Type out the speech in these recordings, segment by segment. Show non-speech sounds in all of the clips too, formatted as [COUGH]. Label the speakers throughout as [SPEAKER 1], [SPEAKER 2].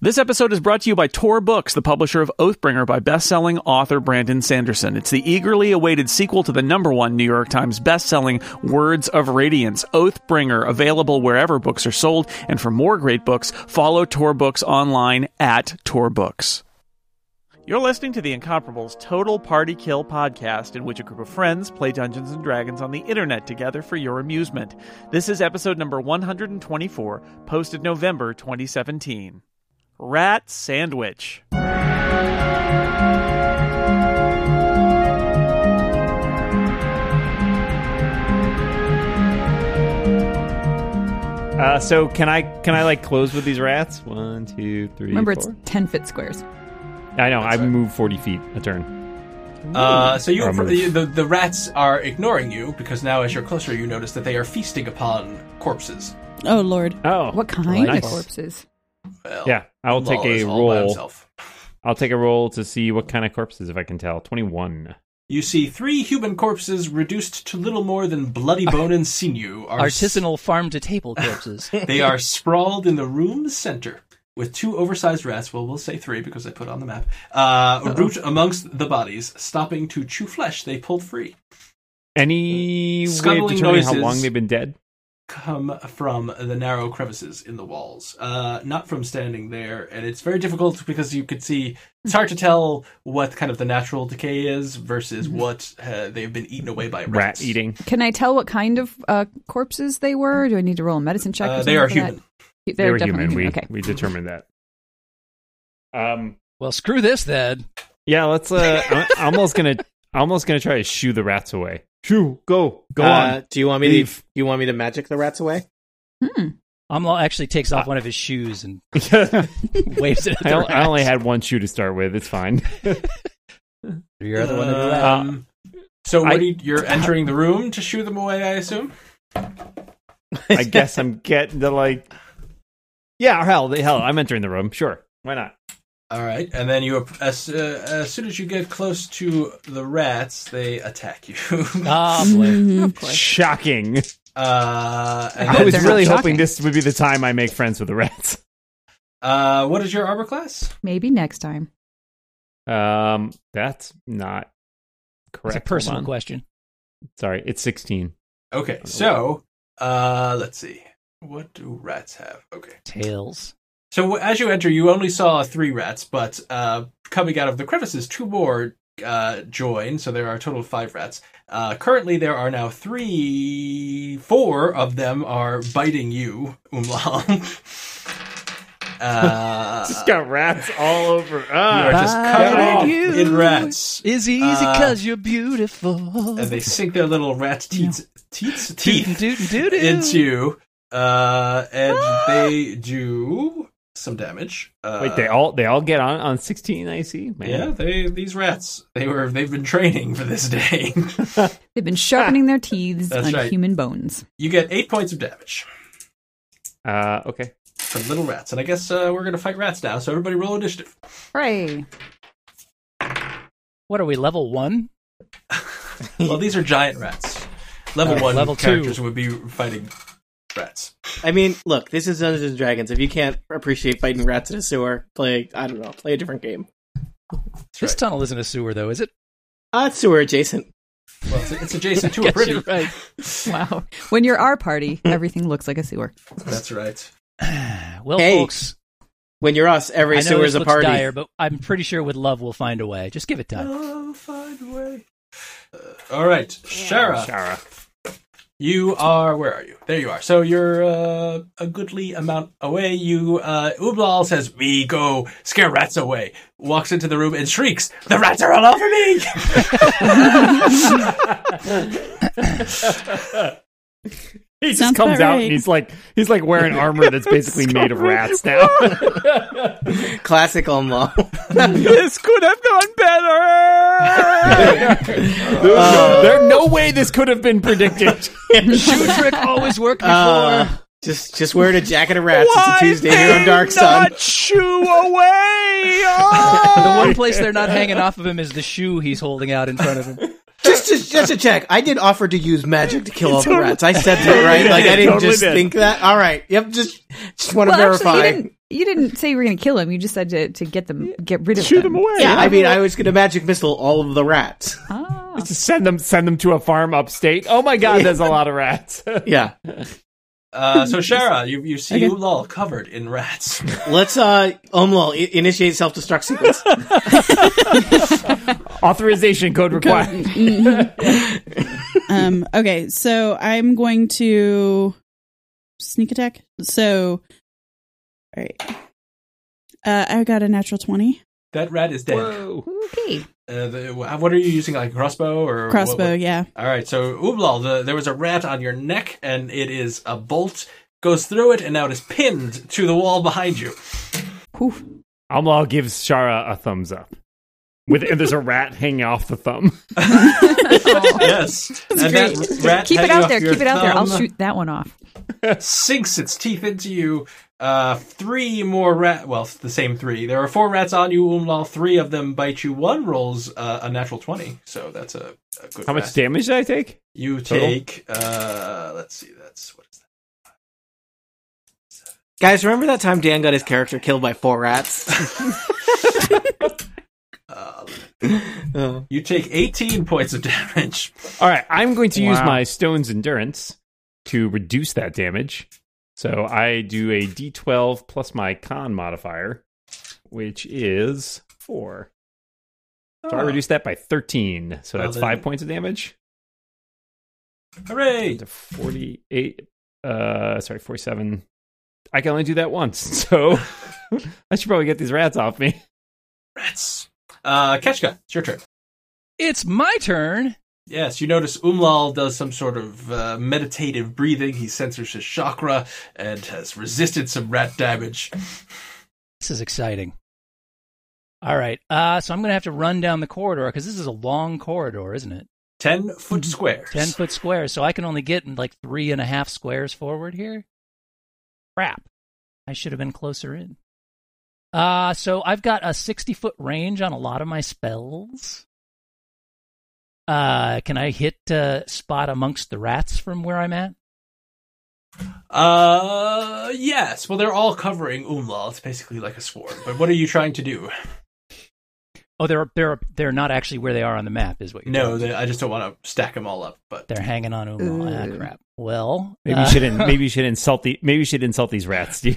[SPEAKER 1] This episode is brought to you by Tor Books, the publisher of Oathbringer by best-selling author Brandon Sanderson. It's the eagerly awaited sequel to the number one New York Times best-selling Words of Radiance, Oathbringer, available wherever books are sold. And for more great books, follow Tor Books online at Tor Books. You're listening to the Incomparable's Total Party Kill podcast, in which a group of friends play Dungeons and Dragons on the internet together for your amusement. This is episode number 124, posted November 2017. Rat Sandwich.
[SPEAKER 2] Uh, so can I can I like close with these rats? One, two, three.
[SPEAKER 3] Remember,
[SPEAKER 2] four.
[SPEAKER 3] it's 10 foot squares.
[SPEAKER 2] I know. I move forty feet a turn.
[SPEAKER 4] Uh, so you,
[SPEAKER 2] Or move.
[SPEAKER 4] the, the rats are ignoring you because now, as you're closer, you notice that they are feasting upon corpses.
[SPEAKER 5] Oh lord.
[SPEAKER 2] Oh,
[SPEAKER 3] What kind
[SPEAKER 2] nice.
[SPEAKER 3] of corpses?
[SPEAKER 4] Well,
[SPEAKER 2] Yeah, I'll
[SPEAKER 4] Maul
[SPEAKER 2] take a
[SPEAKER 4] is all by
[SPEAKER 2] roll.
[SPEAKER 4] himself.
[SPEAKER 2] I'll take a roll to see what kind of corpses, if I can tell. Twenty-one.
[SPEAKER 4] You see three human corpses reduced to little more than bloody bone and sinew. Are s-
[SPEAKER 6] artisanal farm
[SPEAKER 4] [LAUGHS]
[SPEAKER 6] to table corpses.
[SPEAKER 4] they are sprawled in the room's center with two oversized rats. Well, we'll say three because I put on the map. Uh, root amongst the bodies, stopping to chew flesh they pulled free.
[SPEAKER 2] Any way of
[SPEAKER 4] Scuttling
[SPEAKER 2] determining how
[SPEAKER 4] noises.
[SPEAKER 2] long they've been dead?
[SPEAKER 4] come from the narrow crevices in the walls, uh, not from standing there. And it's very difficult because you could see it's hard to tell what kind of the natural decay is versus what uh, they've been eaten away by rats.
[SPEAKER 2] Mm-hmm. Rat eating.
[SPEAKER 3] Can I tell what kind of uh, corpses they were? Do I need to roll a medicine check? or
[SPEAKER 4] Uh,
[SPEAKER 3] something
[SPEAKER 4] they are
[SPEAKER 3] for
[SPEAKER 4] human.
[SPEAKER 3] That?
[SPEAKER 2] They
[SPEAKER 3] They're
[SPEAKER 2] were
[SPEAKER 3] definitely
[SPEAKER 2] human. We
[SPEAKER 3] Okay.
[SPEAKER 2] we determined that. Um.
[SPEAKER 6] well, screw this then.
[SPEAKER 2] Yeah. Let's. [LAUGHS] Uh. I'm almost gonna. Almost gonna try to shoo the rats away. Shoo. Go. Go
[SPEAKER 7] Uh,
[SPEAKER 2] on.
[SPEAKER 7] do you want me
[SPEAKER 2] Leave.
[SPEAKER 7] to you want me to magic the rats away?
[SPEAKER 3] Hmm.
[SPEAKER 6] Amla actually takes off one of his shoes and [LAUGHS] waves it at the
[SPEAKER 2] [LAUGHS] I, I only
[SPEAKER 6] rats.
[SPEAKER 2] had one shoe to start with. It's fine.
[SPEAKER 6] You're the one that did that.
[SPEAKER 4] Um, so what
[SPEAKER 2] I-
[SPEAKER 4] do you,
[SPEAKER 2] [LAUGHS]
[SPEAKER 4] you're entering the room to shoo them away, I assume.
[SPEAKER 2] I guess I'm getting to like, yeah, hell, hell, I'm entering the room. Sure, why not?
[SPEAKER 4] All right, and then you ap- as, uh, as soon as you get close to the rats, they attack you. [LAUGHS]
[SPEAKER 6] Ah, boy.
[SPEAKER 2] Mm.
[SPEAKER 5] Mm-hmm.
[SPEAKER 3] Of
[SPEAKER 2] [LAUGHS]
[SPEAKER 3] course.
[SPEAKER 2] Shocking.
[SPEAKER 4] uh, and
[SPEAKER 2] I
[SPEAKER 4] then-
[SPEAKER 2] was
[SPEAKER 3] they're not
[SPEAKER 2] really
[SPEAKER 3] shocking.
[SPEAKER 2] hoping this would be the time I make friends with the rats.
[SPEAKER 4] uh, what is your armor class?
[SPEAKER 3] Maybe next time.
[SPEAKER 2] [LAUGHS] Um, that's not
[SPEAKER 6] It's
[SPEAKER 2] correct.
[SPEAKER 6] a
[SPEAKER 2] Hold
[SPEAKER 6] personal
[SPEAKER 2] on.
[SPEAKER 6] question.
[SPEAKER 2] Sorry, it's 16.
[SPEAKER 4] Okay, so uh, let's see. What do rats have? Okay.
[SPEAKER 6] Tails.
[SPEAKER 4] So w- as you enter, you only saw three rats, but uh, coming out of the crevices, two more uh, join. So there are a total of five rats. Uh, currently, there are now three, four of them are biting you, Umlal. [LAUGHS] uh,
[SPEAKER 2] Just got rats all over.
[SPEAKER 4] you are
[SPEAKER 2] Ah,
[SPEAKER 4] just
[SPEAKER 6] Bite
[SPEAKER 4] covered
[SPEAKER 6] you.
[SPEAKER 4] in rats.
[SPEAKER 6] Is easy
[SPEAKER 4] Uh,
[SPEAKER 6] because you're beautiful.
[SPEAKER 4] And they sink their little rat teats, teats, [LAUGHS] teeth
[SPEAKER 6] Dootin' dootin' doo-doo.
[SPEAKER 4] into uh and they do some damage uh,
[SPEAKER 2] Wait, they all they all get on on 16. I see. Man.
[SPEAKER 4] yeah they these rats they were they've been training for this day [LAUGHS]
[SPEAKER 3] They've been sharpening their teeth
[SPEAKER 4] That's
[SPEAKER 3] on
[SPEAKER 4] right.
[SPEAKER 3] human bones.
[SPEAKER 4] you get eight points of damage
[SPEAKER 2] Uh, okay.
[SPEAKER 4] from little rats and i guess uh, we're gonna fight rats now so everybody roll initiative
[SPEAKER 3] Hooray.
[SPEAKER 6] What are we, level one?
[SPEAKER 4] well these are giant rats level
[SPEAKER 6] Uh,
[SPEAKER 4] one
[SPEAKER 6] level two.
[SPEAKER 4] characters would be fighting rats
[SPEAKER 7] I mean, look, this is Dungeons and Dragons. If you can't appreciate fighting rats in a sewer, play I don't know, play a different game.
[SPEAKER 4] That's
[SPEAKER 6] This
[SPEAKER 4] right.
[SPEAKER 6] tunnel isn't a sewer, though,
[SPEAKER 4] [LAUGHS]
[SPEAKER 6] is it?
[SPEAKER 7] Ah, it's sewer adjacent.
[SPEAKER 4] well, it's, it's adjacent
[SPEAKER 6] [LAUGHS]
[SPEAKER 4] to a
[SPEAKER 6] Guess
[SPEAKER 4] privy
[SPEAKER 6] you're right.
[SPEAKER 3] Wow. When you're
[SPEAKER 2] [LAUGHS]
[SPEAKER 3] our party, everything looks like a sewer.
[SPEAKER 4] that's right
[SPEAKER 6] Well,
[SPEAKER 7] Hey,
[SPEAKER 6] folks,
[SPEAKER 7] When you're us, every
[SPEAKER 6] I know
[SPEAKER 7] sewer
[SPEAKER 6] this
[SPEAKER 7] is a
[SPEAKER 6] looks
[SPEAKER 7] party.
[SPEAKER 6] dire, but I'm pretty sure with love we'll find a way. Just give
[SPEAKER 4] [LAUGHS]
[SPEAKER 6] it time.
[SPEAKER 4] oh find a way Uh, all right shara
[SPEAKER 2] Shara.
[SPEAKER 4] You are where are you? There you are. So you're uh, a goodly amount away. You uh Ublal says, We go scare rats away, walks into the room and shrieks, The rats are all over me [LAUGHS]
[SPEAKER 2] He just
[SPEAKER 5] Sounds
[SPEAKER 2] comes out
[SPEAKER 5] about right.
[SPEAKER 2] and he's like he's like [LAUGHS] wearing armor that's basically made of rats [LAUGHS] now.
[SPEAKER 7] Classical mall.
[SPEAKER 1] this could have gone better.
[SPEAKER 2] There was no, there no way this could have been [LAUGHS] predicted.
[SPEAKER 6] Shoe trick always worked before.
[SPEAKER 7] [LAUGHS] Uh, just just wearing a jacket of rats.
[SPEAKER 1] Why
[SPEAKER 7] it's a Tuesday here on
[SPEAKER 1] they
[SPEAKER 7] Dark Sun.
[SPEAKER 1] not shoo away. Oh!
[SPEAKER 6] the one place they're not hanging off of him is the shoe he's holding out in front of him.
[SPEAKER 7] [LAUGHS] Just to, just to check, I did offer to use magic to
[SPEAKER 2] [LAUGHS]
[SPEAKER 7] kill all the rats. I said that right. Like I didn't
[SPEAKER 2] Totally
[SPEAKER 7] just
[SPEAKER 2] did.
[SPEAKER 7] think that. All right. Yep. Just just want to
[SPEAKER 3] Well, actually,
[SPEAKER 7] verify.
[SPEAKER 3] he didn't, You didn't say you were going to kill him. You just said to, to get them, get rid of
[SPEAKER 1] Shoot them away.
[SPEAKER 7] Yeah, I mean, I was gonna magic missile all of the rats.
[SPEAKER 3] Ah.
[SPEAKER 2] Just send them, send them to a farm upstate. Oh my God, there's a lot of rats.
[SPEAKER 7] Yeah,
[SPEAKER 4] Uh, so Shara, you you see okay. covered in rats. [LAUGHS]
[SPEAKER 7] let's uh, Omlal i- initiate self destruct sequence.
[SPEAKER 2] Authorization code required.
[SPEAKER 5] um, okay, so I'm going to sneak attack. So, all right. Uh, I got a natural 20
[SPEAKER 4] That rat is dead.
[SPEAKER 2] Whoa.
[SPEAKER 3] Okay.
[SPEAKER 4] Uh, the, what are you using, like a crossbow or what-
[SPEAKER 5] crossbow,
[SPEAKER 4] what-
[SPEAKER 5] yeah.
[SPEAKER 4] All right, so Ublal, the, there was a rat on your neck, and it is a bolt goes through it, and now it is pinned to the wall
[SPEAKER 3] [LAUGHS]
[SPEAKER 4] behind you.
[SPEAKER 3] Whew.
[SPEAKER 2] Amlal gives Shara a thumbs up. With and there's a rat hanging off the
[SPEAKER 4] [LAUGHS]
[SPEAKER 2] thumb.
[SPEAKER 4] yes, and that rat
[SPEAKER 3] Keep it
[SPEAKER 4] hanging
[SPEAKER 3] out
[SPEAKER 4] off
[SPEAKER 3] there.
[SPEAKER 4] your
[SPEAKER 3] Keep it out there. I'll
[SPEAKER 4] thumb
[SPEAKER 3] shoot that one off.
[SPEAKER 4] Sinks its teeth into you. Uh, three more rat. Well, the same three. There are four rats on you, Umlal. Three of them bite you. One rolls uh, a natural twenty, so that's a, a good.
[SPEAKER 2] How
[SPEAKER 4] rat.
[SPEAKER 2] much damage did I take?
[SPEAKER 4] You
[SPEAKER 2] Total?
[SPEAKER 4] take. Uh, let's see. That's what is that?
[SPEAKER 7] Guys, remember that time Dan got his character killed by four [LAUGHS] rats?
[SPEAKER 4] Uh,
[SPEAKER 7] Oh.
[SPEAKER 4] you take eighteen [LAUGHS] points of damage.
[SPEAKER 2] All right, I'm going to use
[SPEAKER 1] Wow.
[SPEAKER 2] my stone's endurance to reduce that damage. So I do a d12 plus my con modifier, which is four. So I
[SPEAKER 4] Ah.
[SPEAKER 2] reduce that by 13. So
[SPEAKER 4] Well,
[SPEAKER 2] that's
[SPEAKER 4] then-
[SPEAKER 2] five points of damage.
[SPEAKER 4] Ah, Hooray!
[SPEAKER 2] to 48 uh sorry 47 i can only do that once [LAUGHS]
[SPEAKER 4] [LAUGHS]
[SPEAKER 2] so i should probably get these rats off me
[SPEAKER 4] Rats. Uh, Ketchka, it's your turn.
[SPEAKER 6] It's my turn.
[SPEAKER 4] Yes, you notice Umlal does some sort of uh, meditative breathing. He censors his chakra and has resisted some rat damage.
[SPEAKER 6] This is exciting. All right. Uh, so I'm going to have to run down the corridor because this is a long corridor, isn't it?
[SPEAKER 4] Ten foot squares.
[SPEAKER 6] 10 foot squares. So I can only get like three and a half squares forward here. Crap. I should have been closer in. Uh, so I've got a 60 foot range on a lot of my spells. Uh, can I hit uh, spot amongst the rats from where I'm at?
[SPEAKER 4] Uh, yes. Well, they're all covering Umlal. It's basically like a swarm. But what are you trying to do?
[SPEAKER 6] Oh, they're they're they're not actually where they are on the map, is what you're
[SPEAKER 4] No,
[SPEAKER 6] telling me.
[SPEAKER 4] they, I just don't want to stack them all up. But
[SPEAKER 6] they're hanging on Umlal. Ah,
[SPEAKER 3] Ooh.
[SPEAKER 6] crap. Well,
[SPEAKER 2] maybe
[SPEAKER 6] uh,
[SPEAKER 2] you should [LAUGHS]
[SPEAKER 6] [LAUGHS]
[SPEAKER 2] in, maybe you should insult the maybe you should insult these rats steve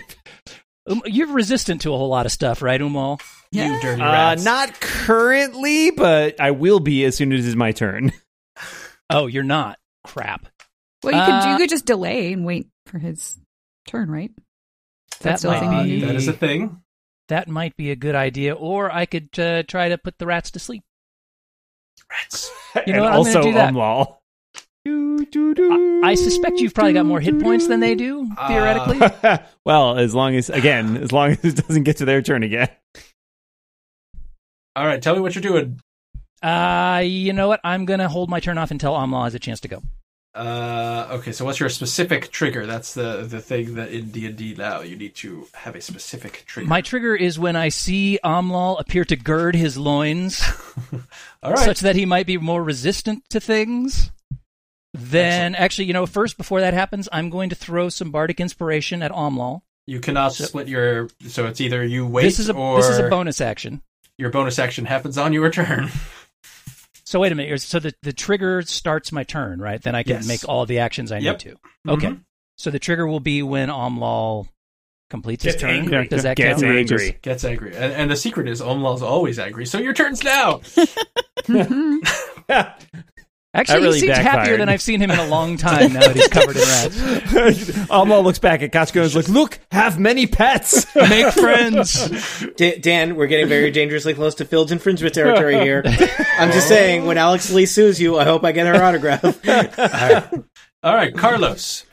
[SPEAKER 6] Um, you're resistant to a whole lot of stuff, right, Umal?
[SPEAKER 4] you dirty
[SPEAKER 2] uh
[SPEAKER 4] rats.
[SPEAKER 2] not currently but i will be as soon as it's my [LAUGHS] turn
[SPEAKER 6] Oh, you're not. Crap.
[SPEAKER 3] Well, you could
[SPEAKER 6] Uh,
[SPEAKER 3] you could just delay and wait for his turn, right?
[SPEAKER 6] That
[SPEAKER 3] still a thing
[SPEAKER 6] might
[SPEAKER 3] you
[SPEAKER 6] be
[SPEAKER 3] do?
[SPEAKER 4] that is a thing.
[SPEAKER 6] that might be a good idea, or I could uh, try to put the rats to sleep.
[SPEAKER 4] Rats.
[SPEAKER 6] You
[SPEAKER 2] and
[SPEAKER 6] know what? I'm gonna
[SPEAKER 2] also
[SPEAKER 6] do that.
[SPEAKER 2] Umlal.
[SPEAKER 6] I suspect you've probably got
[SPEAKER 2] [LAUGHS]
[SPEAKER 6] more hit points than they do
[SPEAKER 4] Uh,
[SPEAKER 6] theoretically.
[SPEAKER 2] well as long as again as long as it doesn't get to their turn again
[SPEAKER 4] All right, tell me what you're doing.
[SPEAKER 6] Uh, you know what? I'm gonna hold my turn off until Amla has a chance to go.
[SPEAKER 4] Uh, okay, so what's your specific trigger? That's the the thing that in D and D now you need to have a specific trigger.
[SPEAKER 6] My trigger is when I see Amlal appear to gird his loins,
[SPEAKER 4] All right.
[SPEAKER 6] such that he might be more resistant to things. Then, actually, you know, first before that happens, I'm going to throw some bardic inspiration at Amlal.
[SPEAKER 4] You cannot split your. So it's either you wait
[SPEAKER 6] This is a
[SPEAKER 4] or
[SPEAKER 6] this is a bonus action.
[SPEAKER 4] your bonus action happens on your [LAUGHS] turn.
[SPEAKER 6] So wait a minute. So the, the trigger starts my turn, right? Then I can
[SPEAKER 4] Yes.
[SPEAKER 6] make all the actions I
[SPEAKER 4] Yep.
[SPEAKER 6] need to. Okay.
[SPEAKER 4] Mhm.
[SPEAKER 6] So the trigger will be when Omlal completes his
[SPEAKER 2] Gets
[SPEAKER 6] turn.
[SPEAKER 2] angry.
[SPEAKER 6] Does that
[SPEAKER 2] Gets
[SPEAKER 6] count?
[SPEAKER 2] angry.
[SPEAKER 4] Gets angry. And, and the secret is Omlal's always angry. So your turn's now.
[SPEAKER 6] Actually,
[SPEAKER 2] That really
[SPEAKER 6] he seems happier
[SPEAKER 2] backfired.
[SPEAKER 6] than I've seen him in a long time now that he's covered in
[SPEAKER 2] [LAUGHS]
[SPEAKER 4] [LAUGHS]
[SPEAKER 6] rats.
[SPEAKER 2] Alma looks back at Katsuko and is like, "Look, have many [LAUGHS] pets."
[SPEAKER 6] Make friends.
[SPEAKER 7] Da- Dan, we're getting very dangerously close to Phil's infringement territory [LAUGHS] here. I'm just saying, when Alex Lee sues you, I hope I get her autograph. [LAUGHS]
[SPEAKER 4] All right, Carlos,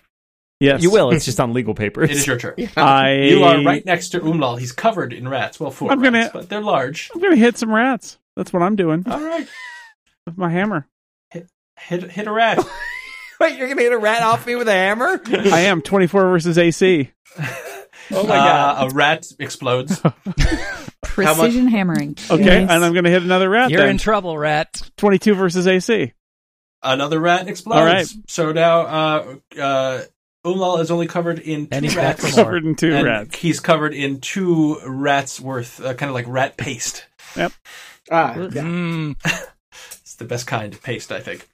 [SPEAKER 1] Yes,
[SPEAKER 2] you will. It's just on legal papers.
[SPEAKER 4] it is your turn.
[SPEAKER 1] I
[SPEAKER 4] You are right next to Umlal. He's covered in rats. Well, 4
[SPEAKER 1] I'm gonna-
[SPEAKER 4] rats, but they're large.
[SPEAKER 1] [LAUGHS] I'm gonna hit some rats. That's what I'm doing
[SPEAKER 4] All right,
[SPEAKER 1] with my hammer.
[SPEAKER 4] hit hit a rat.
[SPEAKER 2] Wait, you're gonna hit a rat off me with a hammer?
[SPEAKER 1] I am 24 versus AC.
[SPEAKER 4] Oh my god, a rat
[SPEAKER 1] [LAUGHS]
[SPEAKER 4] explodes.
[SPEAKER 3] Precision hammering.
[SPEAKER 1] Okay,
[SPEAKER 3] Yes.
[SPEAKER 1] and I'm gonna hit another rat.
[SPEAKER 6] You're
[SPEAKER 1] then.
[SPEAKER 6] in trouble, rat.
[SPEAKER 1] 22 versus AC.
[SPEAKER 4] Another rat explodes.
[SPEAKER 1] All right.
[SPEAKER 4] So now, uh, uh, Umlal is only covered in two
[SPEAKER 6] And he's back
[SPEAKER 4] rats.
[SPEAKER 6] for more.
[SPEAKER 1] covered in two
[SPEAKER 4] and
[SPEAKER 1] rats.
[SPEAKER 4] He's covered in two rats worth, uh, kind of like rat paste.
[SPEAKER 7] Ah, yeah.
[SPEAKER 6] Mm,
[SPEAKER 4] It's the best kind of paste, I think.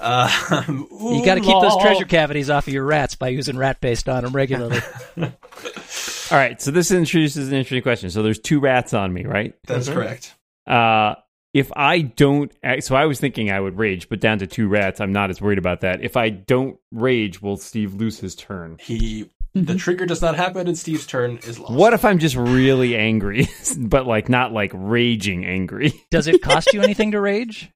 [SPEAKER 4] Uh,
[SPEAKER 6] you got to keep
[SPEAKER 2] Oh.
[SPEAKER 6] those treasure cavities off of your rats by using rat paste on them
[SPEAKER 2] [LAUGHS]
[SPEAKER 6] regularly.
[SPEAKER 2] [LAUGHS] All right, so this introduces an interesting question. So there's two rats on me, right?
[SPEAKER 4] That's correct.
[SPEAKER 2] Uh, if I don't, act- so I was thinking I would rage, but down to two rats, I'm not as worried about that. If I don't rage, will Steve lose his turn?
[SPEAKER 4] He the trigger does not happen, and Steve's turn is lost.
[SPEAKER 2] What if I'm just really angry, [LAUGHS] but like not like raging angry? [LAUGHS]
[SPEAKER 6] Does it cost you anything to rage?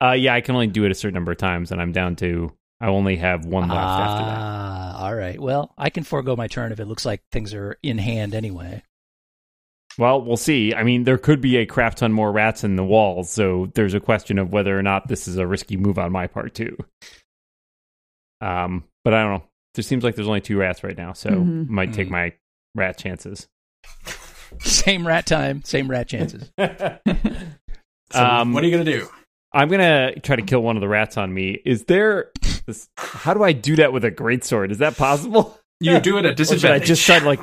[SPEAKER 2] Uh, yeah, I can only do it a certain number of times, and I'm down to I only have one left after that.
[SPEAKER 6] Ah, all right. Well, I can forego my turn if it looks like things are in hand anyway. [LAUGHS]
[SPEAKER 2] Well, we'll see. I mean, there could be a crap ton more rats in the walls, so there's a question of whether or not this is a risky move on my part too. Um, but I don't know. There seems like there's only two rats right now, so
[SPEAKER 3] Mhm.
[SPEAKER 2] might
[SPEAKER 4] Mm-hmm.
[SPEAKER 2] take
[SPEAKER 6] Mm.
[SPEAKER 2] my rat
[SPEAKER 4] [LAUGHS]
[SPEAKER 2] chances. [LAUGHS]
[SPEAKER 6] Same rat time, same
[SPEAKER 2] [LAUGHS]
[SPEAKER 6] rat chances.
[SPEAKER 4] So
[SPEAKER 2] um,
[SPEAKER 4] what are you gonna do?
[SPEAKER 2] I'm gonna try to kill one of the rats on me. Is there? This, how do I do that with a greatsword? Is that
[SPEAKER 4] [LAUGHS]
[SPEAKER 2] possible?
[SPEAKER 4] You do it at
[SPEAKER 2] Or should I
[SPEAKER 4] disadvantage.
[SPEAKER 2] just try to,
[SPEAKER 4] [LAUGHS]
[SPEAKER 2] like?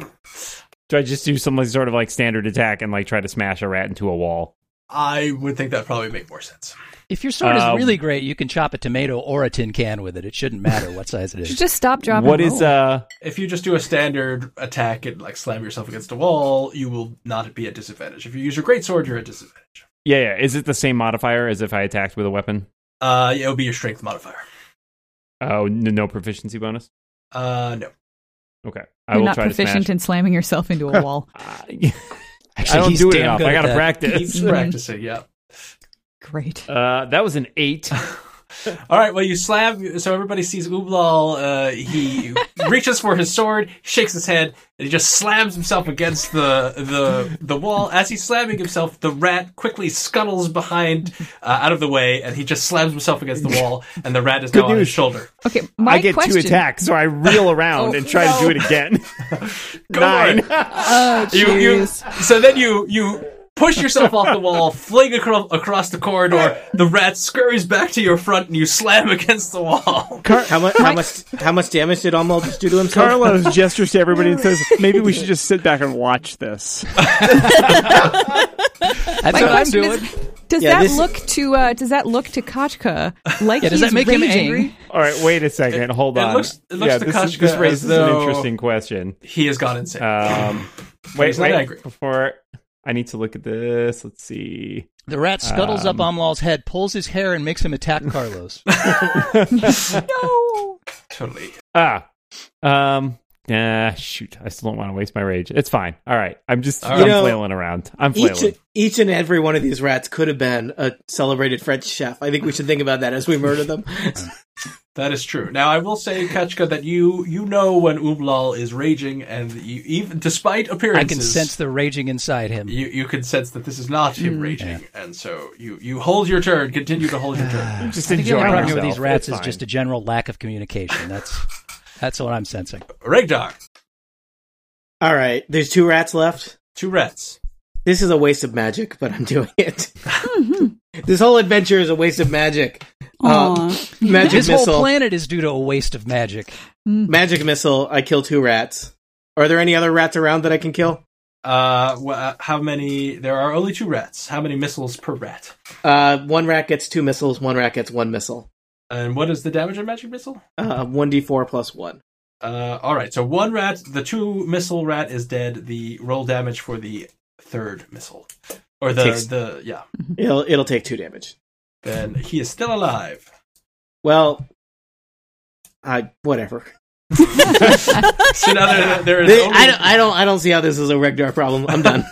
[SPEAKER 2] Do I just do some like, sort of like standard attack and like try to smash a rat into a wall?
[SPEAKER 4] I would think that probably make more sense.
[SPEAKER 6] If your sword
[SPEAKER 2] Um,
[SPEAKER 6] is really great, you can chop a tomato or a tin can with it. It shouldn't matter what size
[SPEAKER 2] [LAUGHS]
[SPEAKER 6] it
[SPEAKER 3] You should
[SPEAKER 6] is.
[SPEAKER 3] just stop, drop,
[SPEAKER 2] what
[SPEAKER 3] and
[SPEAKER 2] is
[SPEAKER 3] roll.
[SPEAKER 2] uh?
[SPEAKER 4] If you just do a standard attack and like slam yourself against a wall, you will not be at disadvantage. If you use your greatsword, you're at disadvantage.
[SPEAKER 2] Yeah, yeah. Is it the same modifier as if I attacked with a weapon?
[SPEAKER 4] Uh, yeah, it'll be your strength modifier.
[SPEAKER 2] Oh, n- no proficiency bonus.
[SPEAKER 4] Uh, no.
[SPEAKER 2] Okay, I
[SPEAKER 3] You're
[SPEAKER 2] will
[SPEAKER 3] not
[SPEAKER 2] try
[SPEAKER 3] proficient
[SPEAKER 2] to
[SPEAKER 3] in slamming yourself into
[SPEAKER 6] [LAUGHS]
[SPEAKER 3] a wall.
[SPEAKER 2] [LAUGHS] smash. In- I
[SPEAKER 6] Actually,
[SPEAKER 2] don't
[SPEAKER 6] he's
[SPEAKER 2] do it
[SPEAKER 6] damn
[SPEAKER 2] enough.
[SPEAKER 6] good
[SPEAKER 2] I
[SPEAKER 6] at
[SPEAKER 2] gotta
[SPEAKER 6] that.
[SPEAKER 2] practice.
[SPEAKER 4] Keep practicing. Yeah.
[SPEAKER 3] Great.
[SPEAKER 2] Uh, that was an
[SPEAKER 3] [LAUGHS]
[SPEAKER 2] eight.
[SPEAKER 4] All right. Well, you slam. So everybody sees Ublal. Uh, he reaches for his sword, shakes his head, and he just slams himself against the the the wall. As he's slamming himself, the rat quickly scuttles behind, uh, out of the way, and he just slams himself against the wall. And the rat is now on his
[SPEAKER 2] news.
[SPEAKER 4] shoulder.
[SPEAKER 3] Okay, my
[SPEAKER 2] I get
[SPEAKER 3] question.
[SPEAKER 2] two attacks, so I reel around
[SPEAKER 3] [LAUGHS] Oh,
[SPEAKER 2] and try to do it again. [LAUGHS]
[SPEAKER 4] Go
[SPEAKER 2] Nine. [LAUGHS]
[SPEAKER 4] for it.
[SPEAKER 3] Oh,
[SPEAKER 4] You, you,
[SPEAKER 3] jeez.
[SPEAKER 4] so then you you push yourself off the wall, fling across, across the corridor. The rat scurries back to your front, and you slam [LAUGHS] against the wall.
[SPEAKER 7] How much? How much? How much damage did Almal just do to himself?
[SPEAKER 1] Carlos gestures to everybody and
[SPEAKER 3] [LAUGHS]
[SPEAKER 1] says, "Maybe we should just sit back and watch this."
[SPEAKER 6] That's
[SPEAKER 3] My
[SPEAKER 6] what I'm
[SPEAKER 3] question
[SPEAKER 6] doing.
[SPEAKER 3] is, does
[SPEAKER 7] Yeah,
[SPEAKER 3] that
[SPEAKER 7] this-
[SPEAKER 3] look to uh, does that look to
[SPEAKER 6] [LAUGHS]
[SPEAKER 3] Kachka like
[SPEAKER 6] Yeah, does
[SPEAKER 3] he's
[SPEAKER 6] that make him
[SPEAKER 3] raging?
[SPEAKER 6] angry?
[SPEAKER 2] [LAUGHS] All right, wait a second. Hold
[SPEAKER 4] it
[SPEAKER 2] on.
[SPEAKER 4] looks- it looks
[SPEAKER 2] yeah,
[SPEAKER 4] to
[SPEAKER 2] this, is-
[SPEAKER 4] Kashka
[SPEAKER 2] this
[SPEAKER 4] as
[SPEAKER 2] raises an
[SPEAKER 4] though-
[SPEAKER 2] interesting
[SPEAKER 4] [LAUGHS]
[SPEAKER 2] question.
[SPEAKER 4] He has gone insane.
[SPEAKER 2] Um, wait,
[SPEAKER 4] he's not
[SPEAKER 2] wait.
[SPEAKER 4] angry.
[SPEAKER 2] Before I need to look at this. Let's see.
[SPEAKER 6] The rat scuttles
[SPEAKER 2] Um,
[SPEAKER 6] up Amlal's head, pulls his hair, and makes him attack Carlos.
[SPEAKER 3] No.
[SPEAKER 4] totally.
[SPEAKER 2] Ah, um, ah, shoot. I still don't want to waste my rage. It's fine. All right, I'm just
[SPEAKER 4] All
[SPEAKER 2] I'm
[SPEAKER 4] right.
[SPEAKER 7] You know,
[SPEAKER 2] flailing around. I'm flailing.
[SPEAKER 7] [LAUGHS] Each, each and every one of these rats could have been a celebrated French chef. I think we should think about that as we murder them.
[SPEAKER 4] That is true. Now I will say, Kachka, that you you know when Ublal is raging, and you, even
[SPEAKER 2] [LAUGHS]
[SPEAKER 4] despite
[SPEAKER 6] I
[SPEAKER 4] appearances,
[SPEAKER 6] can sense the raging inside him.
[SPEAKER 4] you you can sense that this is not him raging, and so you you hold your turn, continue to hold
[SPEAKER 2] [SIGHS]
[SPEAKER 4] your turn.
[SPEAKER 2] just
[SPEAKER 6] I think the
[SPEAKER 2] enjoying
[SPEAKER 6] only problem here with
[SPEAKER 2] myself.
[SPEAKER 6] these rats
[SPEAKER 2] It's
[SPEAKER 6] is just a
[SPEAKER 2] fine.
[SPEAKER 6] general lack of communication. That's that's what I'm sensing.
[SPEAKER 4] Regdar,
[SPEAKER 7] All right, there's two rats left.
[SPEAKER 4] two rats.
[SPEAKER 7] This is a waste of magic, but I'm doing it.
[SPEAKER 6] Mm-hmm.
[SPEAKER 7] this whole adventure is a waste of magic. Uh,
[SPEAKER 5] Aw.
[SPEAKER 7] magic
[SPEAKER 6] This
[SPEAKER 7] missile.
[SPEAKER 6] whole planet is due to a waste of magic.
[SPEAKER 7] magic missile. I kill two rats. Are there any other rats around that I can kill?
[SPEAKER 4] Uh, wh- uh, how many? There are only two rats. How many missiles per rat?
[SPEAKER 7] Uh, one rat gets two missiles. One rat gets one missile.
[SPEAKER 4] And what is the damage of magic missile?
[SPEAKER 7] Uh, one d4 plus one.
[SPEAKER 4] Uh, all right. So one rat, the two missile rat is dead. The roll damage for the third missile, or the
[SPEAKER 7] Takes-
[SPEAKER 4] the yeah.
[SPEAKER 7] It'll it'll take two damage.
[SPEAKER 4] Then he is still alive.
[SPEAKER 7] Well, I whatever.
[SPEAKER 4] So now
[SPEAKER 7] [LAUGHS]
[SPEAKER 4] there, there is
[SPEAKER 7] They-
[SPEAKER 4] only-
[SPEAKER 7] I don't I don't I don't see how this is a Regdar problem. I'm done.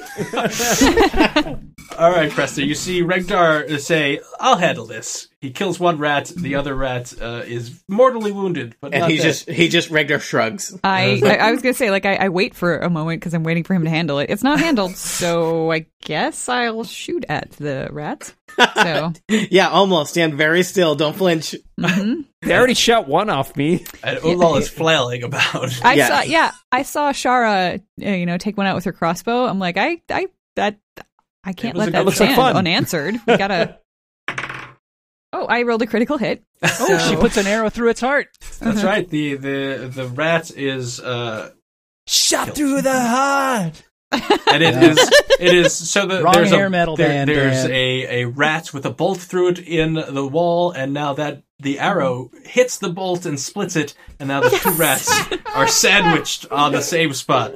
[SPEAKER 4] All right, Presta. You see Regdar say, "I'll handle this." He kills one rat. The other rat uh, is mortally wounded, but [LAUGHS]
[SPEAKER 7] and
[SPEAKER 4] not
[SPEAKER 7] he
[SPEAKER 4] dead.
[SPEAKER 7] just he just Regdar shrugs.
[SPEAKER 3] I, I I was gonna say like I, I wait for a moment because I'm waiting for him to handle it. It's not handled, so I guess I'll shoot at the rats.
[SPEAKER 6] [LAUGHS]
[SPEAKER 3] So
[SPEAKER 7] Yeah, almost. Stand very still. Don't flinch.
[SPEAKER 3] mm-hmm.
[SPEAKER 2] They already shot one off me.
[SPEAKER 4] and Ulal
[SPEAKER 7] [LAUGHS]
[SPEAKER 4] is flailing about.
[SPEAKER 3] I
[SPEAKER 7] Yeah.
[SPEAKER 3] saw yeah I saw Shara uh, you know take one out with her crossbow. I'm like I I that I can't
[SPEAKER 4] was
[SPEAKER 3] let
[SPEAKER 4] a- that
[SPEAKER 3] that
[SPEAKER 4] looks like
[SPEAKER 3] stand
[SPEAKER 2] fun.
[SPEAKER 4] [LAUGHS]
[SPEAKER 3] unanswered. We gotta Oh, I rolled a critical hit.
[SPEAKER 6] Oh, she puts an arrow through its heart.
[SPEAKER 4] That's right. The the the rat is uh
[SPEAKER 6] Shot through the heart.
[SPEAKER 4] and it is it is so that
[SPEAKER 6] Wrong
[SPEAKER 4] there's
[SPEAKER 6] hair
[SPEAKER 4] a
[SPEAKER 6] metal
[SPEAKER 4] there-
[SPEAKER 6] band,
[SPEAKER 4] there's
[SPEAKER 6] Dad.
[SPEAKER 4] a a rat with a bolt through it in the wall and now that the arrow hits the bolt and splits it and now the two rats are sandwiched on the same spot.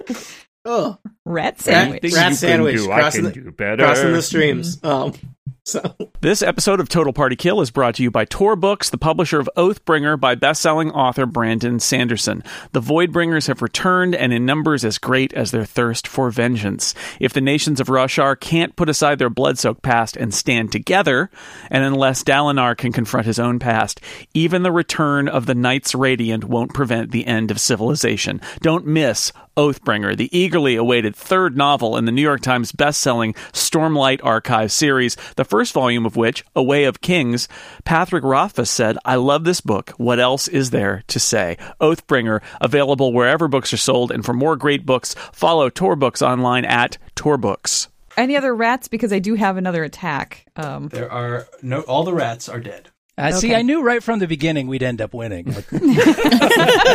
[SPEAKER 7] Oh,
[SPEAKER 3] Rat
[SPEAKER 7] rat,
[SPEAKER 3] sandwich.
[SPEAKER 2] Things you
[SPEAKER 7] rat
[SPEAKER 2] can
[SPEAKER 7] sandwich
[SPEAKER 2] do, I
[SPEAKER 7] crossing,
[SPEAKER 2] can
[SPEAKER 7] the,
[SPEAKER 2] do better.
[SPEAKER 7] crossing the streams. Um, [LAUGHS] so
[SPEAKER 1] This episode of Total Party Kill is brought to you by Tor Books, the publisher of Oathbringer by best-selling author Brandon Sanderson. The Voidbringers have returned and in numbers as great as their thirst for vengeance. If the nations of Rashar can't put aside their blood-soaked past and stand together, and unless Dalinar can confront his own past, even the return of the Knights Radiant won't prevent the end of civilization. Don't miss Oathbringer, the eagerly awaited third novel in the New York Times best-selling Stormlight Archive series, the first volume of which, A Way of Kings, Patrick Rothfuss said, "I love this book. What else is there to say?" Oathbringer, available wherever books are sold, and for more great books, follow Tor Books online at Torbooks.
[SPEAKER 3] Any other rats? Because I do have another attack. Um, [SIGHS]
[SPEAKER 4] There are no all the rats are dead.
[SPEAKER 6] Uh, See,
[SPEAKER 3] Okay.
[SPEAKER 6] I knew right from the beginning we'd end up winning. [LAUGHS] Like,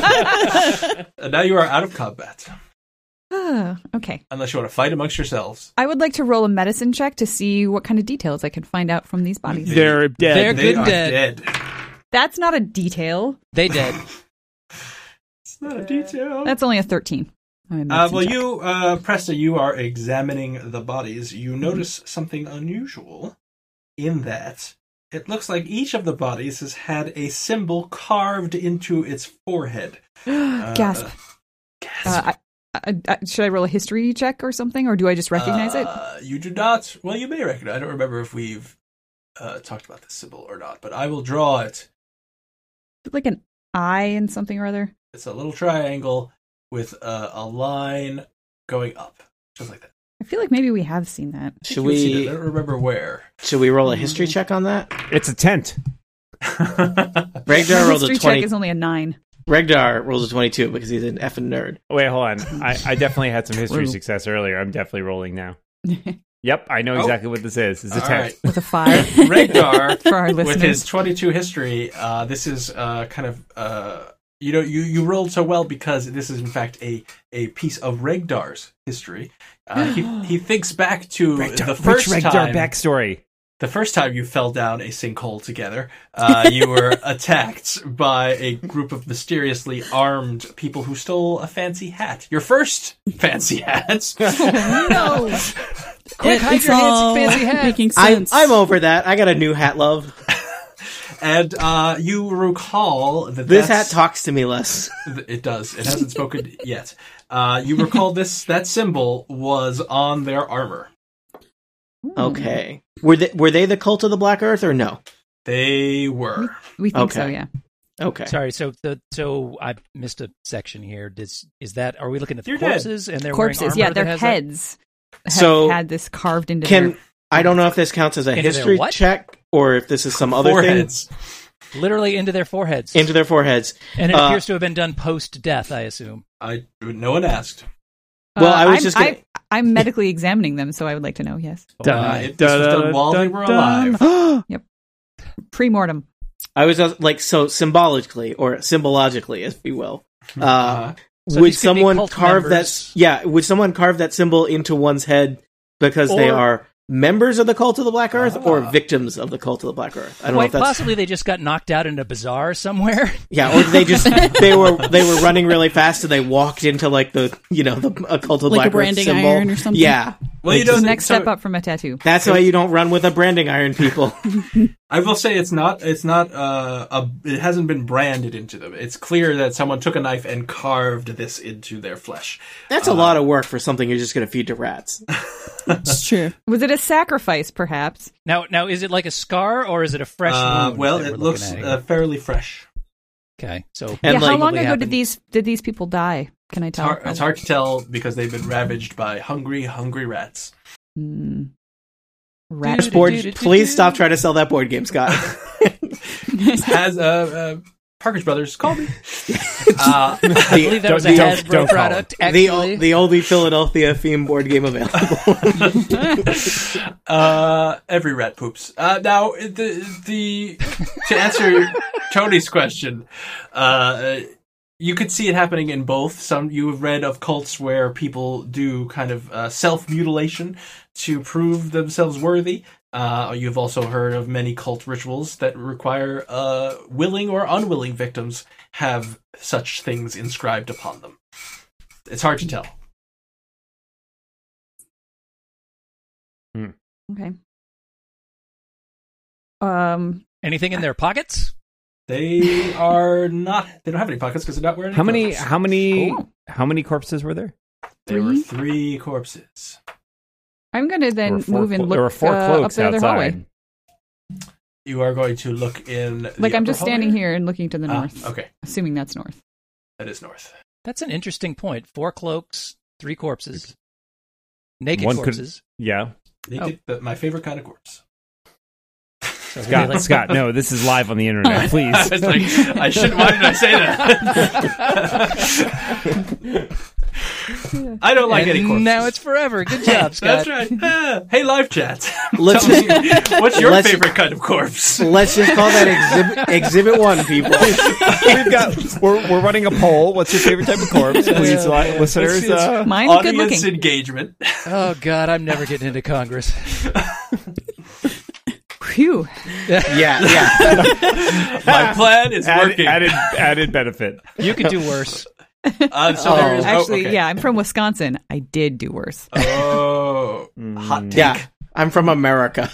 [SPEAKER 4] And now you are out of combat.
[SPEAKER 3] okay.
[SPEAKER 4] Unless you want to fight amongst yourselves.
[SPEAKER 3] I would like to roll a medicine check to see what kind of details I can find out from these bodies.
[SPEAKER 1] They're dead.
[SPEAKER 6] They're-
[SPEAKER 4] They
[SPEAKER 6] good
[SPEAKER 4] are
[SPEAKER 6] dead.
[SPEAKER 4] dead.
[SPEAKER 3] That's not a detail.
[SPEAKER 6] they did.
[SPEAKER 4] It's not a detail.
[SPEAKER 3] That's only a 13. on my
[SPEAKER 4] Uh,
[SPEAKER 3] medicine
[SPEAKER 4] well,
[SPEAKER 3] check.
[SPEAKER 4] you, uh, Presta, you are examining the bodies. You notice something unusual in that it looks like each of the bodies has had a symbol carved into its forehead.
[SPEAKER 3] [GASPS]
[SPEAKER 4] Uh,
[SPEAKER 3] Gasp. Uh, I, I, I, should I roll a history check or something, or do I just recognize it?
[SPEAKER 4] uh, You do not. Well, you may recognize. I don't remember if we've uh, talked about this symbol or not, but I will draw it.
[SPEAKER 3] Like an eye and something or other?
[SPEAKER 4] It's a little triangle with uh, a line going up, just like that.
[SPEAKER 3] I feel like maybe we have seen that.
[SPEAKER 4] I think
[SPEAKER 7] Should
[SPEAKER 4] you had seen
[SPEAKER 7] we-
[SPEAKER 4] it. I don't remember where.
[SPEAKER 7] should we roll a history check on that?
[SPEAKER 2] It's a tent.
[SPEAKER 7] Regdar
[SPEAKER 3] My [LAUGHS]
[SPEAKER 7] rolled
[SPEAKER 3] history
[SPEAKER 7] a
[SPEAKER 3] check
[SPEAKER 7] twenty.
[SPEAKER 3] is only a
[SPEAKER 7] [LAUGHS]
[SPEAKER 3] nine.
[SPEAKER 7] Regdar rolls a twenty-two because he's an effing nerd.
[SPEAKER 2] Wait, hold on. I, I definitely had some history
[SPEAKER 3] True.
[SPEAKER 2] success earlier. I'm definitely rolling now.
[SPEAKER 3] With
[SPEAKER 2] Yep, I know
[SPEAKER 4] Oh.
[SPEAKER 2] exactly what this is. It's a
[SPEAKER 4] All
[SPEAKER 2] tent.
[SPEAKER 4] right.
[SPEAKER 3] a five
[SPEAKER 4] Regdar
[SPEAKER 3] for our
[SPEAKER 4] with his
[SPEAKER 7] [LAUGHS]
[SPEAKER 3] listeners.
[SPEAKER 4] 22 history, uh, this is uh, kind of uh, you know you, you rolled so well because this is in fact a a piece of Regdar's history. Uh, he he thinks back to the first
[SPEAKER 2] Rich Regdar
[SPEAKER 4] time
[SPEAKER 2] backstory.
[SPEAKER 4] the first time you fell down a sinkhole together. Uh, you were attacked by a group of mysteriously armed people who stole a fancy hat. Your first fancy hat.
[SPEAKER 3] no!
[SPEAKER 6] Quick,
[SPEAKER 5] It-
[SPEAKER 6] hide
[SPEAKER 5] it's
[SPEAKER 6] your
[SPEAKER 5] all
[SPEAKER 3] [LAUGHS]
[SPEAKER 6] hands, fancy hat.
[SPEAKER 5] Making
[SPEAKER 7] I'm
[SPEAKER 5] sense.
[SPEAKER 7] I'm over that. I got a new hat, love.
[SPEAKER 4] and uh, you recall that
[SPEAKER 7] This
[SPEAKER 4] that's-
[SPEAKER 7] hat talks to me [LAUGHS] less.
[SPEAKER 4] Th- It does. It hasn't spoken yet. Uh, you recall this? That symbol was on their armor.
[SPEAKER 7] Okay. Were they were they the cult of the Black Earth or no?
[SPEAKER 4] They were.
[SPEAKER 3] We think so,
[SPEAKER 7] Okay.
[SPEAKER 3] yeah.
[SPEAKER 7] Okay.
[SPEAKER 6] Sorry, so the so I missed a section here. Does is that are we looking at the
[SPEAKER 4] You're dead.
[SPEAKER 6] corpses and they're Wearing
[SPEAKER 3] Corpses,
[SPEAKER 6] armor
[SPEAKER 3] yeah, their
[SPEAKER 6] that has that?
[SPEAKER 3] heads have
[SPEAKER 7] So,
[SPEAKER 3] had this carved into
[SPEAKER 7] Can
[SPEAKER 3] their...
[SPEAKER 7] I don't know if this counts as a
[SPEAKER 6] Into their
[SPEAKER 7] history
[SPEAKER 6] what?
[SPEAKER 7] check or if this is some other
[SPEAKER 4] Foreheads.
[SPEAKER 6] literally into their foreheads,
[SPEAKER 7] thing into their foreheads.
[SPEAKER 6] and it
[SPEAKER 7] uh,
[SPEAKER 6] appears to have been done post death. I assume.
[SPEAKER 4] I. No one asked.
[SPEAKER 7] Well, I was
[SPEAKER 3] uh, I'm,
[SPEAKER 7] just gonna-
[SPEAKER 3] I, am medically examining them, so I would like to know, yes.
[SPEAKER 4] Uh, it- this was done while they were alive.
[SPEAKER 3] Pre-mortem.
[SPEAKER 7] I was just, like so symbolically or symbologically, if you will. Uh,
[SPEAKER 4] Uh,
[SPEAKER 6] Uh-huh. So
[SPEAKER 7] would
[SPEAKER 6] these could be
[SPEAKER 7] someone
[SPEAKER 6] cult
[SPEAKER 7] carve
[SPEAKER 6] members.
[SPEAKER 7] that? Yeah, would someone carve that symbol into one's head because they
[SPEAKER 6] Or-
[SPEAKER 7] are members of the cult of the Black Earth or
[SPEAKER 4] Ah.
[SPEAKER 7] victims of the cult of the Black Earth? I don't
[SPEAKER 6] Quite
[SPEAKER 7] know if that's
[SPEAKER 6] possibly, they just got knocked out in a bazaar somewhere.
[SPEAKER 7] yeah, or they just they were they were running really fast and they walked into like the you know the a cult of the
[SPEAKER 5] Like
[SPEAKER 7] Black
[SPEAKER 5] a branding
[SPEAKER 7] Earth symbol.
[SPEAKER 5] iron or something?
[SPEAKER 7] Yeah,
[SPEAKER 4] well, you
[SPEAKER 3] This
[SPEAKER 4] know,
[SPEAKER 3] is next
[SPEAKER 4] so
[SPEAKER 3] step up from a tattoo.
[SPEAKER 7] that's why you don't run with a branding iron, people.
[SPEAKER 6] [LAUGHS]
[SPEAKER 4] I will say it's not. It's not. Uh, a, it hasn't been branded into them. It's clear that someone took a knife and carved this into their flesh.
[SPEAKER 7] That's a
[SPEAKER 6] Uh-huh.
[SPEAKER 7] lot of work for something you're just going to feed to rats.
[SPEAKER 6] [LAUGHS]
[SPEAKER 5] It's true.
[SPEAKER 3] Was it a sacrifice, perhaps?
[SPEAKER 6] Now, now is it like a scar or is it a fresh?
[SPEAKER 4] Uh,
[SPEAKER 6] wound
[SPEAKER 4] well,
[SPEAKER 6] that
[SPEAKER 4] it
[SPEAKER 6] we're
[SPEAKER 4] looks
[SPEAKER 6] looking at
[SPEAKER 4] uh,
[SPEAKER 6] here?
[SPEAKER 4] fairly fresh.
[SPEAKER 6] okay.
[SPEAKER 4] [LAUGHS]
[SPEAKER 6] So
[SPEAKER 7] And
[SPEAKER 3] yeah,
[SPEAKER 7] like
[SPEAKER 3] how long ago
[SPEAKER 6] happened-
[SPEAKER 3] did these did these people die? Can I
[SPEAKER 4] It's
[SPEAKER 3] tell?
[SPEAKER 4] hard, it's hard to tell because they've been ravaged by hungry, hungry rats.
[SPEAKER 3] Hmm.
[SPEAKER 7] This
[SPEAKER 3] Rat.
[SPEAKER 7] board, please stop trying to sell that board game, Scott.
[SPEAKER 4] [LAUGHS] has uh, uh, Parker's Brothers, call me. uh,
[SPEAKER 6] I believe that
[SPEAKER 2] Don't-
[SPEAKER 6] was a
[SPEAKER 2] don't-
[SPEAKER 6] Hasbro
[SPEAKER 2] don't call
[SPEAKER 6] product.
[SPEAKER 7] The,
[SPEAKER 6] Actually,
[SPEAKER 7] o- the only Philadelphia theme board game [LAUGHS] available.
[SPEAKER 4] uh, every rat poops. Uh, now, the the to answer Tony's question, uh, you could see it happening in both. Some you have read of cults where people do kind of uh, self mutilation to prove themselves worthy. Uh, you've also heard of many cult rituals that require uh, willing or unwilling victims have such things inscribed upon them. It's hard to tell.
[SPEAKER 3] Okay. Um,
[SPEAKER 6] anything in their pockets?
[SPEAKER 4] They are not. They don't have any pockets because they're not wearing. Any
[SPEAKER 2] How many?
[SPEAKER 4] clothes.
[SPEAKER 2] How many?
[SPEAKER 3] Cool.
[SPEAKER 2] How many corpses were there?
[SPEAKER 4] There were three corpses.
[SPEAKER 3] I'm gonna
[SPEAKER 2] There
[SPEAKER 3] then
[SPEAKER 2] were four
[SPEAKER 3] move and
[SPEAKER 2] clo-
[SPEAKER 3] look
[SPEAKER 2] there were four
[SPEAKER 3] uh, up
[SPEAKER 2] cloaks
[SPEAKER 3] the other hallway.
[SPEAKER 2] outside.
[SPEAKER 4] You are going to look in. the
[SPEAKER 3] Like I'm
[SPEAKER 4] upper
[SPEAKER 3] just standing
[SPEAKER 4] hallway?
[SPEAKER 3] here and looking to the
[SPEAKER 4] Ah,
[SPEAKER 3] north,
[SPEAKER 4] okay,
[SPEAKER 3] assuming that's north.
[SPEAKER 4] that is north.
[SPEAKER 6] That's an interesting point. Four cloaks, three corpses, naked
[SPEAKER 2] One could-
[SPEAKER 6] corpses.
[SPEAKER 2] Yeah,
[SPEAKER 3] Oh.
[SPEAKER 4] Naked, but my favorite kind of corpse.
[SPEAKER 6] So it'd be
[SPEAKER 2] Scott.
[SPEAKER 4] [LAUGHS]
[SPEAKER 6] like-
[SPEAKER 2] Scott, no, this is live on the internet. Please.
[SPEAKER 4] I was like, I shouldn't. Why did I say that? [LAUGHS] I don't like any corpses.
[SPEAKER 6] and now it's
[SPEAKER 4] [LAUGHS]
[SPEAKER 6] forever. Good job, Scott.
[SPEAKER 4] That's right. Ah, hey, live chat. [LAUGHS]
[SPEAKER 7] Let's
[SPEAKER 4] Tell me, what's your
[SPEAKER 7] let's-
[SPEAKER 4] favorite kind of corpse?
[SPEAKER 7] Let's just call that exhibit, exhibit one, people.
[SPEAKER 2] We've got. We're, we're running a poll. What's your favorite type of corpse? Please, li- listeners.
[SPEAKER 4] It's- it's
[SPEAKER 2] uh,
[SPEAKER 3] Mine's good
[SPEAKER 4] Audience
[SPEAKER 3] looking.
[SPEAKER 4] engagement.
[SPEAKER 6] Oh God, I'm never getting into Congress.
[SPEAKER 3] Phew.
[SPEAKER 7] [LAUGHS] Yeah, yeah.
[SPEAKER 4] [LAUGHS] My plan is
[SPEAKER 2] added,
[SPEAKER 4] working.
[SPEAKER 2] added added benefit.
[SPEAKER 6] You could
[SPEAKER 4] [LAUGHS]
[SPEAKER 6] do worse.
[SPEAKER 4] Uh, so there is- oh,
[SPEAKER 3] Actually,
[SPEAKER 4] okay.
[SPEAKER 3] yeah, I'm from Wisconsin. I did do worse.
[SPEAKER 4] Oh, hot take.
[SPEAKER 7] Yeah. Uh, I'm from America.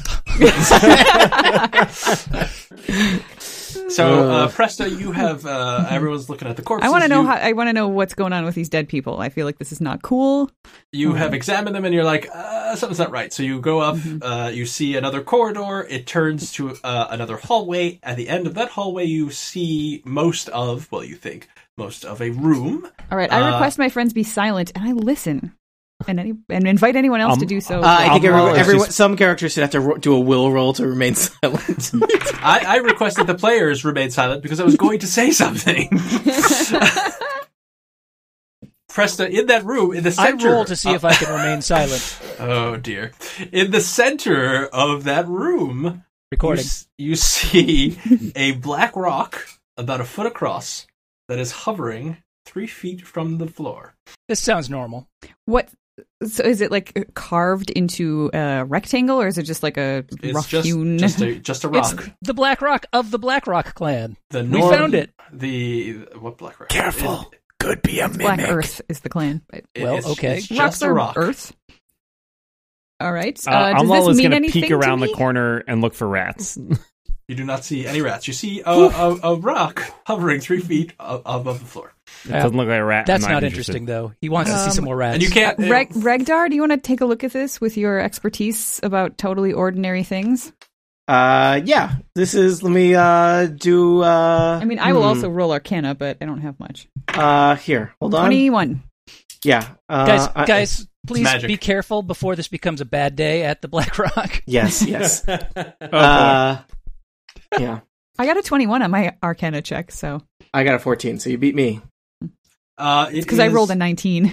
[SPEAKER 4] So, uh, Presta, you
[SPEAKER 6] [LAUGHS]
[SPEAKER 4] have uh,
[SPEAKER 6] Mm-hmm.
[SPEAKER 4] everyone's looking at the corpses.
[SPEAKER 3] I want to know
[SPEAKER 4] you,
[SPEAKER 3] how. I want to know what's going on with these dead people. I feel like this is not cool.
[SPEAKER 4] you
[SPEAKER 3] Mm-hmm.
[SPEAKER 4] have examined them, and you're like, uh, something's not right. So you go up, uh, you see another corridor. It turns to uh, another hallway. At the end of that hallway, you see most of, well, you think most of a room.
[SPEAKER 3] All right, I
[SPEAKER 4] Uh,
[SPEAKER 3] request my friends be silent and I listen, and any and invite anyone else
[SPEAKER 2] Um,
[SPEAKER 3] to do so.
[SPEAKER 7] Uh, I think
[SPEAKER 2] I'll
[SPEAKER 7] everyone,
[SPEAKER 2] roll.
[SPEAKER 7] everyone, some characters should have to ro- do a will roll to remain [LAUGHS] silent.
[SPEAKER 4] I, I request that the players remain silent because I was going to say
[SPEAKER 3] [LAUGHS]
[SPEAKER 4] something. Presta, in that room, in the
[SPEAKER 6] I
[SPEAKER 4] center.
[SPEAKER 6] roll to see if
[SPEAKER 4] [LAUGHS]
[SPEAKER 6] I can remain silent.
[SPEAKER 4] Oh dear! In the center of that room,
[SPEAKER 6] Recording.
[SPEAKER 4] You, s- you [LAUGHS] see a black rock about a foot across that is hovering three feet from the floor.
[SPEAKER 6] This sounds normal.
[SPEAKER 3] what? So is it like carved into a rectangle, or is it just like a
[SPEAKER 4] It's
[SPEAKER 3] rough
[SPEAKER 4] just
[SPEAKER 3] hewn?
[SPEAKER 4] just a just a rock.
[SPEAKER 6] It's the Black Rock of the Black Rock clan.
[SPEAKER 4] the
[SPEAKER 6] we
[SPEAKER 4] norm-
[SPEAKER 6] found it.
[SPEAKER 4] The what black rock?
[SPEAKER 2] Careful.
[SPEAKER 4] It-
[SPEAKER 2] Could be a
[SPEAKER 3] Black Earth is the clan. But
[SPEAKER 4] it-
[SPEAKER 6] Well,
[SPEAKER 4] it's-
[SPEAKER 6] okay.
[SPEAKER 4] it's
[SPEAKER 3] rocks
[SPEAKER 4] just a
[SPEAKER 3] are
[SPEAKER 4] rock.
[SPEAKER 3] Earth. All right. Uh,
[SPEAKER 2] Uh, I'm
[SPEAKER 3] does this
[SPEAKER 2] always
[SPEAKER 3] mean
[SPEAKER 2] gonna
[SPEAKER 3] anything
[SPEAKER 2] peek
[SPEAKER 3] to
[SPEAKER 2] around
[SPEAKER 3] me?
[SPEAKER 2] the corner and look for rats.
[SPEAKER 4] You do not see any rats. You see a, a, a rock hovering three feet a- above the floor,
[SPEAKER 2] It doesn't look like a rat.
[SPEAKER 6] That's
[SPEAKER 2] I'm
[SPEAKER 6] not, interesting, though. He wants to see
[SPEAKER 3] Um,
[SPEAKER 6] some more rats.
[SPEAKER 4] and you can't.
[SPEAKER 3] Reg-
[SPEAKER 4] [LAUGHS]
[SPEAKER 3] Regdar, do you want to take a look at this with your expertise about totally ordinary things?
[SPEAKER 7] Uh, yeah. This is, let me, uh, do, uh.
[SPEAKER 3] I mean, I will
[SPEAKER 7] hmm.
[SPEAKER 3] also roll Arcana, but I don't have much.
[SPEAKER 7] Uh, here. Hold on.
[SPEAKER 3] Twenty-one.
[SPEAKER 7] Yeah. Uh,
[SPEAKER 6] guys,
[SPEAKER 7] I-
[SPEAKER 6] guys, please
[SPEAKER 4] magic.
[SPEAKER 6] be careful before this becomes a bad day at the Black
[SPEAKER 7] [LAUGHS]
[SPEAKER 6] Rock.
[SPEAKER 7] Yes, yes.
[SPEAKER 2] Oh,
[SPEAKER 7] uh, yeah.
[SPEAKER 3] I got a twenty-one on my Arcana check, so
[SPEAKER 7] I got a 14, so you beat me.
[SPEAKER 4] uh, it
[SPEAKER 3] because I
[SPEAKER 4] is-
[SPEAKER 3] rolled a nineteen.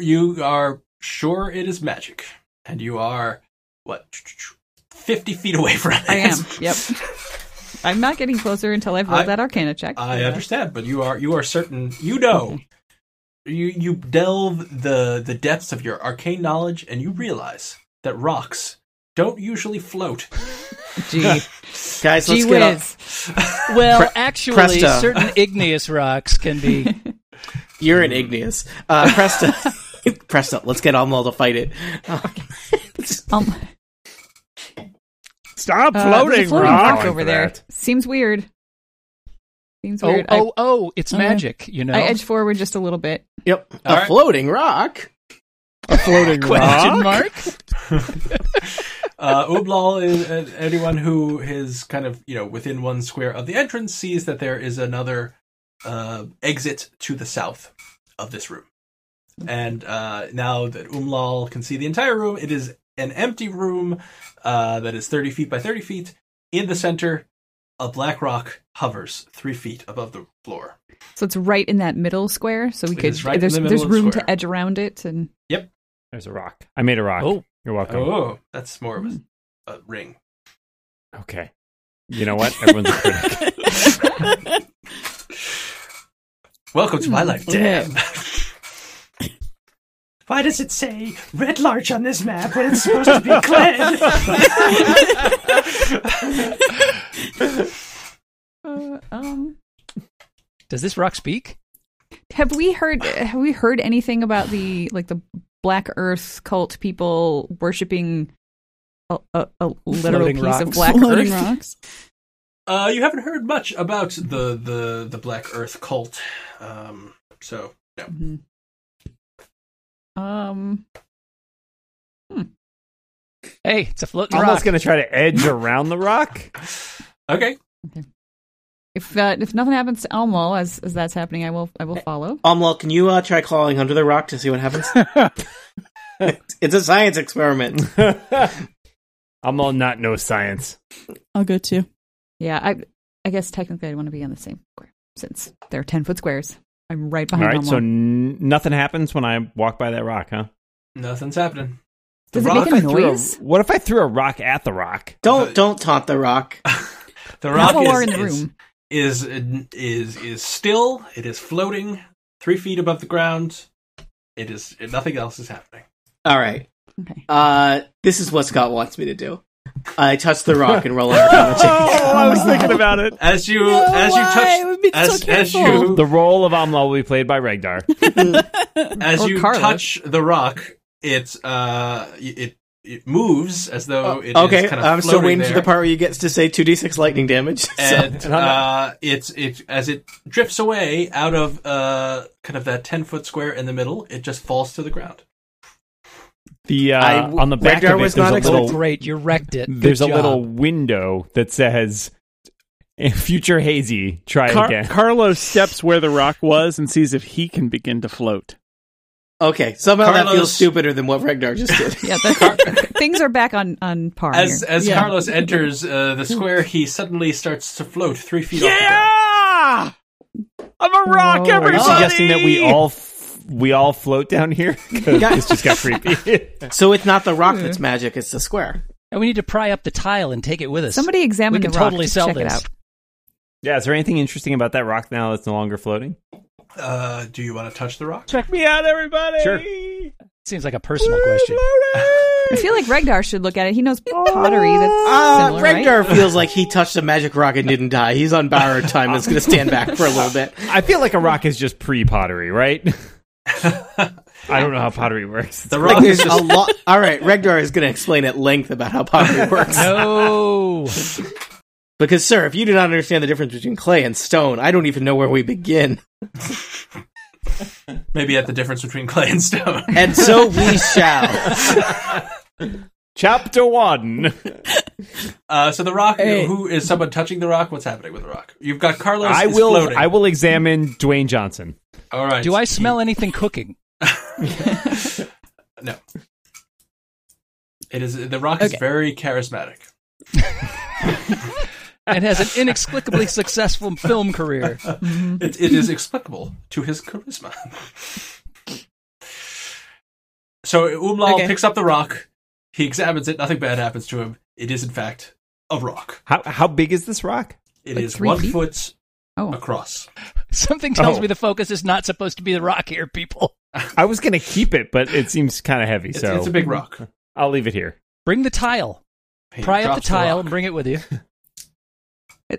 [SPEAKER 4] You are sure it is magic, and you are what fifty feet away from it.
[SPEAKER 3] I am.
[SPEAKER 4] [LAUGHS]
[SPEAKER 3] Yep. I'm not getting closer until I've rolled
[SPEAKER 4] I-
[SPEAKER 3] that Arcana check.
[SPEAKER 4] I understand, but you are you are certain you know. You you delve the the depths of your arcane knowledge and you realize that rocks don't usually float.
[SPEAKER 3] Gee,
[SPEAKER 7] Guys, let's
[SPEAKER 3] gee
[SPEAKER 7] get up.
[SPEAKER 3] whiz.
[SPEAKER 6] Well, actually,
[SPEAKER 7] Presta.
[SPEAKER 6] certain igneous rocks can be.
[SPEAKER 7] You're an igneous. Uh, Presta. Presta, let's get Almal to fight it.
[SPEAKER 3] [LAUGHS] Um,
[SPEAKER 2] Stop
[SPEAKER 3] uh, there's
[SPEAKER 2] floating,
[SPEAKER 3] a floating
[SPEAKER 2] rock.
[SPEAKER 3] rock over there. Seems weird. Seems
[SPEAKER 6] oh,
[SPEAKER 3] weird. I-
[SPEAKER 6] oh, oh! It's
[SPEAKER 3] Oh, yeah.
[SPEAKER 6] magigy, you know.
[SPEAKER 3] I edge forward just a little bit.
[SPEAKER 7] Yep.
[SPEAKER 4] All
[SPEAKER 7] a
[SPEAKER 4] right.
[SPEAKER 7] floating rock?
[SPEAKER 2] A floating
[SPEAKER 6] Question
[SPEAKER 2] rock.
[SPEAKER 6] mark.
[SPEAKER 4] Uh, Ublal is uh, anyone who is kind of you know within one square of the entrance sees that there is another uh, exit to the south of this room. And uh, now that Umlal can see the entire room, it is an empty room uh, that is 30 feet by 30 feet. In the center A black rock hovers three feet above the floor.
[SPEAKER 3] So it's right in that middle square. So we
[SPEAKER 4] It
[SPEAKER 3] could
[SPEAKER 4] is right in
[SPEAKER 3] there's
[SPEAKER 4] the middle
[SPEAKER 3] there's
[SPEAKER 4] of the
[SPEAKER 3] room
[SPEAKER 4] square.
[SPEAKER 3] to edge around it and
[SPEAKER 2] There's a rock. I made a rock.
[SPEAKER 6] Oh.
[SPEAKER 2] You're welcome.
[SPEAKER 4] Oh, that's more of a, a ring.
[SPEAKER 2] Okay. You know what?
[SPEAKER 3] [LAUGHS]
[SPEAKER 2] Everyone's a critic.
[SPEAKER 4] Welcome to my life,
[SPEAKER 5] Okay.
[SPEAKER 4] damn.
[SPEAKER 5] Mm-hmm.
[SPEAKER 4] [LAUGHS] Why does it say red larch on this map when it's supposed to be clan?
[SPEAKER 5] [LAUGHS]
[SPEAKER 3] uh, um
[SPEAKER 6] Does this rock speak?
[SPEAKER 3] have we heard have we heard anything about the like the black earth cult people worshiping a, a, a literal
[SPEAKER 6] Floating
[SPEAKER 3] piece of
[SPEAKER 6] rocks.
[SPEAKER 3] black
[SPEAKER 5] Floating
[SPEAKER 3] earth?
[SPEAKER 5] rocks.
[SPEAKER 4] Uh, you haven't heard much about the the the Black Earth cult, um, so
[SPEAKER 3] [LAUGHS]
[SPEAKER 4] no.
[SPEAKER 3] Mhm. Mm-hmm. Um
[SPEAKER 6] Hey, it's a floating
[SPEAKER 2] Almost
[SPEAKER 6] rock.
[SPEAKER 2] going to try to edge around the rock. [LAUGHS]
[SPEAKER 4] Okay,
[SPEAKER 3] if uh, if nothing happens to Elmo as as that's happening, I will I will follow.
[SPEAKER 7] Omlal, can you uh, try clawing under the rock to see
[SPEAKER 4] [LAUGHS]
[SPEAKER 7] what happens? it's a science experiment.
[SPEAKER 2] I'm all not no science.
[SPEAKER 5] I'll go too.
[SPEAKER 3] Yeah, I I guess technically I'd want to be on the same square since they're ten foot squares. I'm right
[SPEAKER 2] All
[SPEAKER 3] behind
[SPEAKER 2] right.
[SPEAKER 3] Elmo.
[SPEAKER 2] So n- nothing happens when I walk by that rock, huh?
[SPEAKER 4] nothing's happening. The
[SPEAKER 3] Does it
[SPEAKER 4] rock,
[SPEAKER 3] make a
[SPEAKER 2] Threw a-
[SPEAKER 3] noise?
[SPEAKER 2] what if I threw a rock at the rock?
[SPEAKER 7] Don't don't taunt the rock.
[SPEAKER 4] the rock
[SPEAKER 3] Elmo
[SPEAKER 4] is,
[SPEAKER 3] are in the
[SPEAKER 4] is-
[SPEAKER 3] room.
[SPEAKER 4] is is is still. It is floating three feet above the ground. It is nothing else is happening.
[SPEAKER 7] All right.
[SPEAKER 3] Okay.
[SPEAKER 7] Uh, this is what Scott wants me to do. I touch the rock and roll under.
[SPEAKER 2] Oh, I was thinking about it.
[SPEAKER 4] As you
[SPEAKER 5] No,
[SPEAKER 4] as you
[SPEAKER 5] why?
[SPEAKER 4] touch
[SPEAKER 5] It would be so
[SPEAKER 4] as, as
[SPEAKER 5] careful.
[SPEAKER 4] you
[SPEAKER 2] The role of Amla will be played by Regdar.
[SPEAKER 4] as
[SPEAKER 3] Or
[SPEAKER 4] you
[SPEAKER 3] Carla.
[SPEAKER 4] touch the rock, it uh it it moves as though [LAUGHS] it is
[SPEAKER 7] okay,
[SPEAKER 4] kind of
[SPEAKER 7] I'm still
[SPEAKER 4] floating
[SPEAKER 7] waiting for
[SPEAKER 4] there.
[SPEAKER 7] the part where you gets to say two d six lightning damage. [LAUGHS] So-
[SPEAKER 4] and
[SPEAKER 2] And I'm not-
[SPEAKER 4] uh, it's it as it drifts away out of uh, kind of that ten foot square in the middle. It just falls to the ground.
[SPEAKER 2] The uh,
[SPEAKER 7] I w-
[SPEAKER 2] on the back
[SPEAKER 7] Regdar
[SPEAKER 2] of it,
[SPEAKER 7] was
[SPEAKER 2] there's a
[SPEAKER 7] not
[SPEAKER 6] Oh,
[SPEAKER 2] little
[SPEAKER 6] great. You wrecked it. Good
[SPEAKER 2] there's a
[SPEAKER 6] job.
[SPEAKER 2] little window that says "Future Hazy, try
[SPEAKER 1] Car-
[SPEAKER 2] again."
[SPEAKER 1] Carlos steps where the rock was and sees if he can begin to float.
[SPEAKER 7] okay, somehow that
[SPEAKER 4] Carlos-
[SPEAKER 7] feels stupider than what Regnar just did.
[SPEAKER 4] [LAUGHS]
[SPEAKER 3] Yeah, that's, things are back on on par.
[SPEAKER 4] As
[SPEAKER 3] here.
[SPEAKER 4] as
[SPEAKER 5] Yeah.
[SPEAKER 4] Carlos enters uh, the square, he suddenly starts to float three feet off the ground.
[SPEAKER 1] Yeah, I'm a rock,
[SPEAKER 3] Whoa.
[SPEAKER 2] Are
[SPEAKER 1] everybody.
[SPEAKER 2] you suggesting that we all f- we all float down here? [LAUGHS] 'Cause
[SPEAKER 7] Got-
[SPEAKER 2] this just got
[SPEAKER 7] [LAUGHS]
[SPEAKER 2] creepy.
[SPEAKER 7] so it's not the rock that's magic; it's the square.
[SPEAKER 6] And we need to pry up the tile and take it with us.
[SPEAKER 3] Somebody examine
[SPEAKER 6] We can
[SPEAKER 3] the rock
[SPEAKER 6] totally
[SPEAKER 3] to
[SPEAKER 6] sell
[SPEAKER 3] check it
[SPEAKER 6] this.
[SPEAKER 3] out.
[SPEAKER 2] yeah, is there anything interesting about that rock now that's no longer floating?
[SPEAKER 4] Uh, do you want to touch the rock?
[SPEAKER 1] Check me out, everybody.
[SPEAKER 2] Sure.
[SPEAKER 6] Seems like a personal question.
[SPEAKER 3] I feel like Regdar should look at it. He knows
[SPEAKER 4] Oh,
[SPEAKER 3] pottery. That's
[SPEAKER 4] ah,
[SPEAKER 7] Uh,
[SPEAKER 3] similar, right?
[SPEAKER 7] Regnar feels like he touched a magic rock and didn't die. He's on borrowed time. and is going to stand back for a little bit.
[SPEAKER 2] I feel like a rock is just pre-pottery, right?
[SPEAKER 7] [LAUGHS]
[SPEAKER 2] I don't know how pottery works.
[SPEAKER 4] The
[SPEAKER 7] Like
[SPEAKER 4] rock is
[SPEAKER 7] there's a
[SPEAKER 4] just
[SPEAKER 7] lot. All right, Regdar is going to explain at length about
[SPEAKER 4] [LAUGHS]
[SPEAKER 7] how pottery works.
[SPEAKER 6] No.
[SPEAKER 7] Because, sir, if you do not understand the difference between clay and stone, I don't even know where we begin.
[SPEAKER 4] [LAUGHS] maybe at the difference between clay and stone.
[SPEAKER 7] And so we shall.
[SPEAKER 4] [LAUGHS]
[SPEAKER 2] Chapter one.
[SPEAKER 4] Uh, so the rock.
[SPEAKER 5] Hey.
[SPEAKER 4] Who is someone touching the rock? What's happening with the rock? You've got Carlos.
[SPEAKER 2] I
[SPEAKER 4] is
[SPEAKER 2] will.
[SPEAKER 4] Floating.
[SPEAKER 2] I will examine Dwayne Johnson.
[SPEAKER 4] All right.
[SPEAKER 6] Do I smell anything cooking?
[SPEAKER 4] No. It is the rock is
[SPEAKER 5] Okay.
[SPEAKER 4] very charismatic.
[SPEAKER 6] And has an inexplicably successful film career.
[SPEAKER 4] It, it is explicable to his charisma. [LAUGHS] so Umlal
[SPEAKER 6] Okay.
[SPEAKER 4] picks up the rock. He examines it. Nothing bad happens to him. It is, in fact, a rock.
[SPEAKER 2] How how big is this rock?
[SPEAKER 4] It is
[SPEAKER 3] Like three
[SPEAKER 4] one
[SPEAKER 3] feet?
[SPEAKER 4] foot
[SPEAKER 3] Oh,
[SPEAKER 4] across.
[SPEAKER 6] Something tells
[SPEAKER 2] Oh.
[SPEAKER 6] me the focus is not supposed to be the rock here, people.
[SPEAKER 2] I was gonna keep it, but it seems kind of heavy,
[SPEAKER 4] It's,
[SPEAKER 2] so
[SPEAKER 4] it's a big rock.
[SPEAKER 2] I'll leave it here.
[SPEAKER 6] Bring the tile.
[SPEAKER 4] He
[SPEAKER 6] Pry up the
[SPEAKER 4] drops
[SPEAKER 6] tile
[SPEAKER 4] rock.
[SPEAKER 6] and bring it with you.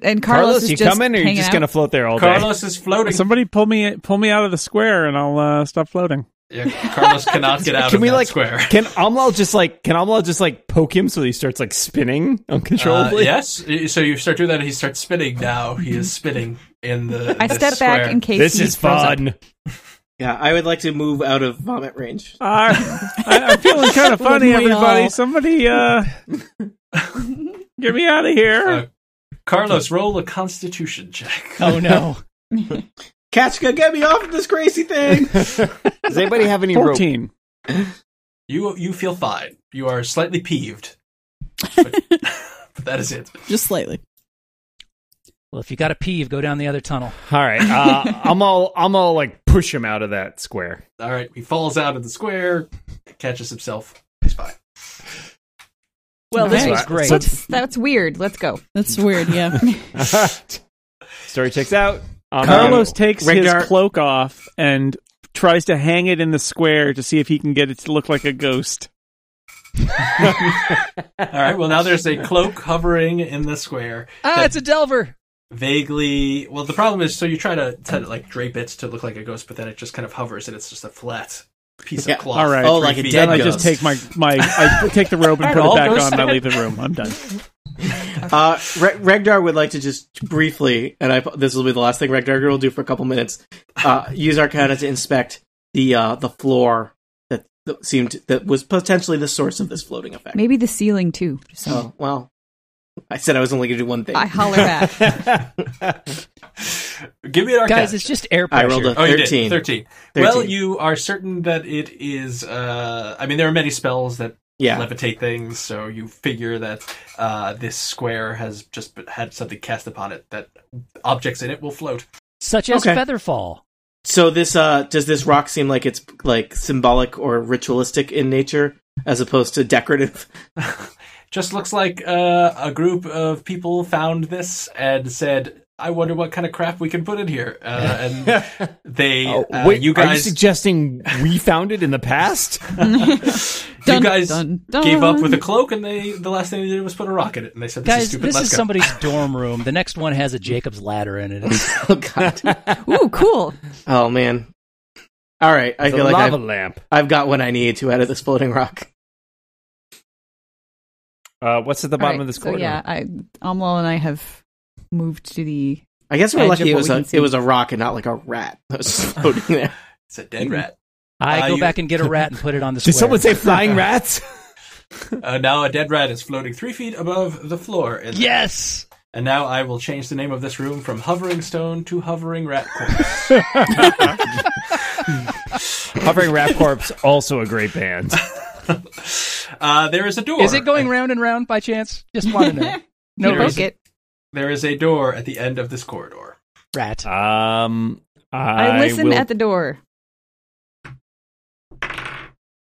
[SPEAKER 3] and Carlos, is
[SPEAKER 2] you
[SPEAKER 3] just
[SPEAKER 2] coming, or you
[SPEAKER 3] hanging
[SPEAKER 2] just
[SPEAKER 3] out.
[SPEAKER 2] gonna float there all day?
[SPEAKER 4] Carlos is floating.
[SPEAKER 1] Somebody pull me pull me out of the square, and I'll uh, stop floating.
[SPEAKER 4] Yeah, Carlos cannot get out
[SPEAKER 2] Can
[SPEAKER 4] of
[SPEAKER 2] we
[SPEAKER 4] that
[SPEAKER 2] like
[SPEAKER 4] square.
[SPEAKER 2] Can Amlal just like can Amlal just like poke him so he starts like spinning
[SPEAKER 4] Uh,
[SPEAKER 2] uncontrollably?
[SPEAKER 4] yes. So you start doing that, and he starts spinning. Now he is spinning in the.
[SPEAKER 3] I
[SPEAKER 4] the
[SPEAKER 3] step
[SPEAKER 4] square.
[SPEAKER 3] back in case
[SPEAKER 2] This
[SPEAKER 3] he
[SPEAKER 2] is
[SPEAKER 3] throws up. [LAUGHS]
[SPEAKER 2] fun.
[SPEAKER 7] Yeah, I would like to move out of vomit range.
[SPEAKER 4] Uh,
[SPEAKER 1] I, I, I'm feeling kind of funny,
[SPEAKER 5] Wouldn't we
[SPEAKER 1] everybody.
[SPEAKER 5] all?
[SPEAKER 1] Somebody
[SPEAKER 3] [LAUGHS]
[SPEAKER 1] uh, get me out of here.
[SPEAKER 4] Uh, Carlos, roll a Constitution check.
[SPEAKER 6] Oh, no.
[SPEAKER 7] Kachka, get me off of this crazy thing!
[SPEAKER 2] Does anybody have any rope?
[SPEAKER 1] Fourteen.
[SPEAKER 4] You you feel fine. You are slightly peeved, [LAUGHS] but, but that is it.
[SPEAKER 5] Just slightly.
[SPEAKER 6] Well, if you got to pee, you go down the other tunnel.
[SPEAKER 2] All right, uh, I'm all I'm all like push him out of that square.
[SPEAKER 4] All right, he falls out of the square, catches himself. He's fine.
[SPEAKER 6] Well, this
[SPEAKER 2] Hey.
[SPEAKER 6] was great.
[SPEAKER 3] That's, that's weird. Let's go.
[SPEAKER 5] That's
[SPEAKER 6] [LAUGHS]
[SPEAKER 5] weird. Yeah.
[SPEAKER 2] Story checks out. Um,
[SPEAKER 1] Carlos takes
[SPEAKER 7] Ragnar-
[SPEAKER 1] his cloak off and tries to hang it in the square to see if he can get it to look like a ghost.
[SPEAKER 4] All right. Well, now there's a cloak hovering in the square,
[SPEAKER 6] ah, it's a Delver.
[SPEAKER 4] vaguely. Well, the problem is, so you try to, to like drape it to look like a ghost, but then it just kind of hovers, and it's just a flat piece
[SPEAKER 7] Yeah,
[SPEAKER 4] of cloth.
[SPEAKER 1] all right.
[SPEAKER 7] Oh,
[SPEAKER 4] three
[SPEAKER 7] like a
[SPEAKER 4] feet.
[SPEAKER 7] dead
[SPEAKER 1] Then I
[SPEAKER 7] ghost.
[SPEAKER 1] just take my my I take the
[SPEAKER 4] [LAUGHS]
[SPEAKER 1] robe and put it
[SPEAKER 4] All
[SPEAKER 1] back
[SPEAKER 4] ghosts-
[SPEAKER 1] on. and I leave the room. I'm
[SPEAKER 4] [LAUGHS]
[SPEAKER 1] done.
[SPEAKER 7] Uh, Re- Regdar would like to just briefly, and I this will be the last thing Regdar will do for a couple minutes. Uh, use Arcana to inspect the uh, the floor that, that seemed that was potentially the source of this floating effect.
[SPEAKER 3] Maybe the ceiling too. So
[SPEAKER 7] Oh well, I said I was only going to do one thing.
[SPEAKER 3] I holler back.
[SPEAKER 2] [LAUGHS]
[SPEAKER 4] Give me an arcana.
[SPEAKER 6] Guys, it's just air
[SPEAKER 7] I
[SPEAKER 6] pressure.
[SPEAKER 7] rolled a
[SPEAKER 4] Oh, you
[SPEAKER 7] 13.
[SPEAKER 4] did. 13.
[SPEAKER 7] 13.
[SPEAKER 4] Well, you are certain that it is. Uh, I mean, there are many spells that
[SPEAKER 7] yeah,
[SPEAKER 4] levitate things, so you figure that uh, this square has just b- had something cast upon it that objects in it will float.
[SPEAKER 6] Such as
[SPEAKER 7] Okay.
[SPEAKER 6] Featherfall.
[SPEAKER 7] So this uh does this rock seem like it's like symbolic or ritualistic in nature as opposed to decorative?
[SPEAKER 4] Just looks like uh, a group of people found this and said, "I wonder what kind of crap we can put in here." Uh, and they,
[SPEAKER 2] Oh,
[SPEAKER 4] uh,
[SPEAKER 2] wait, are
[SPEAKER 4] you
[SPEAKER 2] you
[SPEAKER 4] guys
[SPEAKER 2] suggesting we found it in the [LAUGHS] past?
[SPEAKER 4] You
[SPEAKER 3] Dun,
[SPEAKER 4] guys
[SPEAKER 3] dun, dun.
[SPEAKER 4] gave up with a cloak, and they the last thing they did was put a rock in it, and they said, "This is
[SPEAKER 6] Guys,
[SPEAKER 4] stupid."
[SPEAKER 6] this
[SPEAKER 4] Let's
[SPEAKER 6] is
[SPEAKER 4] go."
[SPEAKER 6] somebody's dorm room. The next one has a Jacob's ladder in it. It's-
[SPEAKER 7] oh god.
[SPEAKER 3] Ooh, cool.
[SPEAKER 7] Oh man. All right, I
[SPEAKER 2] The
[SPEAKER 7] feel like
[SPEAKER 2] lava
[SPEAKER 7] I've,
[SPEAKER 2] lamp.
[SPEAKER 7] I've got what I need to out of this floating rock.
[SPEAKER 2] Uh, what's at the
[SPEAKER 3] All
[SPEAKER 2] bottom
[SPEAKER 3] right,
[SPEAKER 2] of this
[SPEAKER 3] so
[SPEAKER 2] corridor?
[SPEAKER 3] yeah, I, Amal and I have moved to the.
[SPEAKER 7] I guess we're
[SPEAKER 3] Edge
[SPEAKER 7] lucky
[SPEAKER 3] of
[SPEAKER 7] it
[SPEAKER 3] what
[SPEAKER 7] was
[SPEAKER 3] we
[SPEAKER 7] a
[SPEAKER 3] can see.
[SPEAKER 7] it was a rock and not like a rat that was [LAUGHS] just floating there.
[SPEAKER 4] It's a dead rat.
[SPEAKER 6] I
[SPEAKER 4] Uh,
[SPEAKER 6] go
[SPEAKER 4] you-
[SPEAKER 6] back and get a rat and put it on the
[SPEAKER 2] Did
[SPEAKER 6] square.
[SPEAKER 2] someone say [LAUGHS] flying rats?
[SPEAKER 4] Uh, now a dead rat is floating three feet above the floor. And,
[SPEAKER 6] yes?
[SPEAKER 4] and now I will change the name of this room from Hovering Stone to Hovering Rat Corpse.
[SPEAKER 2] Hovering Rat Corpse, also a great [LAUGHS] band.
[SPEAKER 4] [LAUGHS] uh, there is a door.
[SPEAKER 6] Is it going round and round by chance? Just want
[SPEAKER 3] [LAUGHS]
[SPEAKER 6] to know. No
[SPEAKER 4] There is-
[SPEAKER 3] poke
[SPEAKER 6] reason.
[SPEAKER 3] it.
[SPEAKER 4] There is a door at the end of this corridor.
[SPEAKER 6] Rat.
[SPEAKER 2] Um, I,
[SPEAKER 3] I listen
[SPEAKER 2] will-
[SPEAKER 3] at the door.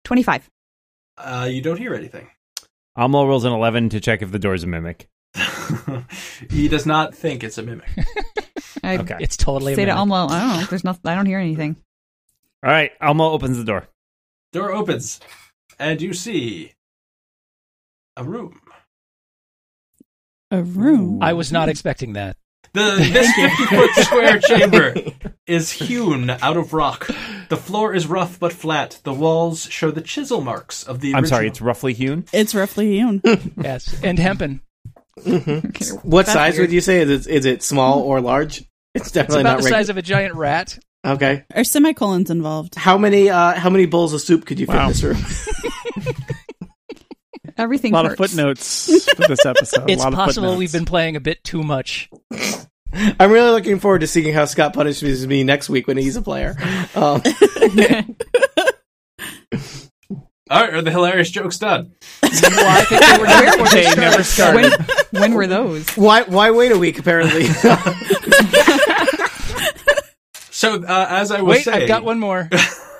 [SPEAKER 3] Twenty-five.
[SPEAKER 4] Uh, you don't hear anything. [LAUGHS]
[SPEAKER 2] Amal rolls an 11 to check if the door's a mimic.
[SPEAKER 4] he does not think it's a
[SPEAKER 6] [LAUGHS]
[SPEAKER 4] mimic.
[SPEAKER 3] I
[SPEAKER 2] Okay.
[SPEAKER 6] It's totally a
[SPEAKER 3] say to
[SPEAKER 6] mimic.
[SPEAKER 3] Amal, I don't know. There's nothing. I don't hear anything.
[SPEAKER 2] All right, Amal opens the door.
[SPEAKER 4] Door opens, and you see a room.
[SPEAKER 5] A room.
[SPEAKER 6] I was not expecting that.
[SPEAKER 4] The this fifty
[SPEAKER 6] [LAUGHS]
[SPEAKER 4] foot square chamber is hewn out of rock. The floor is rough but flat. The walls show the chisel marks of the.
[SPEAKER 2] I'm sorry, it's
[SPEAKER 4] original-
[SPEAKER 2] roughly hewn.
[SPEAKER 5] It's roughly hewn.
[SPEAKER 7] [LAUGHS]
[SPEAKER 6] Yes. And hempen.
[SPEAKER 2] Hmm.
[SPEAKER 3] Okay.
[SPEAKER 7] What
[SPEAKER 3] That's
[SPEAKER 7] size
[SPEAKER 3] weird.
[SPEAKER 7] would you say? Is it is it small or large? It's
[SPEAKER 6] It's
[SPEAKER 7] definitely
[SPEAKER 6] about
[SPEAKER 7] not
[SPEAKER 6] the
[SPEAKER 7] regular.
[SPEAKER 6] size of a giant rat.
[SPEAKER 7] okay.
[SPEAKER 5] Are semicolons involved?
[SPEAKER 7] How many uh how many bowls of soup could you fit
[SPEAKER 1] Wow.
[SPEAKER 7] in this room? [LAUGHS]
[SPEAKER 1] A
[SPEAKER 3] Everything.
[SPEAKER 1] lot of
[SPEAKER 3] hurts.
[SPEAKER 1] footnotes for this episode. [LAUGHS]
[SPEAKER 6] It's
[SPEAKER 1] a lot
[SPEAKER 6] possible
[SPEAKER 1] of footnotes.
[SPEAKER 6] we've been playing a bit too much.
[SPEAKER 7] I'm really looking forward to seeing how Scott punishes me next week when he's a player. Um, [LAUGHS]
[SPEAKER 4] All right, are Oh, the hilarious joke's done?
[SPEAKER 6] Well, I think they
[SPEAKER 2] [LAUGHS]
[SPEAKER 6] were
[SPEAKER 3] Where were
[SPEAKER 1] They never started.
[SPEAKER 3] When, when were those?
[SPEAKER 7] why why wait a week? Apparently, [LAUGHS]
[SPEAKER 4] So uh, as I was
[SPEAKER 6] Wait,
[SPEAKER 4] saying,
[SPEAKER 6] I've got one more.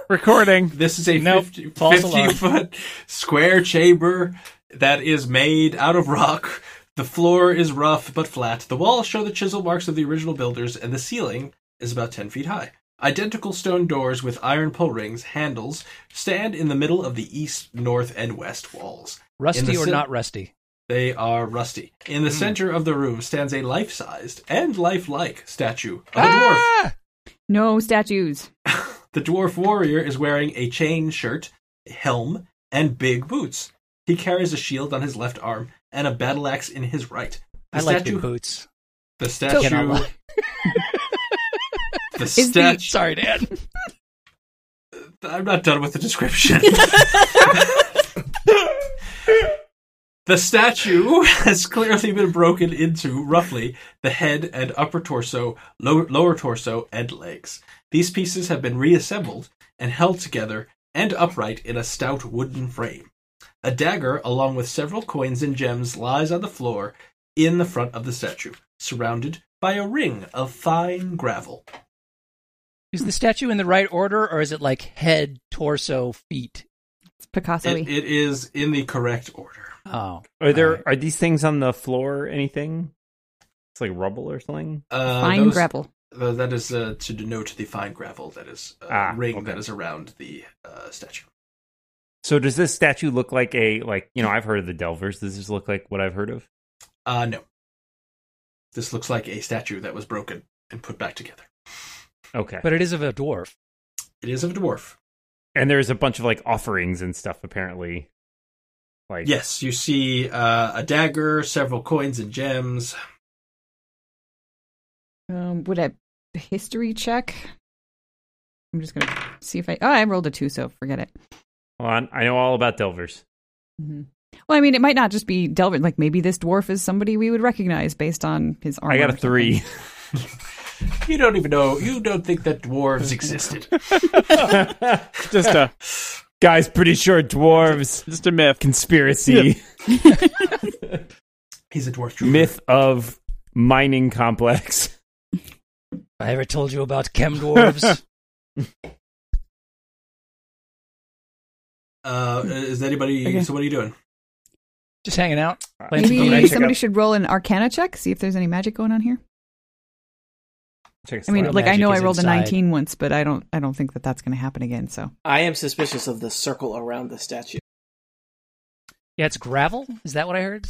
[SPEAKER 1] recording.
[SPEAKER 4] This is a
[SPEAKER 6] Nope,
[SPEAKER 4] 50,
[SPEAKER 6] false alarm.
[SPEAKER 4] 50 foot square chamber that is made out of rock. The floor is rough but flat. The walls show the chisel marks of the original builders, and the ceiling is about 10 feet high. Identical stone doors with iron pull rings, handles, stand in the middle of the east, north, and west walls. In
[SPEAKER 6] Rusty
[SPEAKER 4] the
[SPEAKER 6] or
[SPEAKER 4] sil-
[SPEAKER 6] not rusty?
[SPEAKER 4] They are rusty. In
[SPEAKER 6] Hmm.
[SPEAKER 4] the center of the room stands a life sized and lifelike statue of a
[SPEAKER 6] Ah!
[SPEAKER 4] dwarf.
[SPEAKER 3] No statues.
[SPEAKER 4] The dwarf warrior is wearing a chain shirt, helm, and big boots. He carries a shield on his left arm and a battle axe in his right. The
[SPEAKER 6] I like
[SPEAKER 4] statue,
[SPEAKER 6] big boots. [LAUGHS]
[SPEAKER 4] the
[SPEAKER 6] Cannot
[SPEAKER 4] statue,
[SPEAKER 6] lie.
[SPEAKER 4] [LAUGHS] the
[SPEAKER 3] the-
[SPEAKER 4] statue.
[SPEAKER 6] Sorry, Dan.
[SPEAKER 4] I'm not done with
[SPEAKER 3] [LAUGHS]
[SPEAKER 4] the description. the statue has clearly been broken into roughly the head and upper torso, lower, lower torso, and legs. These pieces have been reassembled and held together and upright in a stout wooden frame. A dagger, along with several coins and gems, lies on the floor in the front of the statue, surrounded by a ring of fine gravel.
[SPEAKER 6] Is the statue in the right order, or is it like head, torso, feet?
[SPEAKER 3] It's Picasso.
[SPEAKER 4] It, it is in the correct order.
[SPEAKER 6] Oh,
[SPEAKER 2] Are there
[SPEAKER 6] all right.
[SPEAKER 2] are these things on the floor? or Anything? It's like rubble or something.
[SPEAKER 4] Uh,
[SPEAKER 3] Fine
[SPEAKER 4] those-
[SPEAKER 3] gravel.
[SPEAKER 4] tho- that is uh, to denote the fine gravel that is uh,
[SPEAKER 2] Ah,
[SPEAKER 4] ring
[SPEAKER 2] okay.
[SPEAKER 4] that is around the uh, statue.
[SPEAKER 2] So does this statue look like a like you know I've heard of the Delvers. Does this look like what I've heard of?
[SPEAKER 4] Uh, no. This looks like a statue that was broken and put back together.
[SPEAKER 2] Okay.
[SPEAKER 6] but it is of a dwarf.
[SPEAKER 4] It is of a dwarf.
[SPEAKER 2] and there's a bunch of like offerings and stuff apparently. Like
[SPEAKER 4] Yes, you see uh, a dagger, several coins and gems.
[SPEAKER 3] Um, would a history check? I'm just gonna see if I. Oh, I rolled a two, so forget it.
[SPEAKER 2] Hold on, I know all about Delvers.
[SPEAKER 3] hmm Well, I mean, it might not just be Delvin. Like maybe this dwarf is somebody we would recognize based on his armor.
[SPEAKER 2] I got
[SPEAKER 3] or
[SPEAKER 2] a
[SPEAKER 3] something.
[SPEAKER 2] three.
[SPEAKER 4] [LAUGHS] You don't even know. You don't think that
[SPEAKER 2] [LAUGHS]
[SPEAKER 4] dwarves existed.
[SPEAKER 1] Just a
[SPEAKER 2] Guys, pretty sure dwarves
[SPEAKER 1] just a myth.
[SPEAKER 2] conspiracy
[SPEAKER 4] He's a dwarf trooper.
[SPEAKER 2] myth of mining complex.
[SPEAKER 6] I ever told you about chem dwarves?
[SPEAKER 4] Uh, is anybody?
[SPEAKER 5] Okay.
[SPEAKER 4] So what are you doing?
[SPEAKER 6] Just hanging out. playing some
[SPEAKER 2] Can I
[SPEAKER 3] Maybe
[SPEAKER 2] check
[SPEAKER 6] games.
[SPEAKER 3] somebody
[SPEAKER 2] out-
[SPEAKER 3] should roll an Arcana check, see if there's any magic going on here.
[SPEAKER 2] Check
[SPEAKER 3] I mean,
[SPEAKER 6] Well,
[SPEAKER 2] slide.
[SPEAKER 3] like I
[SPEAKER 6] magic
[SPEAKER 3] know I
[SPEAKER 6] is
[SPEAKER 3] rolled
[SPEAKER 6] inside.
[SPEAKER 3] a 19 once, but I don't. I don't think that that's going to happen again. So
[SPEAKER 7] I am suspicious of the circle around the statue.
[SPEAKER 6] Yeah, it's gravel. Is that what I heard?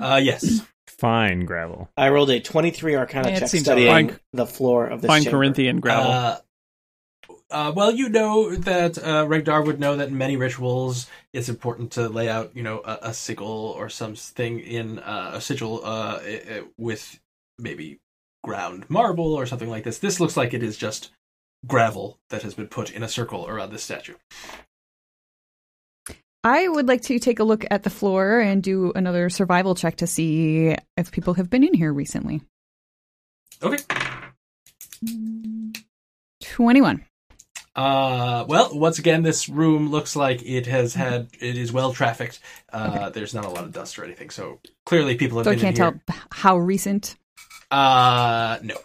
[SPEAKER 4] Uh, yes.
[SPEAKER 2] fine gravel.
[SPEAKER 7] I rolled a 23 Arcana
[SPEAKER 6] Yeah, it
[SPEAKER 7] check
[SPEAKER 6] seems
[SPEAKER 7] studying
[SPEAKER 1] alright.
[SPEAKER 7] the floor of this
[SPEAKER 1] Fine
[SPEAKER 7] chamber.
[SPEAKER 1] Corinthian gravel.
[SPEAKER 4] Uh, uh, well, you know that uh, Regdar would know that in many rituals, it's important to lay out, you know, a, a sigil or something in uh, a sigil uh, i- i- with maybe ground marble or something like this. This looks like it is just gravel that has been put in a circle around this statue.
[SPEAKER 3] I would like to take a look at the floor and do another survival check to see if people have been in here recently.
[SPEAKER 4] Okay.
[SPEAKER 3] 21.
[SPEAKER 4] Uh, well, once again, this room looks like it has had it is well trafficked. Uh, There's not a lot of dust or anything, so clearly people have
[SPEAKER 3] So I
[SPEAKER 4] been
[SPEAKER 3] can't tell
[SPEAKER 4] in here.
[SPEAKER 3] how recent.
[SPEAKER 4] Uh, no.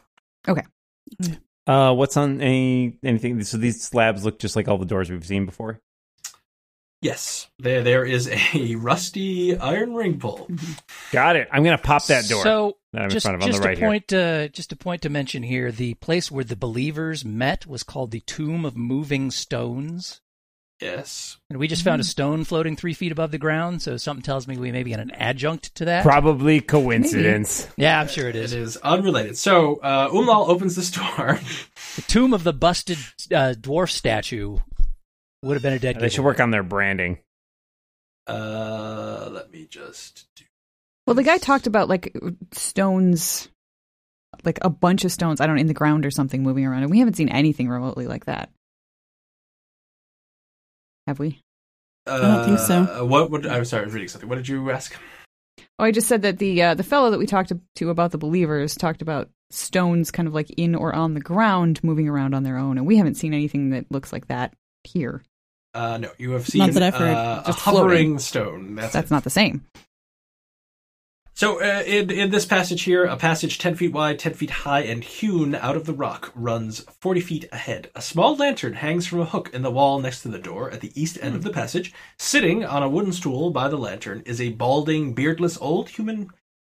[SPEAKER 2] Uh, what's on any anything? So these slabs look just like all the doors we've seen before.
[SPEAKER 4] Yes, there there is a [LAUGHS] rusty iron ring pull.
[SPEAKER 5] Mm-hmm.
[SPEAKER 2] Got it. I'm gonna pop that door.
[SPEAKER 6] So
[SPEAKER 2] that I'm
[SPEAKER 6] just,
[SPEAKER 2] in front of
[SPEAKER 6] just
[SPEAKER 2] on the right
[SPEAKER 6] a
[SPEAKER 2] here.
[SPEAKER 6] point, uh, just a point to mention here: the place where the believers met was called the Tomb of Moving Stones,
[SPEAKER 4] Yes,
[SPEAKER 6] and we just found
[SPEAKER 2] Mm.
[SPEAKER 6] a stone floating three feet above the ground. So something tells me we may be an adjunct to that.
[SPEAKER 2] Probably coincidence.
[SPEAKER 6] yeah, I'm sure it
[SPEAKER 4] it
[SPEAKER 6] is.
[SPEAKER 4] is unrelated. So uh, Umlal opens this door. [LAUGHS]
[SPEAKER 6] The Tomb of the Busted uh, Dwarf Statue would have been a dead.
[SPEAKER 2] They should
[SPEAKER 6] giveaway.
[SPEAKER 2] work on their branding.
[SPEAKER 4] Uh, let me just. Do...
[SPEAKER 3] Well, the guy talked about like stones, like a bunch of stones, I don't know, in the ground or something moving around. And we haven't seen anything remotely like that. Have we?
[SPEAKER 4] Uh,
[SPEAKER 5] don't think so.
[SPEAKER 4] What would I'm sorry, I was reading something. What did you ask?
[SPEAKER 3] Oh, I just said that the uh, the fellow that we talked to about the believers talked about stones kind of like in or on the ground moving around on their own, and we haven't seen anything that looks like that here.
[SPEAKER 4] Uh, no, you have seen
[SPEAKER 5] that I've heard.
[SPEAKER 4] uh, a
[SPEAKER 3] Just
[SPEAKER 4] hovering
[SPEAKER 3] floating.
[SPEAKER 4] stone. That's,
[SPEAKER 3] That's
[SPEAKER 4] it.
[SPEAKER 3] not the same.
[SPEAKER 4] So uh, in in this passage here, a passage ten feet wide, ten feet high, and hewn out of the rock runs forty feet ahead. A small lantern hangs from a hook in the wall next to the door at the east end of the passage. Sitting on a wooden stool by the lantern is a balding, beardless old human,